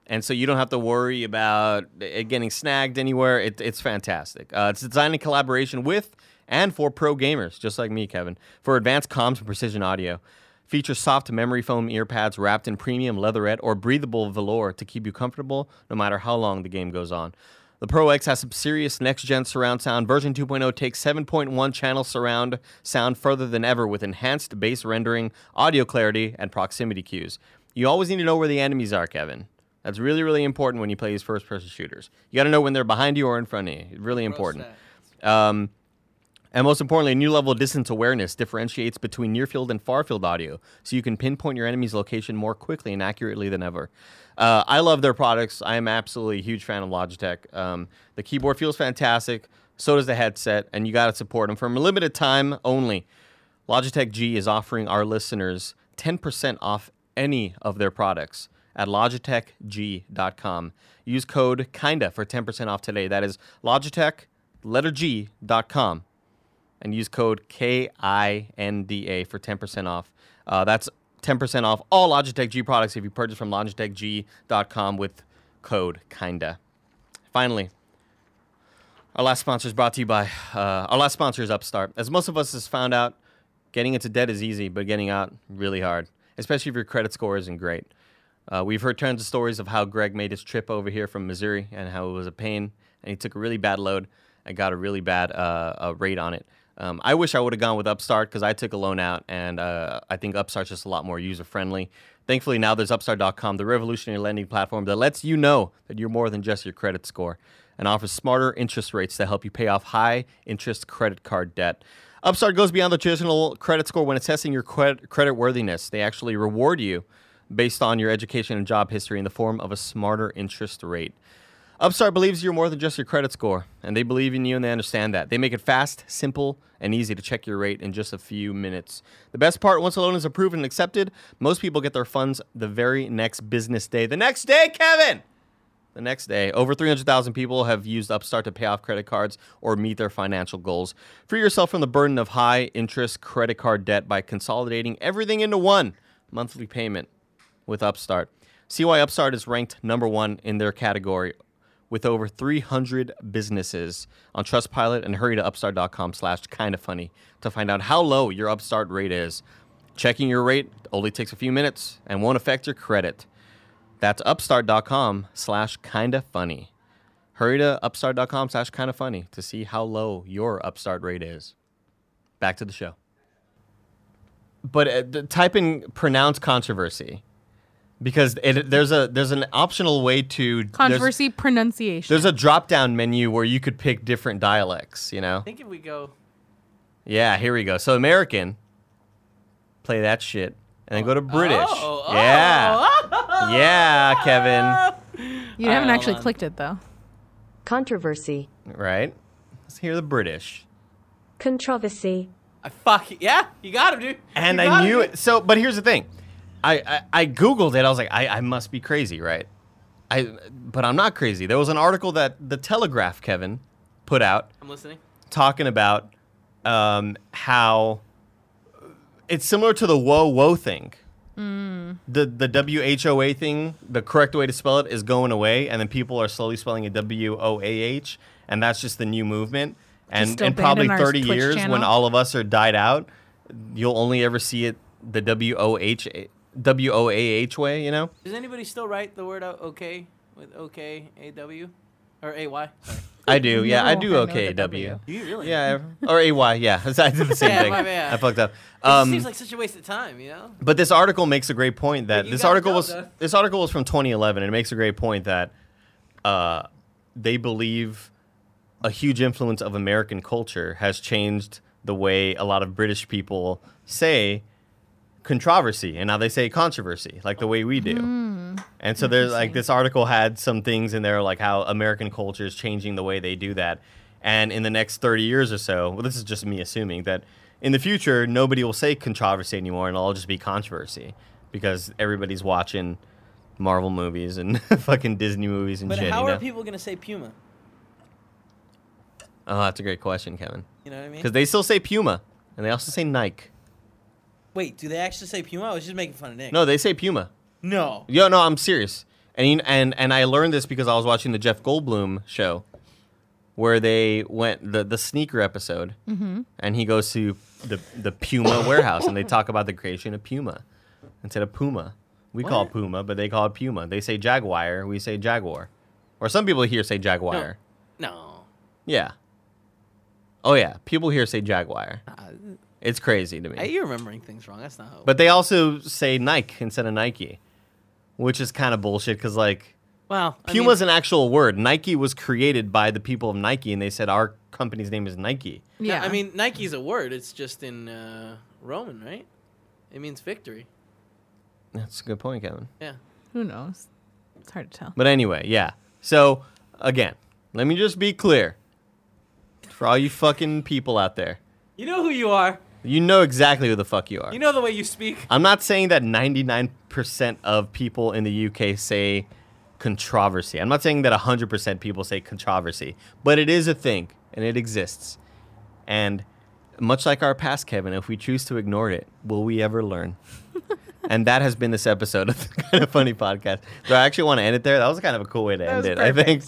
Speaker 1: and so you don't have to worry about it getting snagged anywhere. It, it's fantastic. Uh, it's designed in collaboration with and for pro gamers, just like me, Kevin, for advanced comms and precision audio. Features soft memory foam ear pads wrapped in premium leatherette or breathable velour to keep you comfortable no matter how long the game goes on. The Pro X has some serious next gen surround sound. Version 2.0 takes 7.1 channel surround sound further than ever with enhanced bass rendering, audio clarity, and proximity cues. You always need to know where the enemies are, Kevin. That's really, really important when you play these first person shooters. You got to know when they're behind you or in front of you. Really important. Um, and most importantly, a new level of distance awareness differentiates between near field and far field audio, so you can pinpoint your enemy's location more quickly and accurately than ever. Uh, I love their products. I am absolutely a huge fan of Logitech. Um, the keyboard feels fantastic, so does the headset, and you got to support them for a limited time only. Logitech G is offering our listeners 10% off any of their products at logitechg.com. Use code KINDA for 10% off today. That is logitech, letter G, dot com. And use code K-I-N-D-A for 10% off. Uh, that's 10% off all Logitech G products if you purchase from logitechg.com with code KINDA. Finally, our last sponsor is brought to you by, uh, our last sponsor is Upstart. As most of us has found out, getting into debt is easy, but getting out, really hard, especially if your credit score isn't great. Uh, we've heard tons of stories of how Greg made his trip over here from Missouri and how it was a pain, and he took a really bad load and got a really bad uh, uh, rate on it. Um, I wish I would have gone with Upstart because I took a loan out, and uh, I think Upstart's just a lot more user friendly. Thankfully, now there's Upstart.com, the revolutionary lending platform that lets you know that you're more than just your credit score and offers smarter interest rates to help you pay off high interest credit card debt. Upstart goes beyond the traditional credit score when assessing your credit, credit worthiness, they actually reward you based on your education and job history in the form of a smarter interest rate. Upstart believes you're more than just your credit score, and they believe in you and they understand that. They make it fast, simple, and easy to check your rate in just a few minutes. The best part once a loan is approved and accepted, most people get their funds the very next business day. The next day, Kevin! The next day, over 300,000 people have used Upstart to pay off credit cards or meet their financial goals. Free yourself from the burden of high interest credit card debt by consolidating everything into one monthly payment with Upstart. See why Upstart is ranked number one in their category with over 300 businesses on Trustpilot and hurry to upstart.com slash kind of funny to find out how low your Upstart rate is. Checking your rate only takes a few minutes and won't affect your credit. That's upstart.com slash kind of funny. Hurry to upstart.com slash kind of funny to see how low your Upstart rate is. Back to the show. But uh, th- type in pronounce controversy because it, there's a there's an optional way to there's-
Speaker 3: Controversy pronunciation.
Speaker 1: There's, a drop down menu where you could pick different dialects. You know.
Speaker 2: I think if we go,
Speaker 1: Yeah. Here we go. So American. Play that shit, and then go to British.
Speaker 2: Oh, oh.
Speaker 1: yeah. Yeah, Kevin.
Speaker 3: you haven't
Speaker 2: Alright,
Speaker 3: actually
Speaker 2: hold on.
Speaker 3: clicked it though.
Speaker 5: Controversy.
Speaker 1: Right. Let's hear the British.
Speaker 5: Controversy.
Speaker 2: I fuck yeah, you got him, dude.
Speaker 1: And
Speaker 2: You
Speaker 1: I
Speaker 2: got him,
Speaker 1: knew
Speaker 2: dude.
Speaker 1: it. So, but here's the thing. I, I, I googled it. I was like, I, I must be crazy, right? I but I'm not crazy. There was an article that the Telegraph Kevin put out
Speaker 2: I'm listening.
Speaker 1: talking about um, how it's similar to the whoa whoa thing.
Speaker 3: Mm.
Speaker 1: The the W H O A thing, the correct way to spell it is going away, and then people are slowly spelling it W O A H, and that's just the new movement. And
Speaker 3: Just
Speaker 1: in probably
Speaker 3: abandon our
Speaker 1: 30
Speaker 3: Twitch
Speaker 1: years, when
Speaker 3: channel.
Speaker 1: all of us are died out, you'll only ever see it the W O H W O A H way, you know?
Speaker 2: Does anybody still write the word o- okay with okay A W or A Y? Sorry.
Speaker 1: I do, yeah, I
Speaker 3: No,
Speaker 1: do
Speaker 3: I know
Speaker 1: okay
Speaker 3: the
Speaker 1: W.
Speaker 3: W.
Speaker 2: Do you really?
Speaker 1: Yeah, or A Y, yeah. I did the same
Speaker 2: Yeah,
Speaker 1: thing.
Speaker 2: my bad.
Speaker 1: I fucked up.
Speaker 2: It just
Speaker 1: Um,
Speaker 2: seems like such a waste of time, you know.
Speaker 1: But this article makes a great point that
Speaker 2: you
Speaker 1: this
Speaker 2: gotta
Speaker 1: article
Speaker 2: go,
Speaker 1: was
Speaker 2: though.
Speaker 1: this article was from 2011, and it makes a great point that uh, they believe a huge influence of American culture has changed the way a lot of British people say controversy, and now they say controversy, like the way we do. And so there's like this article had some things in there like how American culture is changing the way they do that. And in the next 30 years or so, well, this is just me assuming that in the future nobody will say controversy anymore and it'll all just be controversy because everybody's watching Marvel movies and fucking Disney movies and
Speaker 2: But
Speaker 1: shit.
Speaker 2: how
Speaker 1: you
Speaker 2: are
Speaker 1: know?
Speaker 2: people gonna say Puma?
Speaker 1: oh, that's a great question, Kevin.
Speaker 2: You know what I mean?
Speaker 1: Because they still say Puma and they also say Nike.
Speaker 2: Wait, do they actually say Puma? I was just making fun of Nick.
Speaker 1: No, they say Puma.
Speaker 2: no.
Speaker 1: Yo, no, I'm serious. And you- and and I learned this because I was watching the Jeff Goldblum show, where they went the the sneaker episode,
Speaker 2: Mm-hmm.
Speaker 1: and he goes to the the Puma warehouse, and they talk about the creation of Puma instead of Puma. We call it
Speaker 2: What?
Speaker 1: Puma, but they call it Puma. They say Jaguar, we say Jaguar, or some people here say Jaguar.
Speaker 2: No.
Speaker 1: Yeah. Oh yeah, people here say Jaguar.
Speaker 2: Uh,
Speaker 1: It's crazy to me.
Speaker 2: hey, you're remembering things wrong. That's not how.
Speaker 1: but they also say Nike instead of Nike, which is kind of bullshit because like.
Speaker 2: wow,
Speaker 1: Puma's
Speaker 2: I mean,
Speaker 1: an actual word. Nike was created by the people of Nike, and they said our company's name is Nike.
Speaker 2: no,
Speaker 3: Yeah,
Speaker 2: I mean Nike's a word. It's just in uh, Roman, right? It means victory.
Speaker 1: That's a good point, Kevin.
Speaker 2: Yeah.
Speaker 3: who knows? It's hard to tell.
Speaker 1: But anyway, yeah. So again, let me just be clear for all you fucking people out there.
Speaker 2: You know who you are.
Speaker 1: You know exactly who the fuck you are.
Speaker 2: You know the way you speak.
Speaker 1: I'm not saying that 99% of people in the UK say controversy. I'm not saying that 100% people say controversy, but it is a thing and it exists. And much like our past, Kevin, if we choose to ignore it, will we ever learn? and that has been this episode of the Kind of Funny Podcast. So I actually want to end it there. That was kind of a cool way to end
Speaker 3: was
Speaker 1: it, I think.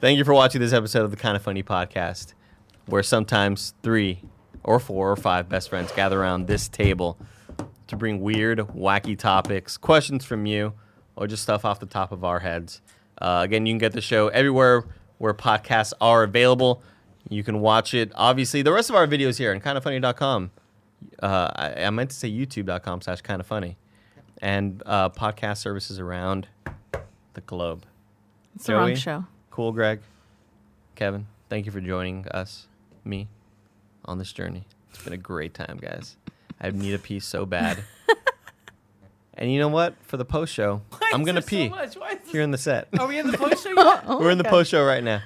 Speaker 1: Thank you for watching this episode of the Kind of Funny Podcast, where sometimes three or four or five best friends gather around this table to bring weird, wacky topics, questions from you, or just stuff off the top of our heads. Uh, again, you can get the show everywhere where podcasts are available. You can watch it. Obviously, the rest of our videos here on kindoffunny.com. Uh, I, I meant to say youtube.com slash kind of funny. And uh, podcast services around the globe.
Speaker 3: It's the wrong
Speaker 1: Joey?
Speaker 3: show.
Speaker 1: Cool, Greg. Kevin, thank you for joining us, me, on this journey. It's been a great time, guys. I need a pee so bad. and you know what? For the post show,
Speaker 2: Why
Speaker 1: I'm
Speaker 2: is
Speaker 1: going to
Speaker 2: there
Speaker 1: pee
Speaker 2: So much? Oh Why is this-
Speaker 1: here in the set.
Speaker 2: Are we in the post show yet?
Speaker 1: We're in the
Speaker 3: okay.
Speaker 1: post show right now.